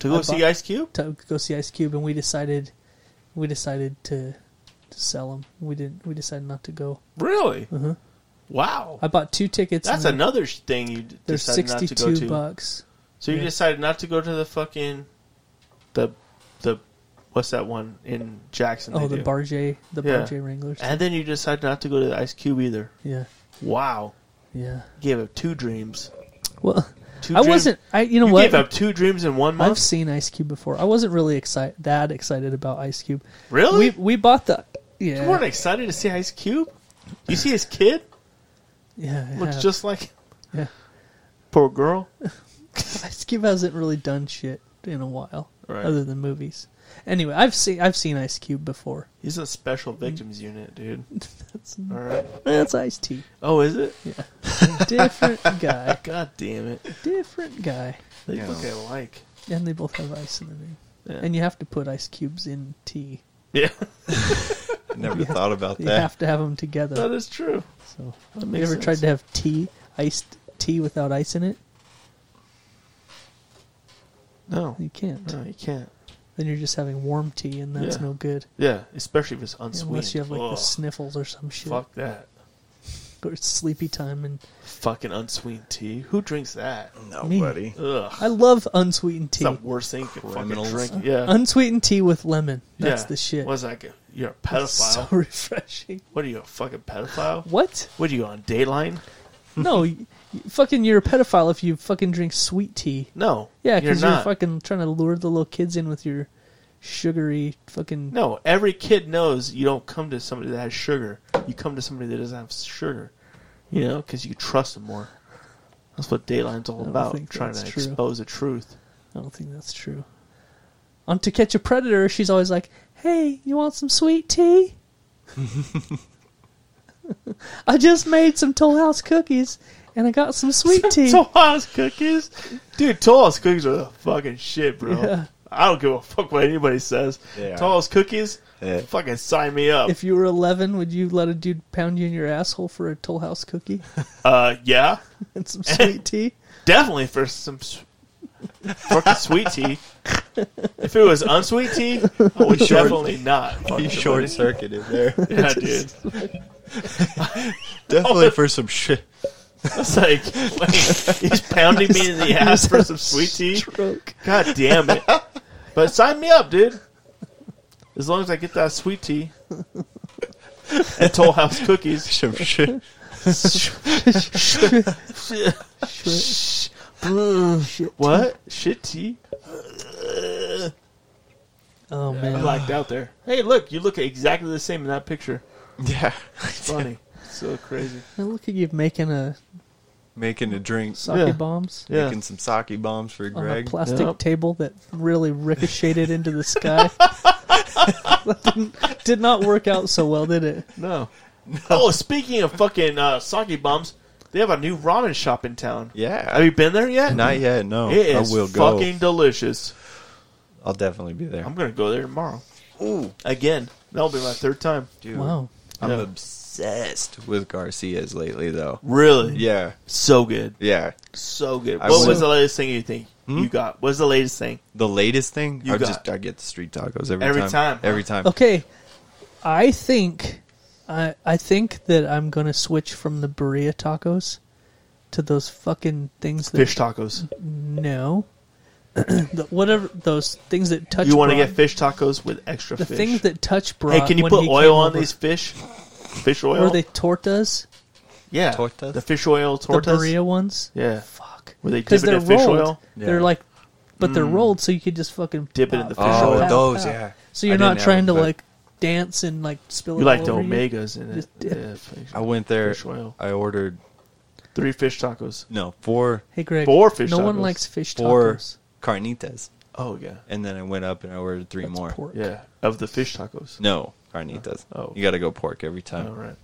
B: to go
C: I
B: see
C: bought-
B: Ice Cube.
C: to go see Ice Cube, and we decided we decided to to sell them. We didn't. We decided not to go.
B: Really? Wow.
C: Mm-hmm. I bought two tickets.
B: That's
C: and
B: another sh- thing you d-
C: They're
B: decided not to go
C: sixty-two
B: to.
C: bucks.
B: So you
C: yeah.
B: decided not to go to the fucking the the what's that one in Jackson?
C: Oh,
B: they
C: the
B: do?
C: Barjay, the
B: Yeah.
C: Barjay Wranglers.
B: And then you decided not to go to the Ice Cube either.
C: Yeah,
B: Wow.
C: yeah.
B: Gave up two dreams.
C: Well,
B: Two
C: I
B: dreams-
C: wasn't. I you know
B: You
C: what?
B: gave up two dreams in one month.
C: I've seen Ice Cube before. I wasn't really excited that excited about Ice Cube.
B: Really?
C: We we bought the yeah
B: You weren't excited to see Ice Cube? You see his kid?
C: yeah I
B: Looks
C: have.
B: just like
C: Yeah.
B: poor girl.
C: Ice Cube hasn't really done shit in a while,
B: Right.
C: other than movies. Anyway, I've seen I've seen Ice Cube before.
B: He's a special
C: Mm.
B: victims unit, dude. All right.
C: That's Ice T.
B: Oh, is it?
C: Different guy.
B: God damn it.
C: Different guy.
B: They
D: Yeah.
B: look alike.
C: And they both have ice in their name.
B: Yeah.
C: And you have to put ice cubes in tea.
B: yeah,
D: I never thought about
C: You
D: that.
C: have to have them
B: that
C: together.
B: is true.
C: So
B: That
C: you
B: makes
C: ever
B: sense.
C: tried to have tea iced tea without ice in it?
B: No,
C: You can't.
B: no, you can't.
C: Then you're just having warm tea, and that's
B: Yeah.
C: no good.
B: Yeah, especially if it's unsweet.
C: Unless you have like the sniffles or some shit,
B: fuck that.
C: or it's sleepy time. And
B: Fucking unsweet tea. Who drinks that?
C: Me. Uh,
D: Nobody.
B: Ugh,
C: I love unsweetened
B: it's
C: tea.
B: the worst thing you can fucking
D: Criminals.
B: drink. Yeah,
C: Unsweetened tea with lemon.
B: yeah.
C: That's the shit.
B: What's that? You're a
C: It's
B: pedophile.
C: so refreshing.
B: What are you, a fucking pedophile?
C: What?
B: What are you on Dayline?
C: No, you, you- fucking you're a pedophile if you fucking drink sweet tea.
B: No.
C: Yeah,
B: you're
C: because you're,
B: not.
C: fucking trying to lure the little kids in with your sugary fucking.
B: No, every kid knows you don't come to somebody that has sugar. You come to somebody that doesn't have sugar. You know, because you trust them more. That's what Dayline's all
C: don't
B: about,
C: think
B: trying to
C: that's true.
B: expose the truth.
C: I don't think that's true. On To Catch a Predator, she's always like, "Hey, you want some sweet tea?" I just made some Toll House cookies, and I got some sweet tea.
B: Toll House cookies? Dude, Toll House cookies are the fucking shit, bro.
C: Yeah.
B: I don't give a fuck what anybody says.
D: They are.
B: Toll House cookies?
D: Yeah.
B: Fucking sign me up.
C: if you were 11, would you let a dude pound you in your asshole for a Toll House cookie
B: uh, yeah.
C: and some sweet tea?
B: Definitely for some s- fucking sweet tea. If it was unsweet tea, I would
D: Short-
B: definitely not.
D: He
B: fucking
D: short circuited there.
B: Yeah, dude.
C: Oh.
D: Definitely for some shit.
B: It's like wait, he's pounding me in the ass for some sweet tea.
C: Stroke.
B: God damn it! But sign me up, dude. As long as I get that sweet tea and Toll House cookies.
D: Some shit.
B: What shit tea?
C: Oh
B: I
C: man,
B: blacked out there. Hey, look, you look exactly the same in that picture.
D: Yeah.
B: It's funny. so crazy.
C: Now look at you making a
D: Making a drink.
C: sake
B: Yeah.
C: bombs
B: Yeah.
D: Making some sake bombs for
C: on
D: Greg.
C: a plastic
B: Yep.
C: table that really ricocheted into the sky. That didn't, did not work out so well, did it?
B: No. Oh, speaking of fucking uh, sake bombs, they have a new ramen shop in town.
D: yeah.
B: Have you been there yet?
D: Not yet, no.
B: It is
D: Oh, I will go.
B: fucking delicious.
D: I'll definitely be there.
B: I'm gonna go there tomorrow. Ooh, again. That'll be my third time.
D: Dude,
C: Wow.
D: I'm
B: Yeah.
D: obsessed obsessed with Garcias lately, though.
B: Really?
D: Yeah,
B: So good.
D: yeah.
B: So good.
D: I
B: what
D: will- Hmm?
B: was the latest thing you think you got? What's the latest thing?
D: The latest thing,
B: You
D: I
B: got-
D: just I get the street tacos every,
B: Every
D: time.
B: time, huh?
D: Every time.
C: Okay, I think I I think that I'm gonna switch from the burrito tacos to those fucking things that
B: Fish tacos.
C: no, the, whatever those things that touch.
B: You want to
C: brine-
B: get fish tacos with extra
C: the
B: fish.
C: things that uh, touch broth.
B: hey, can you put oil on these fish? Fish oil?
C: Were they tortas?
B: yeah.
D: Tortas?
B: The fish oil tortas.
C: The burrito ones.
B: Yeah.
C: Fuck.
B: Where they
C: Because
B: dip it
C: they're
B: in fish
C: rolled.
B: oil? Mm.
D: Yeah.
C: They're like, but they're rolled, so you could just fucking
B: Dip it
C: pop,
B: in the fish
C: pop,
B: oil.
D: Oh,
C: pop,
D: those,
C: pop.
D: yeah.
C: So
D: I
C: you're
D: didn't
C: not
D: have
C: trying to
D: them, but
C: like dance and like spill.
B: You
C: it
B: like
C: all
B: the
C: over you?
B: omegas in it.
C: Just dip.
B: Yeah, fish-
D: I went there.
B: Fish oil.
D: I ordered
B: Three fish tacos.
D: no four
C: Hey Greg,
B: Four fish
C: no one
B: tacos.
C: likes fish
D: four
C: tacos.
D: carnitas,
B: Oh yeah,
D: and then I went up and I ordered three
C: That's
D: more.
C: pork.
B: yeah. Of the fish tacos.
D: No carnitas.
B: Oh.
D: you got to go pork every time.
B: All right.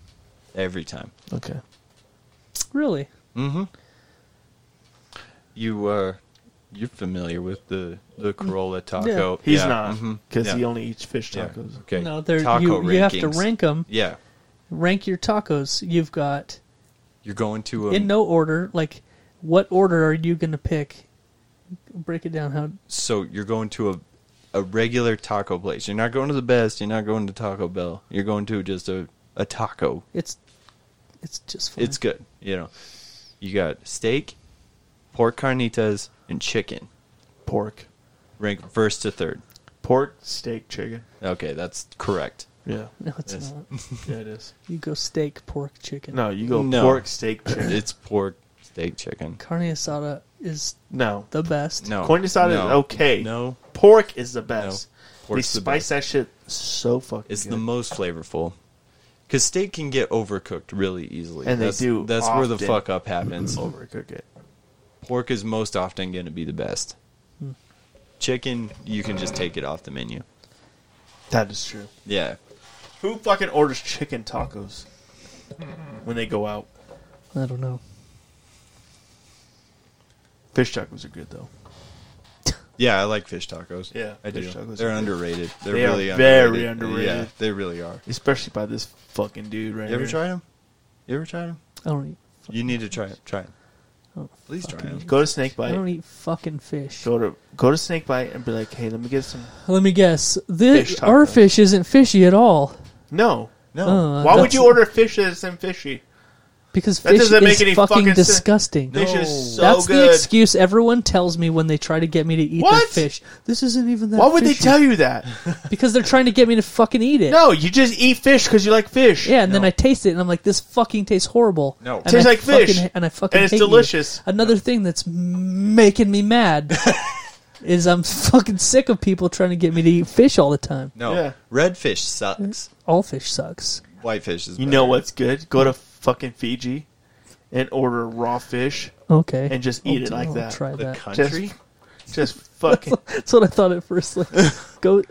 D: Every time.
B: Okay.
C: Really?
D: You uh, you're familiar with the the Corolla taco?
B: He's
D: Yeah,
B: not
D: mhm,
B: because
D: yeah,
B: he only eats fish
D: yeah,
B: tacos.
D: Okay.
C: No, they're
D: Taco
C: you. You have to
D: rankings.
C: rank them.
D: Yeah,
C: Rank your tacos. You've got
D: you're going to a
C: in no order. Like, what order are you gonna pick? Break it down. How?
D: so you're going to a a regular taco place. You're not going to the best. You're not going to Taco Bell. You're going to just a a taco.
C: It's, it's just. Fine.
D: It's good. You know, you got steak, pork carnitas, and chicken.
B: Pork,
D: Rank first to third.
B: pork, steak, chicken.
D: Okay, that's correct.
B: Yeah,
C: no, it's
D: Yes.
C: not.
B: yeah, it is.
C: You go steak, pork, chicken.
B: No, you go
D: No.
B: pork, steak, chicken.
D: It's pork, steak, chicken.
C: Carne asada is
B: No,
C: the best.
D: No,
B: corn asada is
D: No.
B: okay.
D: No,
B: pork is the best.
D: No.
B: They
D: Pork's the
B: spice
D: best.
B: that shit so fucking.
D: It's the
B: good.
D: most flavorful. Because steak can get overcooked really easily.
B: And they
D: that's,
B: do
D: That's where the
B: often.
D: fuck up happens.
B: overcook it.
D: Pork is most often going to be the best. Chicken, you can just take it off the menu.
B: That is true.
D: Yeah.
B: Who fucking orders chicken tacos when they go out?
C: I don't know.
B: Fish tacos are good though.
D: Yeah, I like fish tacos.
B: Yeah,
D: I
B: fish
D: do.
B: tacos
D: They're
B: are good.
D: underrated. They're
B: They are
D: really
B: very
D: underrated. Yeah,
B: underrated.
D: they really are.
B: Especially by this fucking dude right
D: You ever
B: here.
D: tried them? You ever tried them?
C: I don't eat.
D: You need to try it. Try it. Please try them.
B: Go to Snake
C: I don't
B: Bite.
C: eat fucking fish.
B: Go to go to Snake Bite and be like, hey, let me get some.
C: Let me guess. This
B: Fish
C: our
B: tacos.
C: fish isn't fishy at all.
B: No.
D: No.
C: Uh,
B: Why would
C: that's-
B: you order fish that isn't fishy?
C: Because
B: That
C: fish
B: doesn't make
C: is
B: any
C: fucking,
B: fucking sense.
C: disgusting.
B: Fish is so
C: That's
B: good.
C: the excuse everyone tells me when they try to get me to eat
B: What?
C: their fish. This isn't even that.
B: Why would they
C: fishy.
B: tell you that?
C: Because they're trying to get me to fucking eat it.
B: No, you just eat fish because you like fish.
C: Yeah, and then I taste it, and I'm like, "This fucking tastes horrible."
D: No.
C: and
B: Tastes
C: I
B: like fish.
C: fucking- and I fucking
B: And it's
C: hate you.
B: delicious.
C: Another thing that's making me mad is I'm fucking sick of people trying to get me to eat fish all the time.
D: No.
B: Yeah.
D: Red fish sucks.
C: All fish sucks.
D: White fish is
B: You
D: better.
B: know what's good? Go to fucking Fiji and order raw fish.
C: Okay,
B: And just
C: I'll
B: eat it
C: do-
B: like
C: I'll
B: that.
C: Try
D: The
C: that.
D: country?
B: Just fucking
C: That's what I thought at first. Like, go.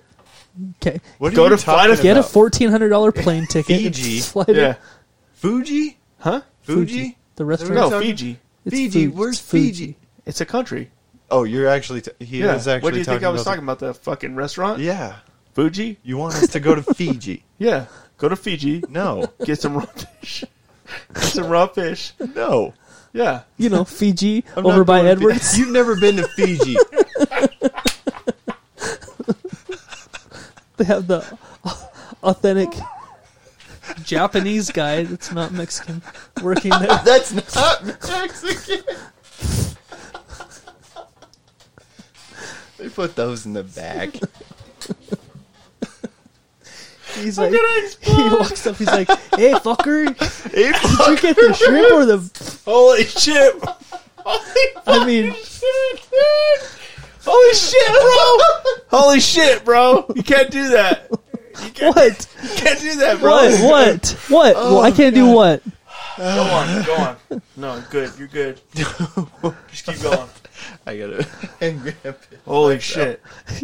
C: Okay,
D: What are
B: Go
D: you
B: to
D: talking
B: Florida-
C: get a
D: about?
C: fourteen hundred dollar plane ticket. and
D: Fiji.
C: fly to-
B: yeah,
D: Fuji?
B: huh?
D: Fuji?
C: The restaurant.
B: No, Fiji.
C: It's
D: Fiji,
C: Fuji.
D: where's
C: It's Fuji.
D: Fiji?
B: It's a country.
D: Oh, you're actually t- he
B: Yeah.
D: was actually
B: what do you
D: talking
B: think I was
D: about
B: talking about? The fucking restaurant?
D: the- Yeah.
B: Fuji.
D: You want us to go to Fiji?
B: Yeah. Go to Fiji.
D: No.
B: Get some raw fish. Get some raw fish.
D: No.
B: Yeah.
C: You know, Fiji
D: I'm
C: over
D: not
C: by
D: going to Fi-
C: Edwards.
D: You've never been to Fiji.
C: they have the authentic Japanese guy that's not Mexican working there.
D: That's not Mexican. they put those in the back.
C: He's like, he walks up. He's like, "Hey, fucker,
B: Hey,
C: did you get the shrimp or the?
B: Holy shit! Holy
C: I mean,
B: shit, dude. Holy shit, bro! Holy shit, bro! You can't do that.
C: what?
B: You can't do that, bro.
C: What? What? What? well, I can't do what?
B: Go on, go on. No, good. You're good. Just keep going.
D: I gotta. and
B: Holy shit!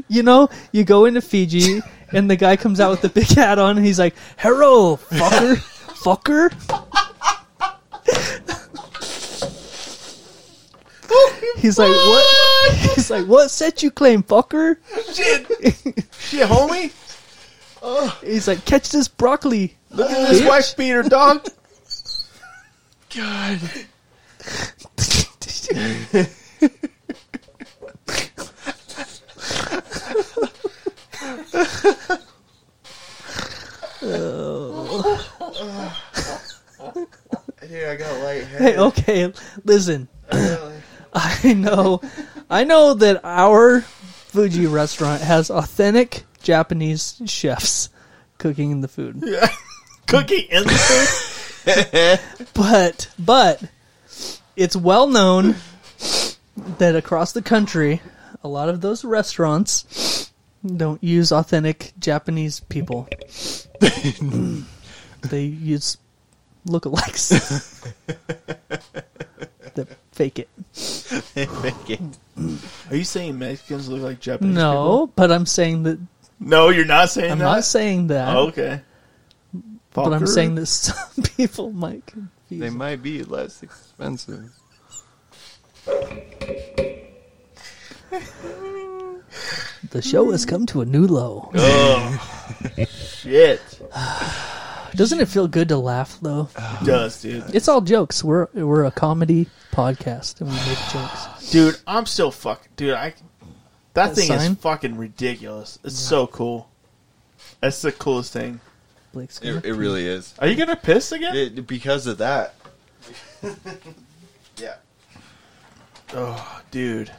C: You know, you go into Fiji and the guy comes out with the big hat on and he's like, Hello, fucker, fucker. He's like, What? He's like, What set you claim, fucker?
B: Shit, shit, homie.
C: He's like, catch this broccoli.
B: Look at this wife beater, dog.
D: God. Dude, I got light
C: Hey, okay, listen. I know, I know that our Fuji restaurant has authentic Japanese chefs cooking the food.
B: Cookie and the
C: but but it's well known that across the country a lot of those restaurants don't use authentic japanese people they use lookalikes that fake it
B: Are you saying Mexicans look like Japanese? people?
C: no but i'm saying that
B: no, you're not saying
C: i'm
B: that.
C: not saying that
B: okay,
C: but i'm
B: Fucker.
C: saying that some people might confuse
D: They might be less expensive.
C: the show has come to a new low
B: shit
C: doesn't it feel good to laugh though
B: it does, dude.
C: It's all jokes. We're we're a comedy podcast and we make jokes.
B: Dude, I'm still fucking. Dude, I. That,
C: That
B: thing
C: sign?
B: is fucking ridiculous. It's so cool. That's the coolest thing.
C: Blake's
D: It,
C: gonna-
D: it really is.
B: Are you gonna piss again?
D: It, because of that. yeah.
B: Oh, dude.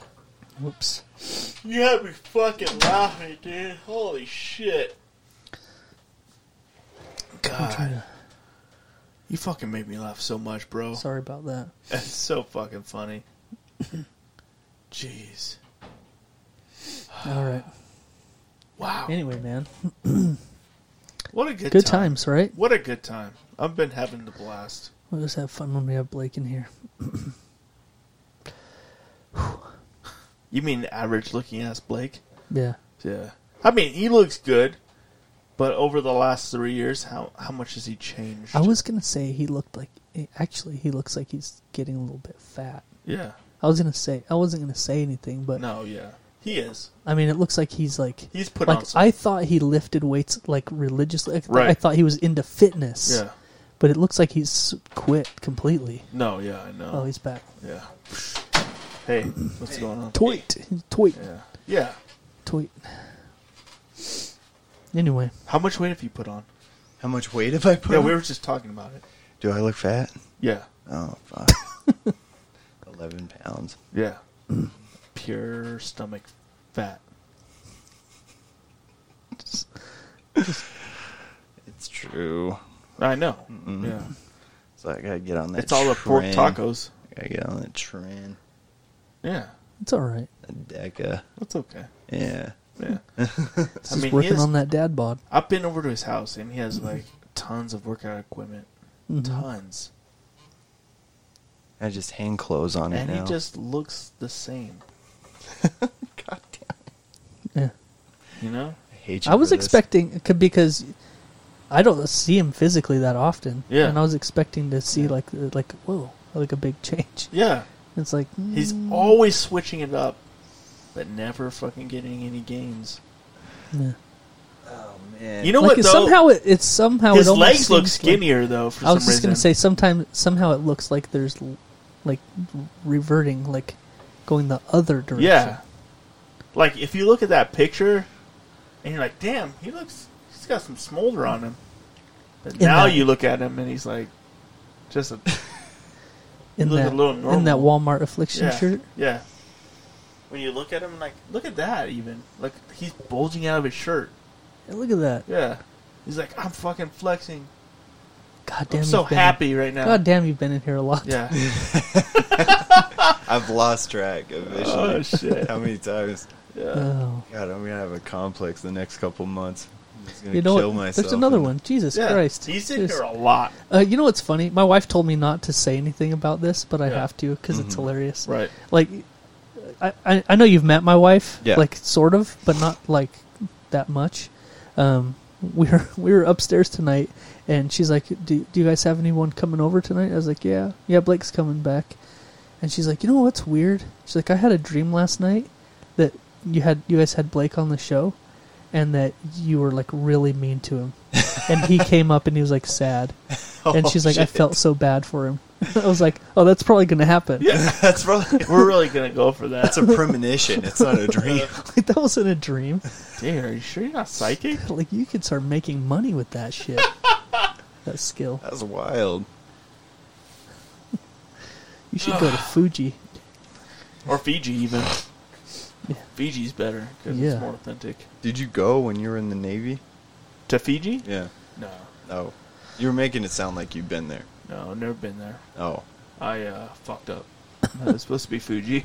C: whoops.
B: You had me fucking laughing, dude. Holy shit.
C: I'm trying
B: God.
C: to-
B: You fucking made me laugh so much, bro.
C: sorry about that.
B: That's so fucking funny. Jeez.
C: All right.
B: Wow.
C: Anyway, man,
B: What a good,
C: good
B: time.
C: times, right?
B: What a good time. I've been having the blast.
C: We'll just have fun when we have Blake in here.
B: You mean average looking ass Blake?
C: Yeah.
B: Yeah. I mean, he looks good, but over the last three years, how how much has he changed?
C: I was gonna say he looked like. eh, Actually, he looks like he's getting a little bit fat.
B: yeah.
C: I was gonna say I wasn't gonna say anything, but
B: No, yeah. He is.
C: I mean, it looks like he's like.
B: He's put on
C: like
B: some.
C: I thought he lifted weights like religiously. Like, I
B: Right.
C: thought he was into fitness.
B: yeah.
C: But it looks like he's quit completely.
B: No, yeah, I know.
C: Oh, he's back.
B: yeah. Hey, what's going on?
C: Tweet, tweet,
B: Yeah. Yeah.
C: tweet. Anyway,
B: How much weight have you put on?
D: How much weight have I put?
B: Yeah,
D: on?
B: we were just talking about it.
D: Do I look fat?
B: Yeah.
D: Oh, fuck. 11 pounds.
B: Yeah. Pure stomach fat.
D: It's true.
B: I know. Yeah.
D: It's like I gotta get on that
B: It's all the pork
D: train.
B: tacos.
D: I gotta get on that train.
B: Yeah.
C: it's all right.
D: A Deca.
B: That's okay.
D: Yeah.
B: Yeah.
C: It's
B: I
C: just
B: mean, he
C: working
B: is-
C: on that dad bod.
B: I've been over to his house and he has like tons of workout equipment.
C: Mm-hmm.
B: Tons.
D: I just hang clothes on
B: and
D: it now.
B: he just looks the same.
D: God damn.
C: Yeah.
B: You know?
D: I hate you.
C: I was
D: for this.
C: expecting c- because I don't see him physically that often.
B: Yeah.
C: and I was expecting to see like uh, like whoa like a big change.
B: Yeah.
C: It's like mm,
B: He's always switching it up, but never fucking getting any gains.
C: yeah.
D: Oh, Man.
B: You know
C: like
B: what
C: it-
B: though?
C: somehow it, it's somehow
B: his
C: it almost
B: legs look
C: seems like-
B: skinnier though for
C: I was
B: some
C: just
B: reason.
C: gonna say sometimes somehow it looks like there's l- like reverting like going the other direction.
B: yeah. Like if you look at that picture and you're like, damn, he looks he's got some smolder on him. But
C: In
B: now
C: that-
B: you look at him and he's like just a
C: in
B: look a
C: that
B: little
C: in that Walmart affliction
B: yeah,
C: shirt.
B: Yeah. When you look at him like look at that even. Like he's bulging out of his shirt.
C: Hey, Look at that.
B: Yeah. He's like, I'm fucking flexing.
C: God damn,
B: I'm so
C: you've been-
B: happy right now.
C: God damn, you've been in here a lot.
B: Yeah.
D: I've lost track of this
B: oh
D: shit.
B: shit.
D: How many times?
C: Oh.
D: God, I'm gonna have a complex the next couple months. I'm just gonna
C: You know
D: kill
C: what?
D: myself.
C: There's another
D: and-
C: one. Jesus
B: Yeah.
C: Christ.
B: He's in
C: There's-
B: here a lot.
C: uh, you know what's funny? My wife told me not to say anything about this, but I
B: Yeah. Mm-hmm.
C: have to because it's hilarious.
B: Right.
C: Like, I, I I know you've met my wife,
D: Yeah.
C: like sort of, but not like that much. Um, we were we were upstairs tonight, and she's like, "Do do you guys have anyone coming over tonight?" I was like, "Yeah, yeah, Blake's coming back," and she's like, "You know what's weird?" She's like, "I had a dream last night that you had you guys had Blake on the show." and that you were like really mean to him. and he came up and he was like sad.
D: Oh,
C: And she's like, I felt so bad for him. I was like, oh, that's probably going to happen.
D: That's probably
B: We're really gonna go for that.
D: that's a premonition. It's not a dream.
C: Like, that wasn't a dream.
B: Damn, are you sure you're not psychic?
C: Like, you could start making money with that shit. that skill.
D: That's wild.
C: You should go to Fuji.
B: Or Fiji even.
C: Yeah.
B: Fiji's better because
C: Yeah.
B: it's more authentic.
D: Did you go when you were in the Navy?
B: To Fiji?
D: Yeah.
B: No,
D: Oh, you were making it sound like you've been there.
B: no, never been there.
D: Oh,
B: I uh, fucked up. No, it's supposed to be Fuji.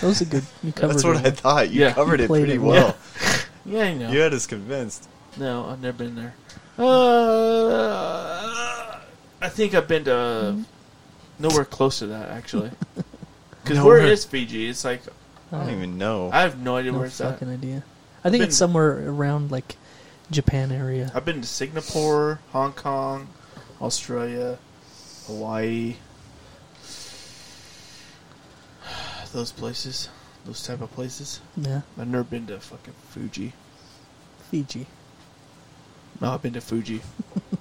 C: That was a good. You covered
D: that's what
C: it.
D: I thought. You
B: Yeah.
D: covered
C: You
D: it
C: played
D: pretty
C: it
D: well.
C: well.
B: Yeah, I know.
D: You had us convinced.
B: No, I've never been there. Uh, I think I've been
C: Mm-hmm.
B: to nowhere close to that actually. Because where
D: Nowhere.
B: is Fiji? It's like
D: I don't even know.
B: I have no idea
C: No
B: where it's
C: fucking
B: at.
C: idea. I
B: Been-
C: think
B: Uh,
C: it's somewhere around like Japan area.
B: I've been to Singapore, Hong Kong, Australia, Hawaii. Those places, those type of places.
C: Yeah,
B: I've never been to fucking Fuji.
C: Fiji.
B: No, I've been to Fuji.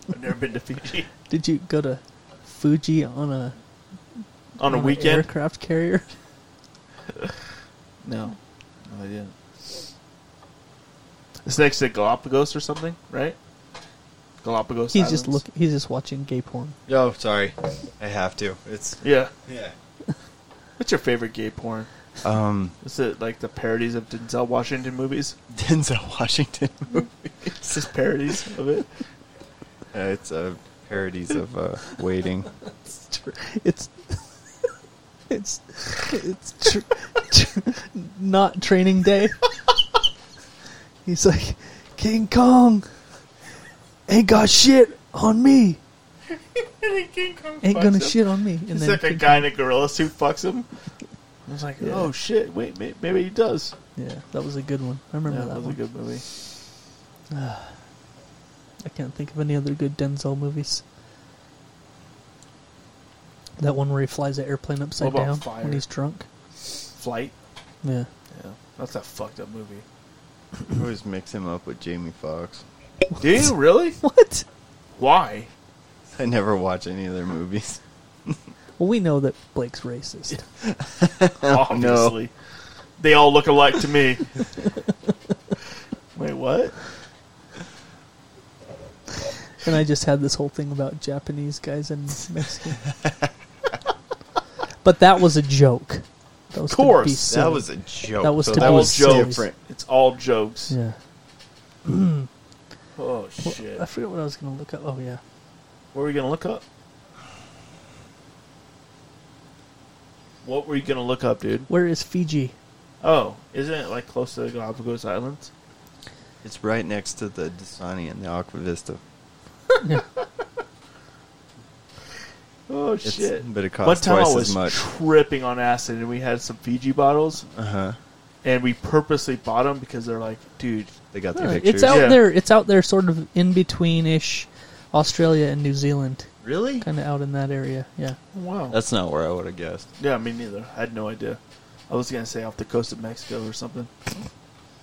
B: I've never been to Fiji
C: Did you go to Fuji on a
B: on a
C: an
B: weekend.
C: aircraft carrier?
B: No, no, I didn't. It's next to Galapagos or something, right? Galapagos.
C: He's just
B: Islands.
C: look. He's just watching gay porn.
D: oh, sorry. I have to. It's
B: Yeah.
D: yeah.
B: What's your favorite gay porn?
D: Um,
B: Is it like the parodies of Denzel Washington movies?
D: Denzel Washington.
B: It's just parodies of it.
D: Uh, it's uh, parodies of uh, waiting.
C: It's it's it's tr- tr- not training day. He's like King Kong ain't got shit on me. Ain't gonna shit on me. And
B: It's
C: then
B: like a
C: King
B: guy in a gorilla suit fucks him. I was like,
C: Yeah.
B: oh shit! Wait, may- maybe he does.
C: Yeah, that was a good one. I remember
B: Yeah, that
C: that
B: was
C: one.
B: a good movie.
C: I can't think of any other good Denzel movies. That one where he flies an airplane upside
B: about
C: down
B: Fire?
C: when he's drunk.
B: Flight.
C: Yeah.
B: Yeah, that's a fucked up movie.
D: I always mix him up with Jamie Foxx.
B: Do you really?
C: What?
B: Why?
D: I never watch any of their movies.
C: Well, we know that Blake's racist.
B: Oh, Obviously. They all look alike to me. Wait, what?
C: And I just had this whole thing about Japanese guys and Mexican. but that was a joke. That was
B: Of course,
C: to be
B: that
C: silly.
D: That was a joke.
C: That was
D: so
C: to
D: that
C: be
D: was
C: silly.
D: different.
B: It's all jokes.
C: Yeah.
B: Oh, shit.
C: I forget what I was going to look up. Oh, yeah.
B: What were you going to look up? What were you going to look up, dude?
C: Where is Fiji?
B: Oh, isn't it like close to the Galapagos Islands?
D: It's right next to the Dasani and the Aqua Vista.
C: Yeah.
B: Oh,
D: It's-
B: shit.
D: but it
B: One
D: costs
B: time I
D: twice as
B: was
D: much.
B: tripping on acid and we had some Fiji bottles
D: Uh
C: Uh-huh.
D: huh.
B: and we purposely bought them because they're like, dude,
D: They got the
C: Huh,
D: pictures.
C: Uh, it's out
B: Yeah.
C: there. It's out there, sort of in between ish Australia and New Zealand.
D: Really?
C: Kind of out in that area. Yeah.
B: wow.
D: That's not where I would have guessed.
B: yeah, me neither. I had no idea. I was going to say off the coast of Mexico or something.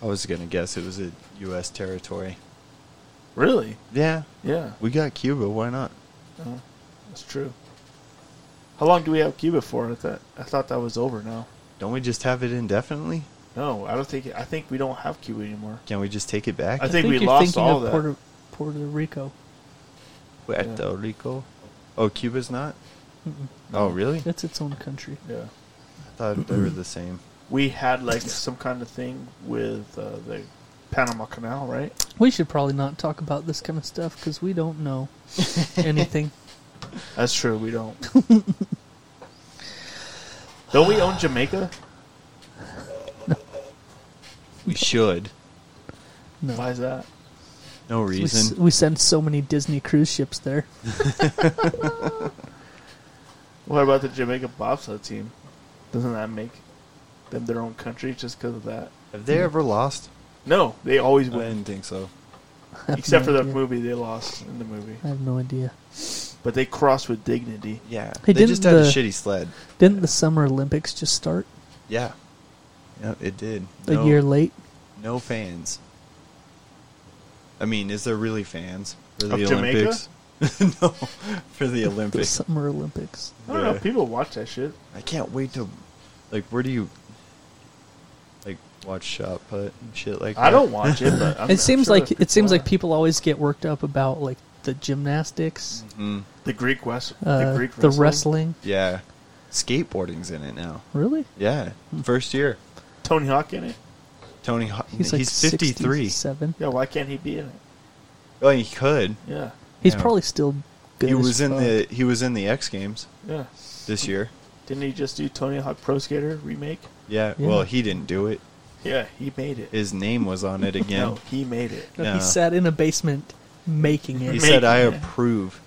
D: I was gonna guess it was a U.S. territory.
B: Really?
D: Yeah,
B: Yeah,
D: we got Cuba. Why not?
B: that's true. How long do we have Cuba for? I thought I thought that was over now.
D: Don't we just have it indefinitely?
B: No, I don't think. I think we don't have Cuba anymore.
D: Can we just take it back?
B: I think we lost all that.
C: Puerto, Puerto Rico.
D: Puerto Rico. Oh, Cuba's not. Oh, really?
C: That's its own country.
B: Yeah,
D: I thought they were the same.
B: we had like some kind of thing with uh, the Panama Canal, right?
C: We should probably not talk about this kind of stuff because we don't know anything.
B: That's true. We don't. don't we own Jamaica?
D: We should.
B: Why is that?
D: No
C: We, s-
D: reason.
C: we send so many Disney cruise ships there.
B: What about the Jamaica bobsled team? Doesn't that make them their own country just because of that?
D: Have they ever lost?
B: No, they always
D: I
B: win,
D: didn't think so.
C: I have
B: except
C: no
B: for the
C: idea.
B: movie they lost in the movie.
C: I have no idea.
B: But they cross with dignity.
D: Yeah,
C: Hey,
D: they just had
C: didn't the-
D: a shitty sled.
C: Didn't the Summer Olympics just start
D: Yeah, yeah, it did.
C: a year late?
D: No fans. I mean, is there really fans for the
B: Of Jamaica?
D: Olympics? no, for the
C: The
D: Olympics.
C: Summer Olympics.
B: I don't know.
D: Yeah.
B: People watch that shit.
D: I can't wait to, like, where do you, like, watch shot put and shit like that?
B: I don't watch it, but I'm
C: it seems
B: sure
C: like
B: people
C: it seems
B: are.
C: like people always get worked up about like the gymnastics,
B: the Greek West,
C: uh,
B: Mm-hmm. the Greek
C: the
B: wrestling.
C: wrestling.
D: Yeah, skateboarding's in it now.
C: Really?
D: Yeah, first year.
B: Tony Hawk in it.
D: Tony, Ho-
C: He's
D: he's,
C: like
D: 53.
C: Seven.
B: Yeah, why can't he be in it?
D: Oh, he could.
B: Yeah,
C: He's
D: Yeah.
C: probably still good.
D: He
C: as
D: was in
C: fuck.
D: the he was in the X Games
B: yeah.
D: this year.
B: Didn't he just do Tony Hawk Pro Skater remake?
D: Yeah,
C: Yeah.
D: well, he didn't do it.
B: Yeah, he made it.
D: His name was on it again.
B: No, he made it.
C: No,
D: Yeah.
C: He sat in a basement making
D: He
C: it.
D: said, "I
B: Making it.
D: approve."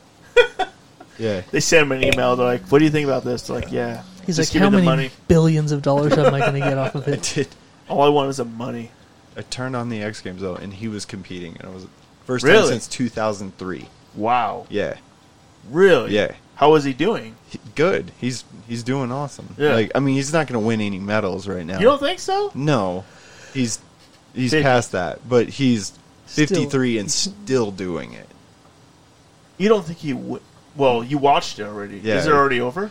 D: yeah,
B: They sent him an email. They're like, "What do you think about this?" They're like, "Yeah."
C: He's
B: just
C: like,
B: give
C: how
B: me
C: many
B: the money.
C: billions of dollars am I going to get off of
D: I
C: it?
D: did.
B: All I want is the money.
D: I turned on the X Games though, and he was competing, and it was first time
B: Really?
D: since 2003.
B: Wow.
D: Yeah,
B: Really?
D: Yeah.
B: How is he doing?
D: He- good. He's he's doing awesome.
B: Yeah.
D: Like I mean, he's not going to win any medals right now.
B: You don't think so?
D: no, he's he's
B: Big.
D: past that, but he's
C: Still.
D: 53 and still doing it.
B: You don't think he would? Well, you watched it already.
D: Yeah.
B: Is it already over?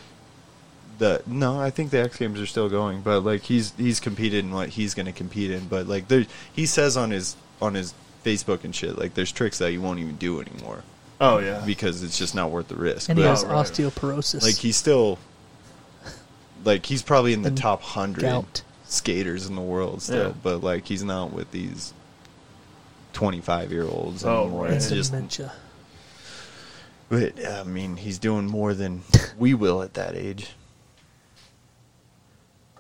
D: The no, I think the X Games are still going, but like he's he's competed in what he's going to compete in, but like there he says on his on his Facebook and shit, like there's tricks that you won't even do anymore
B: Oh yeah.
D: because it's just not worth the risk.
C: And he
D: But-
C: has
B: right.
C: osteoporosis.
D: Like he's still like he's probably in the
C: And
D: top hundred
C: gout.
D: skaters in the world still,
B: Yeah.
D: but like he's not with these twenty five year olds
B: Oh,
D: anymore.
B: right.
C: and
D: It's
B: It's
D: just
C: dementia.
D: but I mean he's doing more than we will at that age.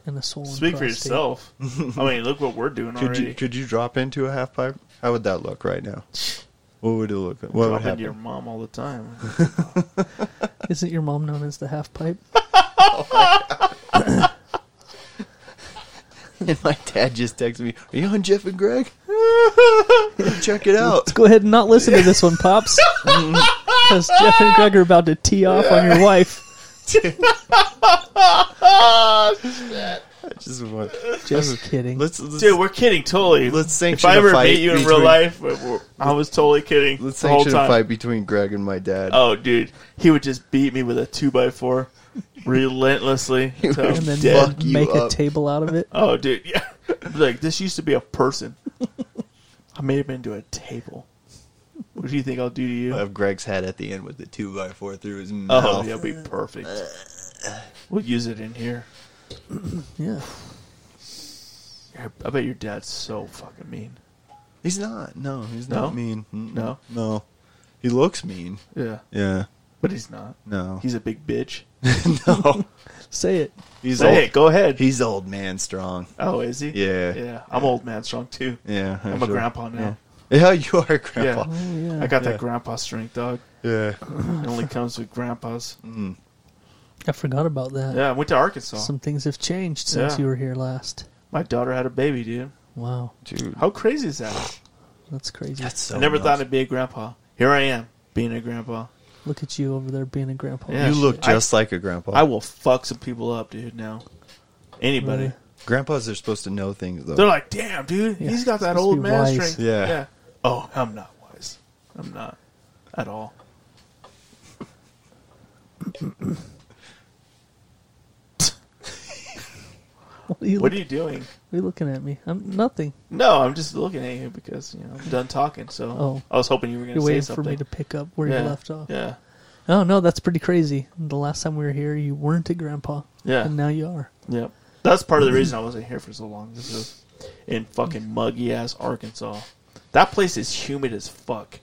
C: And a swollen
B: Speak for
C: prostate.
B: yourself. I mean, look what we're doing
D: Could
B: already.
D: you could you drop into a half pipe? How would that look right now? What would it look like? What
B: Drop
D: would
B: into
D: happen?
B: your mom all the time.
C: Isn't your mom known as the half pipe?
D: and my dad just texted me, Are you on Jeff and Greg? Check it out.
C: Let's go ahead and not listen to this one, Pops. Because Jeff and Greg are about to tee off on your wife.
D: Just want-
C: Just kidding.
D: let's let's
B: Dude, we're kidding totally.
D: Let's
B: If
D: sanction
B: I
D: a
B: ever
D: fight
B: meet you in real
D: between-
B: life, we're- we're- I was totally kidding
D: let's
B: the whole
D: sanction a
B: time.
D: fight between Greg and my dad.
B: Oh, dude, he would just beat me with a two by four relentlessly. until
D: would
B: I'm
C: and then
B: dead.
D: fuck you
C: make a
D: up.
C: table out of it.
B: Oh, dude, yeah. Like this used to be a person. I made him into a table. What do you think I'll do to you?
D: of Greg's head at the end with the two by four through his mouth.
B: Oh, that'll be perfect. We'll use it in here.
C: Yeah.
B: I bet your dad's so fucking mean.
D: He's not. No, he's
B: No?
D: not mean. Mm-mm.
B: No?
D: no. He looks mean.
B: Yeah,
D: Yeah. Oh.
B: but he's not.
D: No.
B: He's a big bitch.
D: no.
C: Say it.
D: He's
B: Say
D: old.
B: it. Go ahead.
D: He's old man strong.
B: oh, is he?
D: Yeah.
B: yeah. I'm old man strong too.
D: Yeah.
B: I'm a
D: sure.
B: grandpa now.
D: Yeah. Yeah, you are a
B: Yeah.
D: grandpa.
C: Oh, yeah.
B: I got
D: Yeah.
B: that grandpa strength, dog.
D: Yeah.
B: It only comes with grandpas.
C: I forgot about that.
B: Yeah, I went to Arkansas.
C: Some things have changed since
B: Yeah.
C: you were here last.
B: My daughter had a baby, dude.
C: Wow.
D: Dude.
B: How crazy is that?
C: That's crazy.
D: That's so
B: I never
D: nuts.
B: thought I'd be a grandpa. Here I am, being a grandpa.
C: Look at you over there being a grandpa.
B: Yeah.
D: you look
B: I-
D: just like a grandpa.
B: I will fuck some people up, dude, now. Anybody.
C: Really?
D: Grandpas are supposed to know things though.
B: They're like, damn, dude,
C: Yeah,
B: he's got that
C: supposed to
B: old
C: be
B: man
C: wise.
B: strength.
D: Yeah.
B: Oh, I'm not wise. I'm not. At all.
C: What are you,
B: What are you doing?
C: what are you looking at me? I'm nothing.
B: No, I'm just looking at you because, you know, I'm done talking, so
C: Oh.
B: I was hoping you were going to
C: You're
B: say
C: waiting
B: something.
C: for me to pick up where
B: yeah.
C: you left off.
B: Yeah.
C: Oh no, that's pretty crazy. The last time we were here, you weren't a grandpa.
B: Yeah.
C: And now you are.
B: Yeah. That's part of the reason I wasn't here for so long. This is in fucking muggy ass Arkansas. That place is humid as fuck.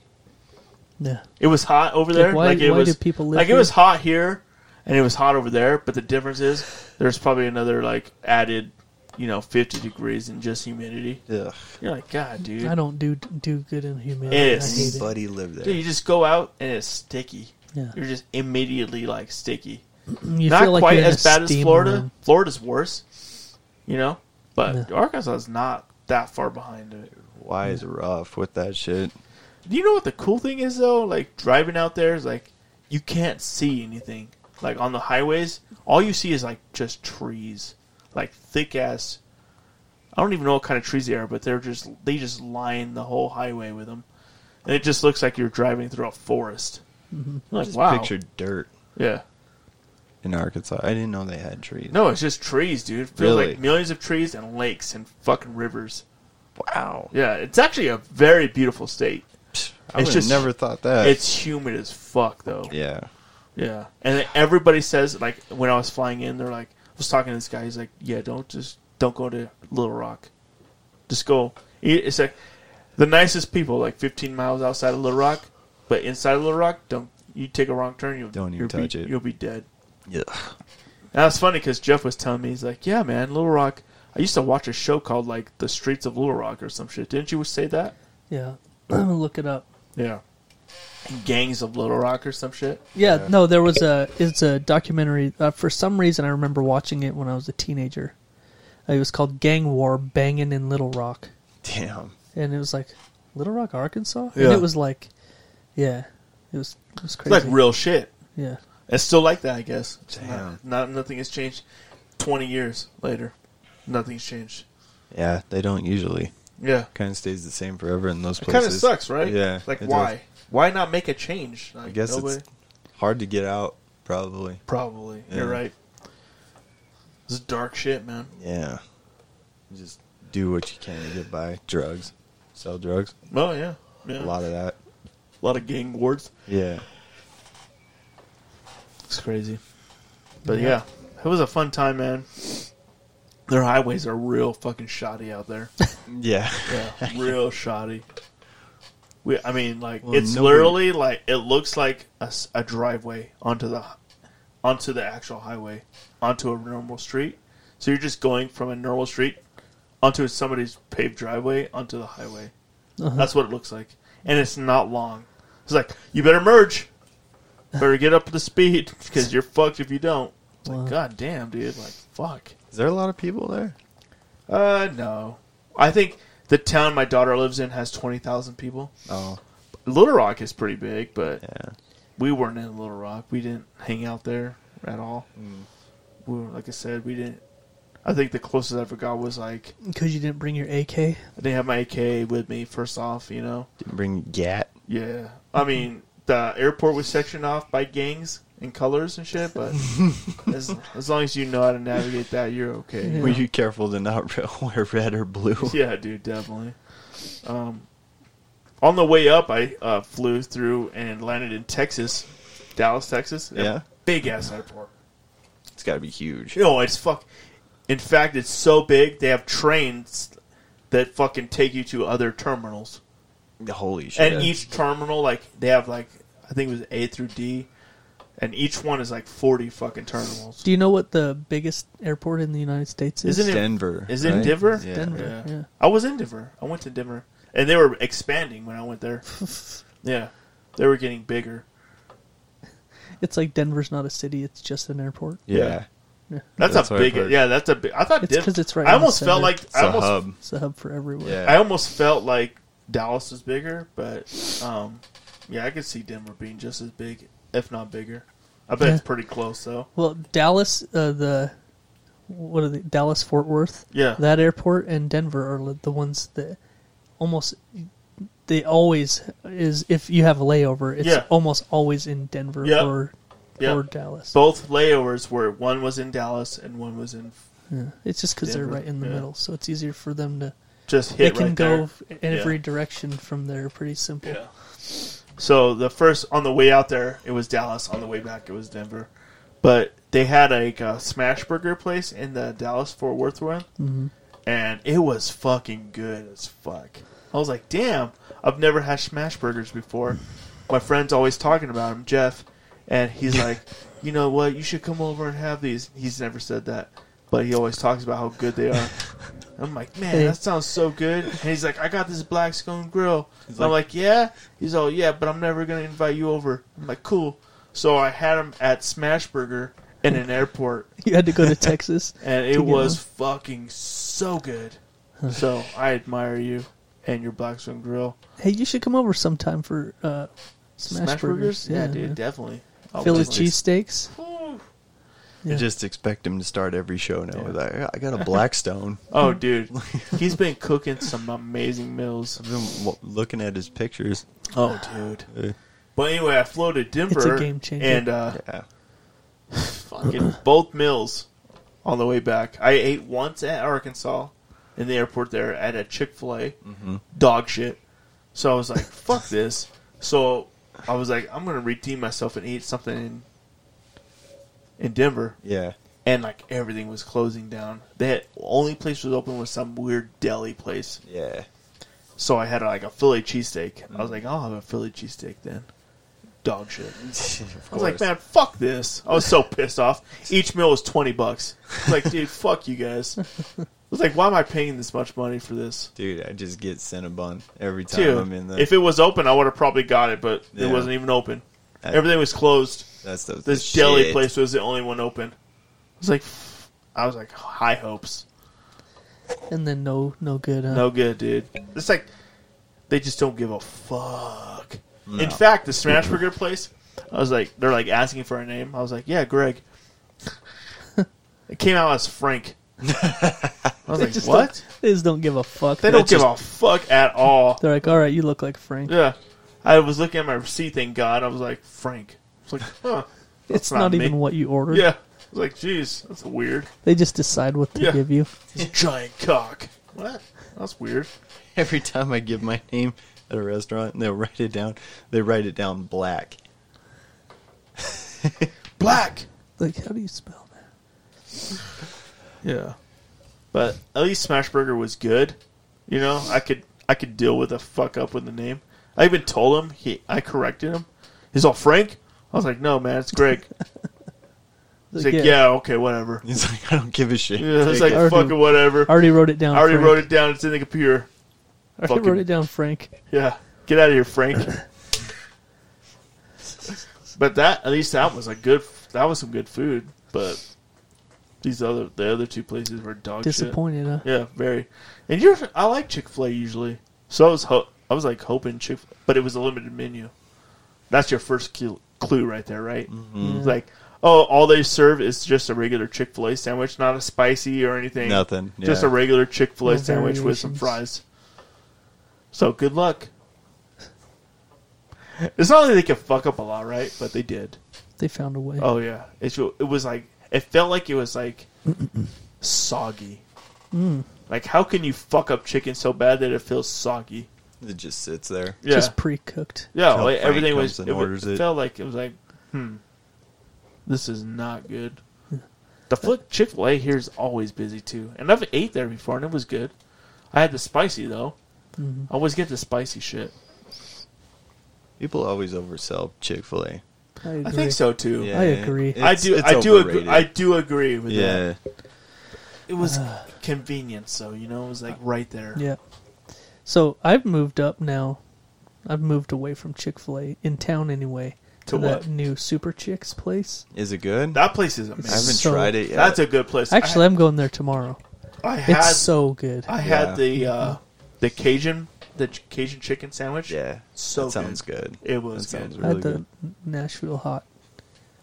C: Yeah.
B: It was hot over
C: Like,
B: there. Like,
C: why-
B: it
C: why
B: was,
C: do people live
B: like
C: here?
B: it was hot here and it was hot over there, but the difference is there's probably another like added, you know, fifty degrees in just humidity.
D: Ugh.
B: You're like, God, dude.
C: I don't do do good in humidity.
B: Yes.
C: I hate it.
D: Buddy lived there.
B: Dude, you just go out and it's sticky.
C: Yeah.
B: You're just immediately like sticky.
C: You
B: not
C: feel like
B: quite
C: you're in
B: as
C: a
B: bad as
C: steam
B: Florida.
C: room.
B: Florida's worse, you know, but
C: Yeah.
B: Arkansas is not that far behind it.
D: Why is rough with that shit?
B: Do you know what the cool thing is though? Like driving out there is like you can't see anything. Like on the highways, all you see is like just trees, like thick ass. I don't even know what kind of trees they are, but they're just they just line the whole highway with them, and it just looks like you're driving through a forest. Like
D: Mm-hmm. Just
B: wow,
D: pictured dirt
B: yeah.
D: in Arkansas. I didn't know they had trees.
B: No, it's just trees, dude. It feels
D: Really?
B: like millions of trees and lakes and fucking rivers.
D: Wow.
B: Yeah, it's actually a very beautiful state.
D: I
B: It's
D: would
B: just-
D: have never thought that.
B: It's humid as fuck though.
D: yeah.
B: Yeah. And then everybody says, like, when I was flying in, they're like, I was talking to this guy. He's like, yeah, don't just, don't go to Little Rock. Just go. It's like the nicest people, like 15 miles outside of Little Rock, but inside of Little Rock, don't, you take a wrong turn, you'll,
D: Don't even
B: you'll
D: touch
B: be,
D: it.
B: You'll be dead.
D: Yeah.
B: And that's funny because Jeff was telling me, he's like, yeah, man, Little Rock. I used to watch a show called, like, The Streets of Little Rock or some shit. Didn't you say that?
C: Yeah, I'm gonna look it up.
B: Yeah. Gangs of Little Rock or some shit.
C: Yeah, no, there was a it's a documentary. Uh, for some reason, I remember watching it when I was a teenager. Uh, it was called Gang War Bangin' in Little Rock,
D: Damn.
C: and it was like Little Rock, Arkansas,
D: Yeah.
C: and it was like, yeah, it was it was
B: It's like
C: crazy.
B: real shit.
C: yeah,
B: It's still like that, I guess.
D: Damn.
B: Not, not- nothing has changed. Twenty years later, nothing's changed.
D: Yeah, they don't usually.
B: Yeah,
D: Kind of stays the same forever in those
B: it
D: places.
B: kind of sucks, right?
D: Yeah.
B: like
D: it does.
B: why? Why not make a change? Like,
D: I guess
B: nobody-
D: it's hard to get out, probably.
B: probably.
D: Yeah.
B: You're right. This is dark shit, man.
D: Yeah. You Just do what you can to get by. Drugs. Sell drugs.
B: Oh yeah, yeah.
D: A lot of that.
B: a lot of gang wars.
D: Yeah.
B: It's crazy. But yeah. it was a fun time, man. Their highways are real fucking shoddy out there.
D: Yeah.
B: Yeah, real shoddy. We, I mean, like
D: Well,
B: it's
D: nobody-
B: literally like it looks like a, s- a driveway onto the onto the actual highway onto a normal street. So you're just going from a normal street onto somebody's paved driveway onto the highway.
C: Uh-huh.
B: That's what it looks like, and it's not long. It's like you better merge, better get up to speed because you're fucked if you don't. It's like, God damn, dude, like fuck.
D: Is there a lot of people there?
B: Uh, no. I think the town my daughter lives in has 20,000 people.
D: Oh.
B: Little Rock is pretty big, but
D: Yeah.
B: we weren't in Little Rock. We didn't hang out there at all. We were, like I said, we didn't. I think the closest I ever got was like,
C: because you didn't bring your AK.
B: I didn't have my AK with me, first off, you know?
D: Didn't bring gat.
B: Yeah. I mean, the airport was sectioned off by gangs and colors and shit, but as, as long as you know how to navigate that, you're okay.
D: Were you careful to not re- wear red or blue?
B: Yeah, dude, definitely. Um, on the way up, I uh, flew through and landed in Texas, Dallas, Texas.
D: Yeah.
B: big ass airport.
D: It's got to be huge.
B: You know, it's fuck. In fact, it's so big they have trains that fucking take you to other terminals,
D: Holy shit.
B: and each terminal like they have like I think it was A through D, and each one is like forty fucking terminals.
C: Do you know what the biggest airport in the United States is?
B: Isn't it-
D: Denver.
B: Is it
D: right?
B: Denver?
D: Yeah.
C: Denver.
B: Yeah.
C: Yeah.
B: I was in Denver. I went to Denver, and they were expanding when I went there. yeah, they were getting bigger.
C: It's like Denver's not a city; it's just an airport.
D: Yeah.
B: That's,
D: That's
B: a
D: what I've
B: big.
D: heard.
B: Yeah, that's a big. I thought
C: It's 'cause it's right
B: I
C: on the
B: almost felt
C: center.
B: like
D: It's
B: I
D: a
B: almost.
D: hub.
C: It's a hub for everywhere.
D: Yeah.
B: I almost felt like Dallas was bigger, but um, yeah, I could see Denver being just as big, if not bigger. I bet it's
C: Yeah.
B: pretty close though.
C: Well, Dallas, uh, the what are they? Dallas Fort Worth.
B: Yeah.
C: That airport and Denver are li- the ones that almost they always is if you have a layover, it's
B: Yeah.
C: almost always in Denver
B: Yep.
C: or
B: Yep.
C: or Dallas.
B: Both layovers were one was in Dallas and one was in
C: it's just because they're
B: Denver,
C: right in the
B: yeah.
C: middle, so it's easier for them to.
B: just
C: They
B: hit
C: can
B: right
C: go
B: there.
C: f- in every
B: Yeah.
C: direction from there. Pretty simple.
B: Yeah. So the first on the way out there, it was Dallas. On the way back, it was Denver. But they had like a smash burger place in the Dallas Fort Worth one,
C: Mm-hmm.
B: and it was fucking good as fuck. I was like, damn, I've never had smash burgers before. My friend's always talking about him, Jeff, and he's like, you know what, you should come over and have these. He's never said that, but he always talks about how good they are. I'm like, man,
C: Hey.
B: that sounds so good. And he's like, I got this black scone grill. And I'm like, yeah. He's all, yeah, but I'm never gonna invite you over. I'm like, cool. So I had him at Smashburger in an airport,
C: You had to go to Texas.
B: and it
C: To get
B: was fucking so good. so I admire you and your black scone grill.
C: Hey, you should come over sometime for uh, smash, burgers.
B: Yeah, dude, definitely. Oh, I'll
C: Philly
B: definitely-
C: cheesesteaks. Yeah.
D: I just expect him to start every show now with I, I got a Blackstone.
B: Oh, dude, he's been cooking some amazing meals.
D: I've been w- looking at his pictures.
B: Oh, dude. But anyway, I flew to Denver.
C: game changer.
B: And uh,
D: Yeah.
B: fucking both meals on the way back. I ate once at Arkansas in the airport there at a Chick fil A. Dog shit. So I was like, fuck this. So I was like, I'm going to redeem myself and eat something in, in Denver.
D: Yeah.
B: And like everything was closing down. They had, only place was open was some weird deli place.
D: Yeah.
B: So I had like a Philly cheesesteak. I was like, I'll have a Philly cheesesteak then. Dog shit.
D: Of
B: I was like, man, fuck this. I was so pissed off. Each meal was 20 bucks. I was like, dude, fuck you guys. I was like, why am I paying this much money for this?
D: Dude, I just get Cinnabon every time
B: Dude,
D: I'm in the.
B: if it was open, I would have probably got it, but it
D: Yeah.
B: wasn't even open.
D: I-
B: Everything was closed.
D: that's the,
B: This
D: the
B: deli
D: shit.
B: place was the only one open. I was like, f- I was like, high hopes.
C: and then no, no good. uh, Huh?
B: No good, dude. It's like they just don't give a fuck. In fact, the Smash Burger place, I was like, they're like asking for a name. I was like, yeah, Greg. it came out as Frank. I was
C: They
B: like,
C: just
B: what?
C: don't- they just don't give a fuck.
B: They don't
C: They're
B: give a fuck at all.
C: just- They're like, all right, you look like Frank.
B: Yeah, I was looking at my receipt. Thank God, I was like, Frank. I was like, huh?
C: it's
B: not
C: not,
B: me.
C: even what you ordered.
B: Yeah. I was like, geez, that's weird.
C: They just decide what to
B: Yeah.
C: give you.
B: It's a giant cock. What? That's weird.
D: Every time I give my name at a restaurant, and they'll write it down. They write it down black.
B: Black.
C: Like, how do you spell that?
B: Yeah. But at least Smashburger was good. You know, I could I could deal with a fuck up with the name. I even told him he I corrected him. He's all Frank? I was like, No man, it's Greg. He's like,
C: Like,
B: Yeah, okay, whatever.
D: It's like I don't give a shit.
B: Yeah, it's
D: Take
B: like
D: it.
C: Already-
B: fucking whatever.
C: I already wrote it down.
B: I already
C: Frank.
B: wrote it down, it's in the computer.
C: I already
B: fucking- Oh,
C: wrote it down, Frank.
B: Yeah. Get out of here, Frank. but that at least that was a good that was some good food, but these other the other two places were dog shit.
C: Disappointed, huh?
B: Yeah, very. And you're, I like Chick Fil A usually, so I was ho- I was like hoping Chick, but it was a limited menu. That's your first cl- clue right there, right?
D: Mm-hmm.
B: It's Like, oh, all they serve is just a regular Chick Fil A sandwich, not a spicy or anything.
D: Nothing,
B: just
D: yeah.
B: a regular Chick Fil A
C: No
B: sandwich with some
C: variations.
B: fries. So good luck. It's not like they could fuck up a lot, right? But they did.
C: They found a way.
B: Oh yeah, it wa- it was like it felt like it was like soggy.
C: Mm.
B: Like how can you fuck up chicken so bad that it feels soggy?
D: It just sits there.
B: Yeah,
C: Just pre-cooked.
B: yeah.
D: Till
B: Like,
D: Frank
B: everything
D: comes
B: was.
D: and
B: It, wa-
D: orders
B: it
D: it.
B: felt like it was like, hmm, this is not good. The foot Chick Fil A here is always busy too, and I've ate there before and it was good. I had the spicy though.
C: Mm-hmm.
B: I always get the spicy shit.
D: People always oversell Chick Fil A.
C: I, agree.
B: I think so too.
D: Yeah,
C: I agree.
B: I
D: it's-
B: do.
D: it's
B: I do. Agree,
D: overrated.
B: I do agree with that.
D: yeah,
B: It was convenient, so you know, it was like right there.
C: Uh, Yeah. So I've moved up now. I've moved away from Chick Fil A in town anyway to,
B: To
C: that
B: what?
C: new Super Chicks place.
D: is it good?
B: That place is
D: I
B: amazing.
D: haven't
C: so-
D: tried it yet.
B: That's a good place.
C: Actually, I'm going there tomorrow.
B: I, I had
C: It's so Mm-hmm. good.
B: I had
D: Yeah.
B: the uh, the Cajun the ch- Cajun chicken sandwich.
D: yeah.
B: so
D: that sounds good.
B: It was
D: That sounds
B: good.
C: I had
D: really
C: the
D: good.
C: Nashville hot.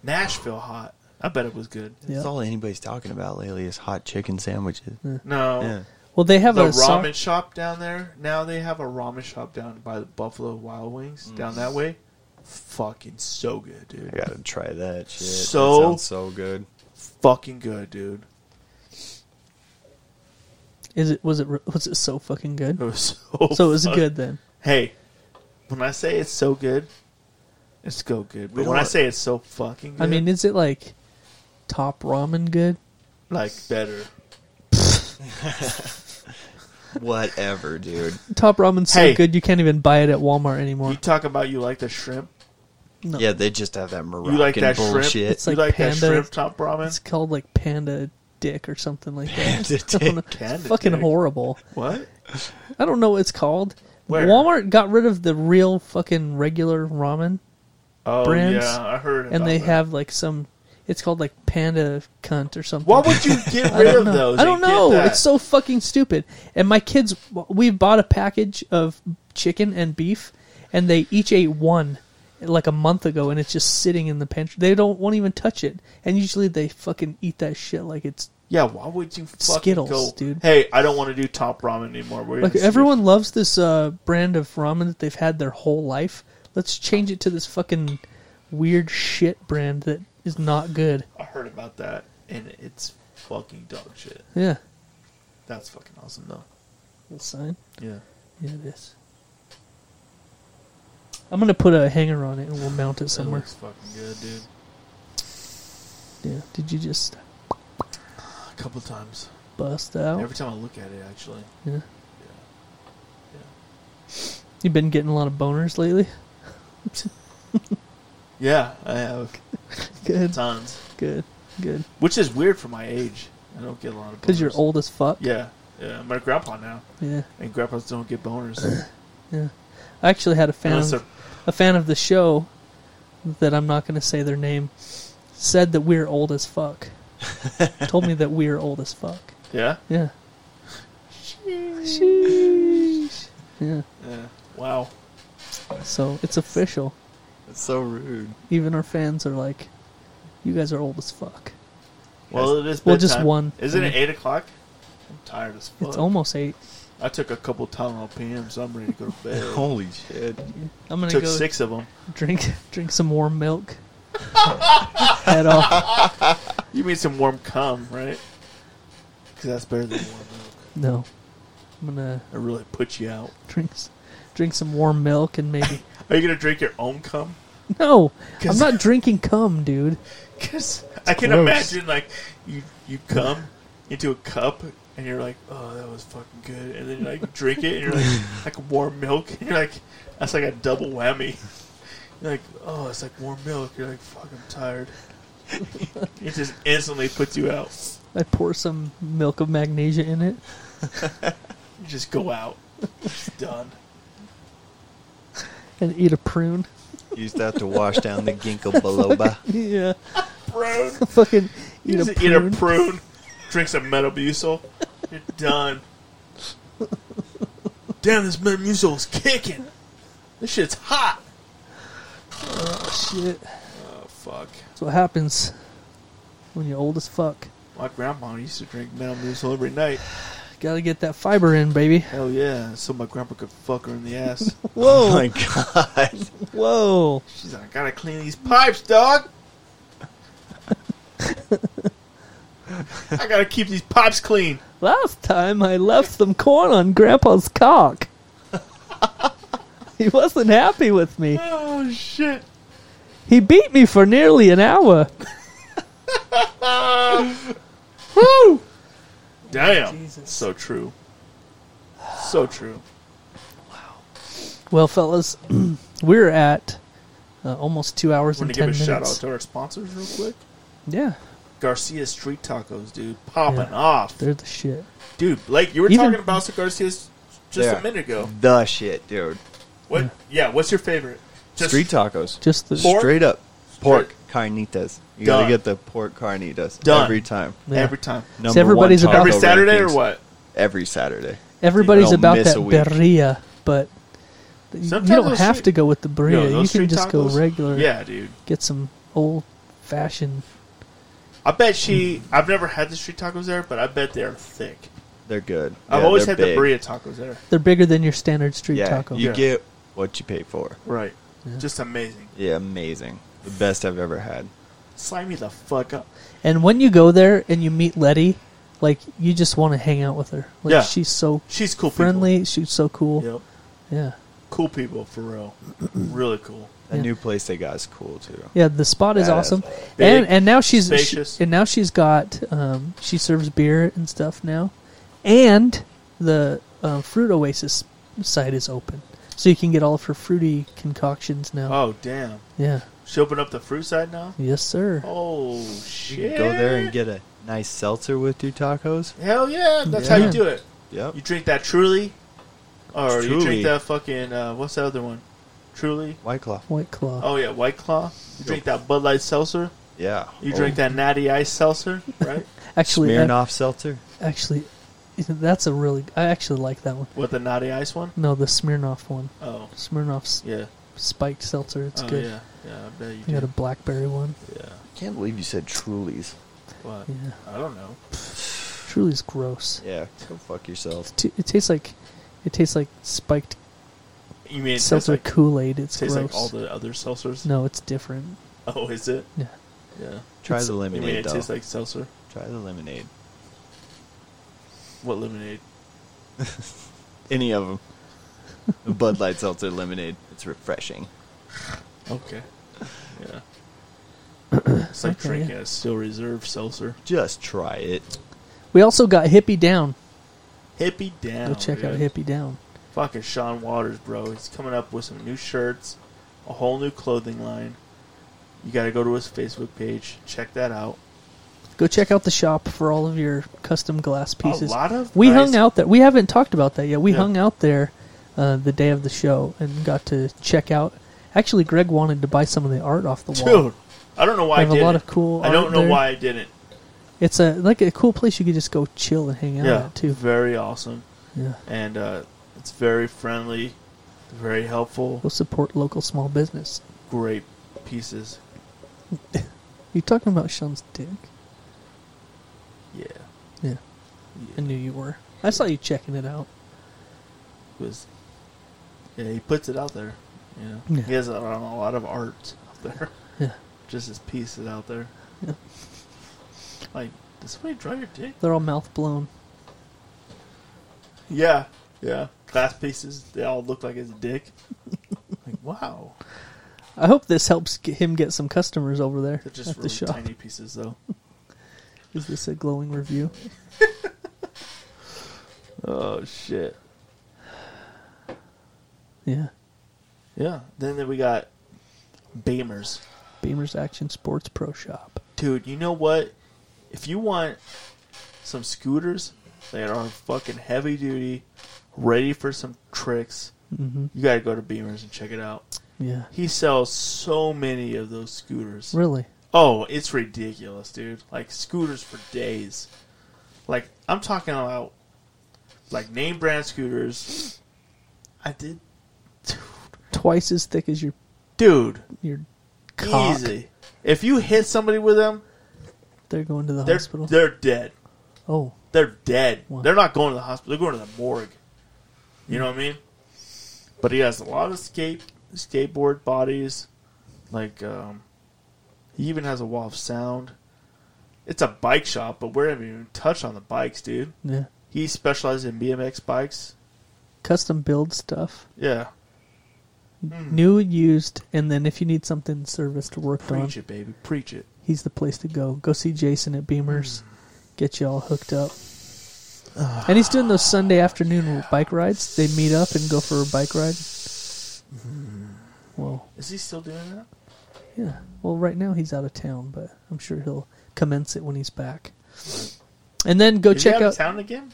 B: Nashville hot. I bet it was good.
C: Yeah.
D: That's all anybody's talking about lately is hot chicken sandwiches.
B: No,
D: Yeah.
C: Well, they have
B: the
C: a sau-
B: ramen shop down there. Now they have a ramen shop down by the Buffalo Wild Wings down
D: Mm.
B: that way. Fucking so good, dude.
D: I gotta try that shit. That
B: So-
D: sounds so good.
B: Fucking good, dude.
C: Is it was it re- was it so fucking
B: It
C: good?
B: was so.
C: So it was
B: Oh, fuck-
C: good then.
B: Hey, when I say it's so good, it's so good. But
D: don't
B: when I
D: want-
B: say it's so fucking, good,
C: I mean, is it like top ramen good?
B: like better.
D: Whatever, dude.
C: Top ramen's so
B: Hey.
C: good you can't even buy it at Walmart
B: You
C: anymore.
B: talk about you like the shrimp.
C: No.
D: Yeah, they just have that Moroccan
B: You like that shrimp?
D: bullshit.
C: It's
B: you
C: like
B: like that
C: panda-
B: shrimp top ramen?
C: It's called like panda dick or something like that.
D: Panda
C: I don't know.
D: dick.
C: It's
B: Panda
C: fucking
B: dick.
C: horrible.
B: What?
C: I don't know what it's called.
B: Where?
C: Walmart got rid of the real fucking regular ramen,
B: Oh
C: Brands,
B: yeah, I heard.
C: and
B: about
C: they
B: that.
C: have like some. It's called like panda cunt or something.
B: Why would you get
C: I
B: rid
C: don't
B: of
C: know.
B: those?
C: I
B: and
C: don't
B: get
C: know.
B: that?
C: It's so fucking stupid. And my kids, we bought a package of chicken and beef, and they each ate one, like a month ago, and it's just sitting in the pantry. They don't won't even touch it, and usually they fucking eat that shit like it's
B: Yeah, why would you fucking
C: Skittles,
B: go?
C: dude.
B: Hey, I don't want to do top ramen anymore. We're
C: like
B: gonna see-
C: everyone loves this uh, brand of ramen that they've had their whole life. Let's change it to this fucking weird shit brand that is not good.
B: I heard about that, and it's fucking dog shit.
C: Yeah,
B: That's fucking awesome, though.
C: little sign.
B: Yeah.
C: Yeah, it is. I'm gonna put a hanger on it and we'll mount it somewhere.
B: That looks fucking good, dude.
C: Yeah. Did you just
B: A couple times.
C: bust out?
B: Every time I look at it, actually.
C: Yeah. You've been getting a lot of boners lately.
B: Yeah, I have
C: Good.
B: tons.
C: Good. Good.
B: Which is weird for my age. I don't get a lot of.
C: Because you're
B: boners.
C: old as fuck.
B: Yeah, yeah. I'm a grandpa now,
C: Yeah.
B: and grandpas don't get boners
C: I actually had a fan
B: unless
C: of,
B: they're
C: a fan of the show that I'm not going to say their name said that we're old as fuck. Told me that we're old as fuck.
B: yeah.
C: Yeah. Sheesh. Yeah.
B: Yeah. Wow.
C: So it's official.
D: That's so rude.
C: Even our fans are like, "You guys are old as fuck."
B: Well, it is.
C: Well, just
B: bedtime.
C: one.
B: Isn't
C: I
B: it eight o'clock? I'm tired as fuck.
C: It's almost eight.
B: I took a couple Tylenol PMs. So I'm ready to go to bed.
D: Holy shit.
C: I'm gonna
B: took
C: go
B: six of them.
C: drink drink some warm milk. Head off.
B: You mean some warm cum, right? Because that's better than warm milk.
C: No, I'm gonna
B: It really puts you out.
C: drink s- drink some warm milk and maybe
B: Are you gonna drink your own cum?
C: no. I'm
B: 'Cause-
C: not drinking cum, dude.
B: Because I can
C: gross.
B: imagine like you you come into a cup and you're like, oh, that was fucking good, and then you like drink it and you're like like warm milk. And you're like that's like a double whammy. You're like, oh, it's like warm milk. You're like, fuck, I'm tired. it just instantly puts you out.
C: I pour some milk of magnesia in it.
B: You just go out. It's done.
C: and eat a prune.
D: You used to have to wash down the ginkgo biloba.
C: yeah,
B: Prune.
C: fucking
B: You
C: eat a
B: just eat a
C: prune.
B: prune. Drink some Metamucil. You're done. Damn, this Metamucil is kicking. This shit's hot.
C: Shit,
B: Oh fuck.
C: that's what happens when you're old as fuck.
B: My grandma used to drink Metamucil every night.
C: Gotta get that fiber in, baby.
B: Hell yeah, so my grandpa could fuck her in the ass.
D: Whoa. Oh my god.
C: Whoa,
B: She's like, I gotta clean these pipes, dog. I gotta keep these pipes clean.
C: last time I left some corn on Grandpa's cock. he wasn't happy with me.
B: Oh shit.
C: He beat me for nearly an hour.
B: Woo! Damn.
C: Jesus.
B: So true. So true.
C: Well, fellas, we're at uh, almost two hours
B: Want
C: and
B: to give
C: ten
B: a shout out
C: minutes.
B: to our sponsors real quick?
C: yeah,
B: Garcia Street Tacos, dude, popping
C: Yeah.
B: off,
C: they're the shit.
B: dude. Blake, you were
C: Even-
B: talking about some Garcia's just
D: Yeah.
B: a minute ago.
D: The shit, dude.
B: What? Yeah, what's your favorite? Just
D: Street tacos.
C: Just the
B: Pork?
D: Straight up. Pork carnitas. You
B: Done.
D: gotta get the pork carnitas
B: Done.
D: every time.
C: Yeah.
B: every time,
D: Number
C: everybody's
D: one
C: about-
D: taco
B: every Saturday or
D: rankings.
B: what?
D: Everybody's Saturday.
C: Everybody's
D: Don't
C: about
D: miss
C: that
D: a week.
C: birria, but th- you
B: Sometimes
C: don't
B: those
C: have
B: street-
C: to go with the
B: Yo,
C: birria.
B: those
C: you can
B: street
C: just go
B: tacos?
C: regular.
B: Yeah, dude.
C: Get some old fashioned.
B: I bet she.
C: Mm.
B: I've never had the street tacos there, but I bet they're thick.
D: They're good.
B: I've
D: Yeah,
B: always
D: they're
B: had
D: big.
B: the burrito tacos there.
C: They're bigger than your standard street
D: yeah,
C: taco.
D: You
B: Yeah.
D: get what you pay for.
B: Right. Just amazing.
D: Yeah, amazing. The best I've ever had.
B: Sign me the fuck up.
C: And when you go there and you meet Letty, like you just want to hang out with her. Like
B: Yeah.
C: she's so
B: She's cool. people.
C: friendly. She's so cool.
B: Yep.
C: Yeah.
B: Cool people for real. really cool.
D: That
C: Yeah.
D: new place they got is cool too.
C: Yeah, the spot is
D: Yeah,
C: awesome,
D: that's
B: Big,
C: and and now she's she-
B: spacious.
C: and now she's got um, she serves beer and stuff now, and the uh, fruit oasis site is open, so you can get all of her fruity concoctions now.
B: Oh damn.
C: Yeah,
B: She opened up the fruit side now.
C: yes, sir.
B: Oh
D: You
B: shit!
D: can go there and get a nice seltzer with your tacos.
B: Hell yeah! That's
C: Yeah.
B: how you do it.
D: Yep.
B: You drink that Truly, or you
D: Truly.
B: drink that fucking uh, what's the other one? Truly.
D: White Claw.
C: White claw.
B: Oh yeah, White Claw. You drink that Bud Light seltzer.
D: Yeah.
B: You
C: Oh.
B: drink that Natty Ice seltzer, right?
C: actually, I,
D: Smirnoff seltzer.
C: actually, that's a really. I actually like that one.
B: With the Natty Ice one.
C: No, the Smirnoff one.
B: Oh
C: Smirnoff's
B: yeah,
C: spiked seltzer. It's good.
B: Oh, yeah, yeah. I bet you
C: I got
B: did.
C: a blackberry one.
B: Yeah,
D: Can't believe you said Trulies.
B: but
C: Yeah.
B: I don't know.
C: Truly is gross.
D: Yeah, go fuck yourself.
C: T- It tastes like it tastes like spiked
B: You mean it tastes
C: seltzer
B: like,
C: Kool Aid. It's
B: tastes
C: gross.
B: like all the other seltzers?
C: no, it's different.
B: Oh, is it?
C: Yeah.
B: Yeah.
D: Try the
B: You mean
D: lemonade
B: it
D: though.
B: tastes like seltzer?
D: Try the lemonade.
B: What lemonade?
D: Any of them. The Bud Light Seltzer lemonade. It's refreshing.
B: Okay. Yeah. it's like
C: Okay,
B: drinking a still reserve seltzer.
D: Just try it.
C: We also got Hippie Down.
B: Hippie down.
C: Go check out
B: dude.
C: Hippie Down.
B: Fucking Sean Waters, bro. He's coming up with some new shirts, a whole new clothing line. You got to go to his Facebook page. Check that out.
C: Go check out the shop for all of your custom glass pieces.
B: A lot of
C: we
B: nice-
C: hung out there. We haven't talked about that yet. We
B: Yeah.
C: hung out there uh, the day of the show and got to check out. Actually, Greg wanted to buy some of the art off the wall.
B: dude. I don't know why
C: They
B: I
C: have a
B: didn't.
C: lot of cool
B: I don't
C: art
B: know
C: there.
B: why I didn't.
C: It's a like a cool place you could just go chill and hang out
B: Yeah,
C: at too.
B: very awesome,
C: Yeah,
B: and uh, it's very friendly, very helpful.
C: go support local small business.
B: Great pieces.
C: You talking about Sean's dick?
B: Yeah,
C: Yeah. I knew you were. I saw you checking it out.
B: it was. Yeah, he puts it out there. You know,
C: Yeah.
B: he has a, a lot of art out there.
C: Yeah.
B: just his pieces out there.
C: Yeah.
B: Like, does somebody draw your dick?
C: They're all mouth blown.
B: Yeah, yeah. Glass pieces. They all look like his dick. like, wow.
C: I hope this helps get him get some customers over there
B: They're
C: at
B: just
C: the
B: really
C: shop.
B: tiny pieces, though.
C: Is this a glowing review?
B: Oh shit.
C: Yeah.
B: Yeah. Then, then we got Beamers.
C: Beamer's Action Sports Pro Shop.
B: Dude, you know what? If you want some scooters that are fucking heavy duty, ready for some tricks,
C: Mm-hmm.
B: you gotta go to Beamers and check it out.
C: Yeah.
B: He sells so many of those scooters.
C: Really?
B: Oh, it's ridiculous, dude. Like scooters for days. Like I'm talking about like name brand scooters. I did
C: Twice as thick as your
B: dude,
C: your cock.
B: easy. If you hit somebody with them,
C: They're going to the
B: they're
C: hospital.
B: they're dead.
C: oh,
B: They're dead.
C: Wow.
B: They're not going to the hospital. They're going to the morgue. You know what I mean? But he has a lot of skate skateboard bodies. Like um, he even has a wall of sound. It's a bike shop, but we haven't even touched on the bikes, dude.
C: yeah.
B: He specializes in BMX bikes.
C: Custom build stuff.
B: Yeah, Hmm.
C: New, used, and then if you need something serviced or worked on,
B: preach it, baby, preach it.
C: he's the place to go. Go see Jason at Beamer's.
B: Hmm.
C: Get you all hooked up. and he's doing those Sunday afternoon bike rides. They meet up and go for a bike ride.
B: Hmm.
C: Well,
B: Is he still doing that?
C: yeah. Well, right now he's out of town, but I'm sure he'll commence it when he's back. And then go
B: Is
C: check
B: he out,
C: out.
B: of town again?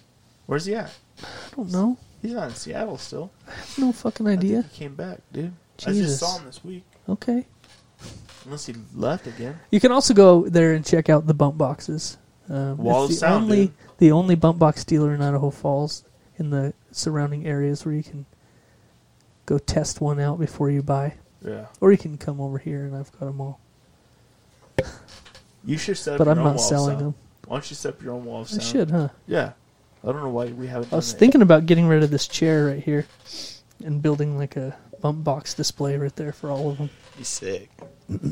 B: Where's he at?
C: I don't know.
B: He's not in Seattle still.
C: I have no fucking
B: I think
C: idea.
B: he came back, dude. I just
C: Jesus.
B: saw him this week.
C: Okay.
B: Unless he left again.
C: You can also go there and check out the bump boxes. Um,
B: Wall
C: it's
B: of
C: the
B: sound,
C: only
B: dude.
C: the only bump box dealer in Idaho Falls in the surrounding areas where you can go test one out before you buy,
B: Yeah.
C: or you can come over here and I've got them all.
B: You should set up
C: But
B: your
C: I'm
B: own
C: not
B: wall of
C: selling
B: sound.
C: them.
B: Why don't you set up your own wall of
C: I
B: sound?
C: should, huh?
B: Yeah. I don't know why we haven't
C: I was
B: done that
C: thinking about getting rid of this chair right here and building like a bump box display right there for all of them.
D: Be sick.
C: Yeah,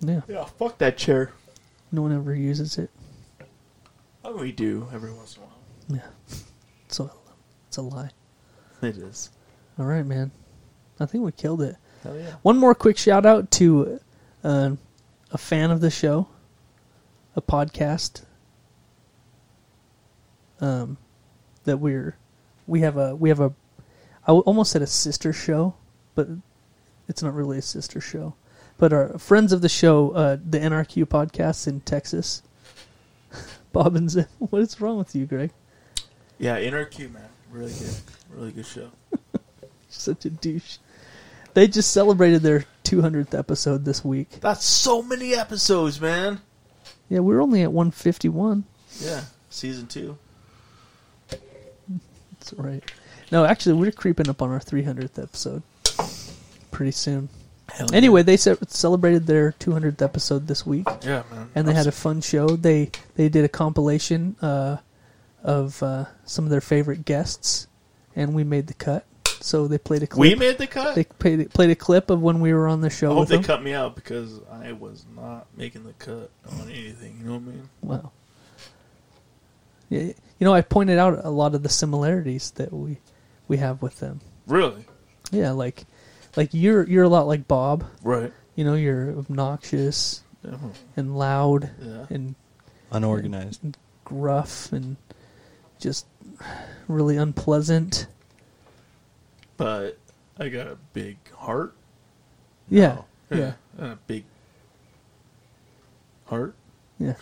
B: yet. Yeah, fuck that chair.
C: no one ever uses it.
B: Oh, we do every once in a while.
C: Yeah, so it's a lie.
B: It is.
C: All right, man. I think we killed it.
B: Hell yeah.
C: One more quick shout out to uh, a fan of the show, a podcast um, that we're we have a we have a I w- almost said a sister show, but it's not really a sister show. But our friends of the show, uh, the NRQ podcast in Texas, Bob and Zim. What is wrong with you, Greg?
B: Yeah, inner Q, man. Really good. Really good show.
C: Such a douche. They just celebrated their 200th episode this week.
B: That's so many episodes, man.
C: Yeah, we're only at 151.
B: Yeah. Season two.
C: That's right. No, actually, we're creeping up on our 300th episode. pretty soon. Anyway, they ce- celebrated their 200th episode this week,
B: Yeah, man.
C: and they had a fun show. They they did a compilation uh, of uh, some of their favorite guests, and we made the cut. So they played a clip.
B: We made the cut.
C: they played, played a clip of when we were on the
B: I
C: show
B: hope
C: with
B: they
C: them.
B: cut me out because I was not making the cut on anything. You know what I mean?
C: Wow. Yeah, you know, I pointed out a lot of the similarities that we we have with them.
B: Really?
C: Yeah, like like you're you're a lot like Bob.
B: Right.
C: You know, you're obnoxious and loud
B: Yeah.
C: and
D: Unorganized.
C: gruff and just really unpleasant.
B: But I got a big heart.
C: Yeah.
B: Oh,
C: Yeah.
B: And a big heart
C: Yeah.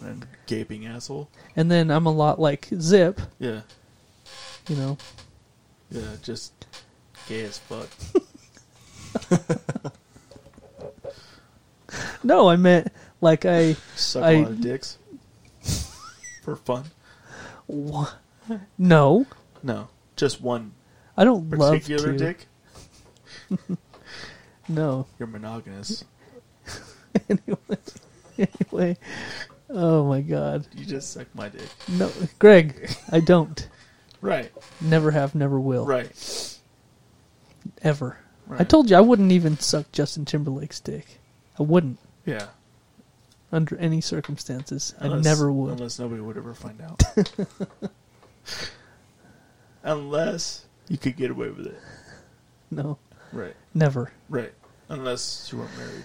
B: and a gaping asshole.
C: And then I'm a lot like Zip,
B: Yeah.
C: you know.
B: Yeah. Just gay as fuck.
C: No, I meant like I
B: Suck
C: I-
B: a lot of dicks for fun.
C: no,
B: No, just one
C: I don't love
B: particular
C: to.
B: dick.
C: No.
B: You're monogamous.
C: Anyway. Oh my god.
B: You just suck my dick.
C: No, Greg, I don't.
B: Right.
C: Never have, never will.
B: Right.
C: Ever. I
B: Right.
C: told you I wouldn't even suck Justin Timberlake's dick. I wouldn't
B: Yeah.
C: under any circumstances.
B: Unless-
C: I never would.
B: Unless nobody would ever find out. unless you could get away with it.
C: No,
B: Right.
C: never,
B: Right. Unless you weren't married.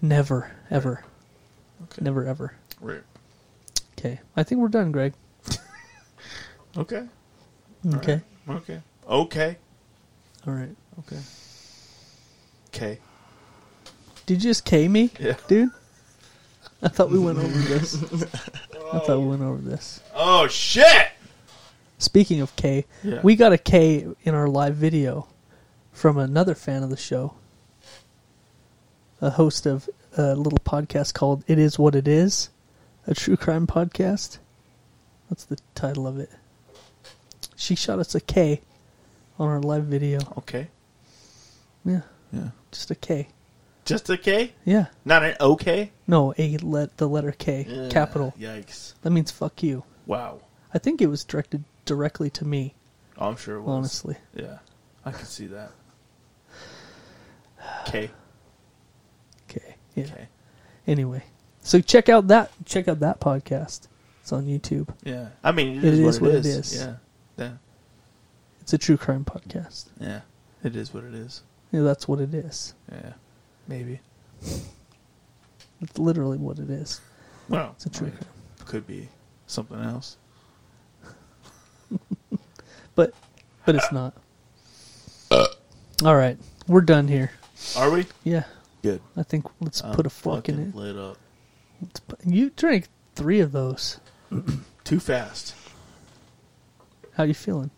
C: never, ever,
B: Okay.
C: never, ever.
B: Right.
C: Okay, I think we're done, Greg.
B: Okay.
C: Okay,
B: Okay. Okay.
C: all right.
B: Okay. Okay.
C: Did you just K me,
B: Yeah.
C: dude? I thought we went over this. I thought we went over this.
B: Oh shit!
C: Speaking of K,
B: Yeah.
C: we got a K in our live video from another fan of the show, a host of a little podcast called "It Is What It Is," a true crime podcast. That's the title of it. She shot us a K on our live video.
B: Okay.
C: Yeah,
B: Yeah.
C: just a K.
B: Just a K?
C: Yeah,
B: Not an okay?
C: no, a let the letter K,
B: Ugh,
C: capital.
B: Yikes.
C: That means fuck you.
B: Wow. Oh,
C: I think it was directed directly to me.
B: I'm sure it was.
C: Honestly,
B: Yeah. I can see that. Okay.
C: K. Yeah.
B: Okay.
C: anyway so check out that check out that podcast it's on youtube
B: Yeah. I mean,
C: It
B: it
C: is
B: is what it
C: what it
B: is.
C: is.
B: Yeah. Yeah.
C: it's a true crime podcast
B: Yeah. It is what it is.
C: yeah, that's what it is
B: Yeah. Maybe.
C: that's literally what it is
B: Well,
C: it's a true
B: like,
C: crime
B: could be something else.
C: but but it's not
D: Uh.
C: all right we're done here
B: Are we?
C: yeah
B: Good.
C: i think let's put a fork in it
B: Lit up.
C: Let's put- you drank three of those
B: Too fast.
C: how you feeling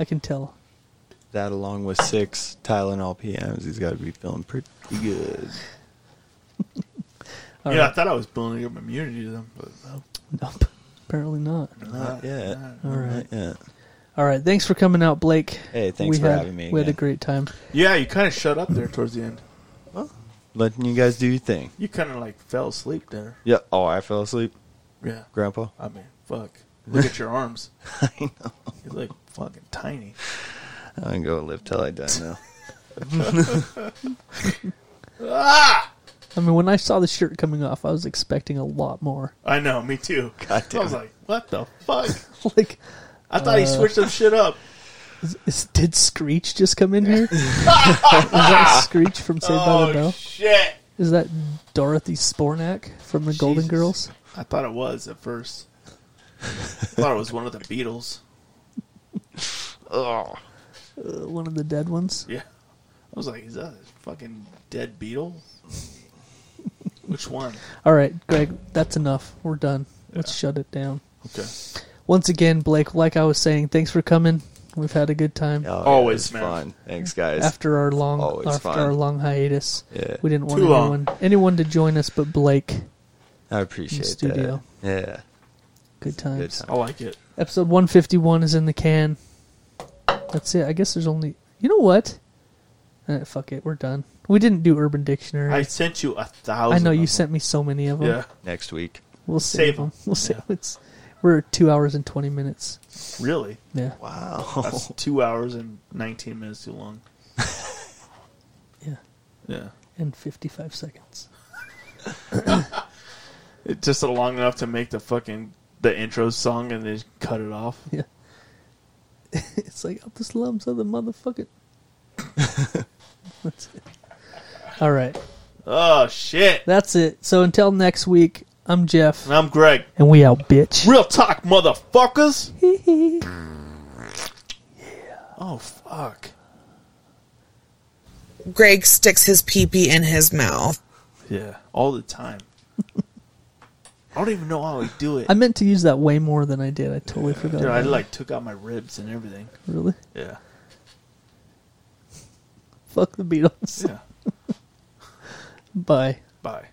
C: i can tell
D: That along with six Tylenol PMs, he's got to be feeling pretty good.
C: All
B: yeah, I
C: right.
B: thought I was building up immunity to them, but no.
C: nope apparently not
D: Not yet.
C: all right
D: Yeah.
C: all right thanks for coming out blake
D: Hey, thanks
C: we
D: for
C: had,
D: having me
C: we had a
D: again.
C: great time
B: Yeah, you kind of shut up there towards the end.
D: Letting you guys do your thing.
B: You kind of like fell asleep there.
D: Yeah. Oh, I fell asleep,
B: Yeah.
D: Grandpa.
B: I mean, fuck. Look at your arms. I know. You look fucking tiny.
D: I'm gonna go live till I die now.
C: I mean, when I saw the shirt coming off, I was expecting a lot more.
B: I know, me too. I was like, what the fuck?
C: like,
B: I thought
C: Uh,
B: he switched some shit up.
C: is, did Screech just come in here? is that Screech from Saved by the
B: Oh,
C: Bell?
B: shit.
C: Is that Dorothy Spornak from the Golden
B: Jesus.
C: Girls?
B: I thought it was at first. I thought it was one of the Beatles.
D: oh.
C: Uh, one of the dead ones?
B: Yeah. I was like, is that a fucking dead beetle? Which one?
C: All right, Greg, that's enough. We're done. Let's shut it down.
B: Okay.
C: Once again, Blake, like I was saying, thanks for coming. We've had a good time
D: yeah,
B: Always,
D: it's
B: man.
D: fun. Thanks, guys.
C: after our long
D: always
C: after
D: fun.
C: our long hiatus.
D: Yeah.
C: We didn't want
B: Too long.
C: anyone anyone to join us but Blake.
D: I appreciate
C: studio.
D: that.
C: Good
D: Yeah.
C: times.
D: Good time.
B: I like it.
C: Episode 151 is in the can. That's it. I guess there's only. You know what? Eh, fuck it, we're done. We didn't do Urban Dictionary.
B: I
C: I,
B: sent you a thousand.
C: know
B: of
C: you
B: them.
C: sent me so many of them.
B: Yeah,
D: next week.
C: We'll save,
B: Save
C: them.
B: 'em.
C: We'll save it's We're at two hours and twenty minutes.
B: really.
C: Yeah,
D: Wow.
B: That's two hours and nineteen minutes too long.
C: Yeah.
B: Yeah.
C: and fifty-five seconds.
B: It just long enough to make the fucking the intro song and then cut it off.
C: Yeah, it's like up the slums of the motherfucking. That's it. All right,
B: Oh shit.
C: that's it. So until next week, I'm Jeff,
B: And I'm Greg.
C: and we out, bitch.
B: Real talk, motherfuckers. Oh fuck.
H: Greg sticks his pee-pee in his mouth.
B: Yeah. All the time. I don't even know how I do it.
C: I meant to use that way more than I did. I totally forgot.
B: Dude, I
C: about
B: like took out my ribs and everything.
C: it. really
B: Yeah.
C: fuck the Beatles.
B: Yeah.
C: Bye.
B: Bye.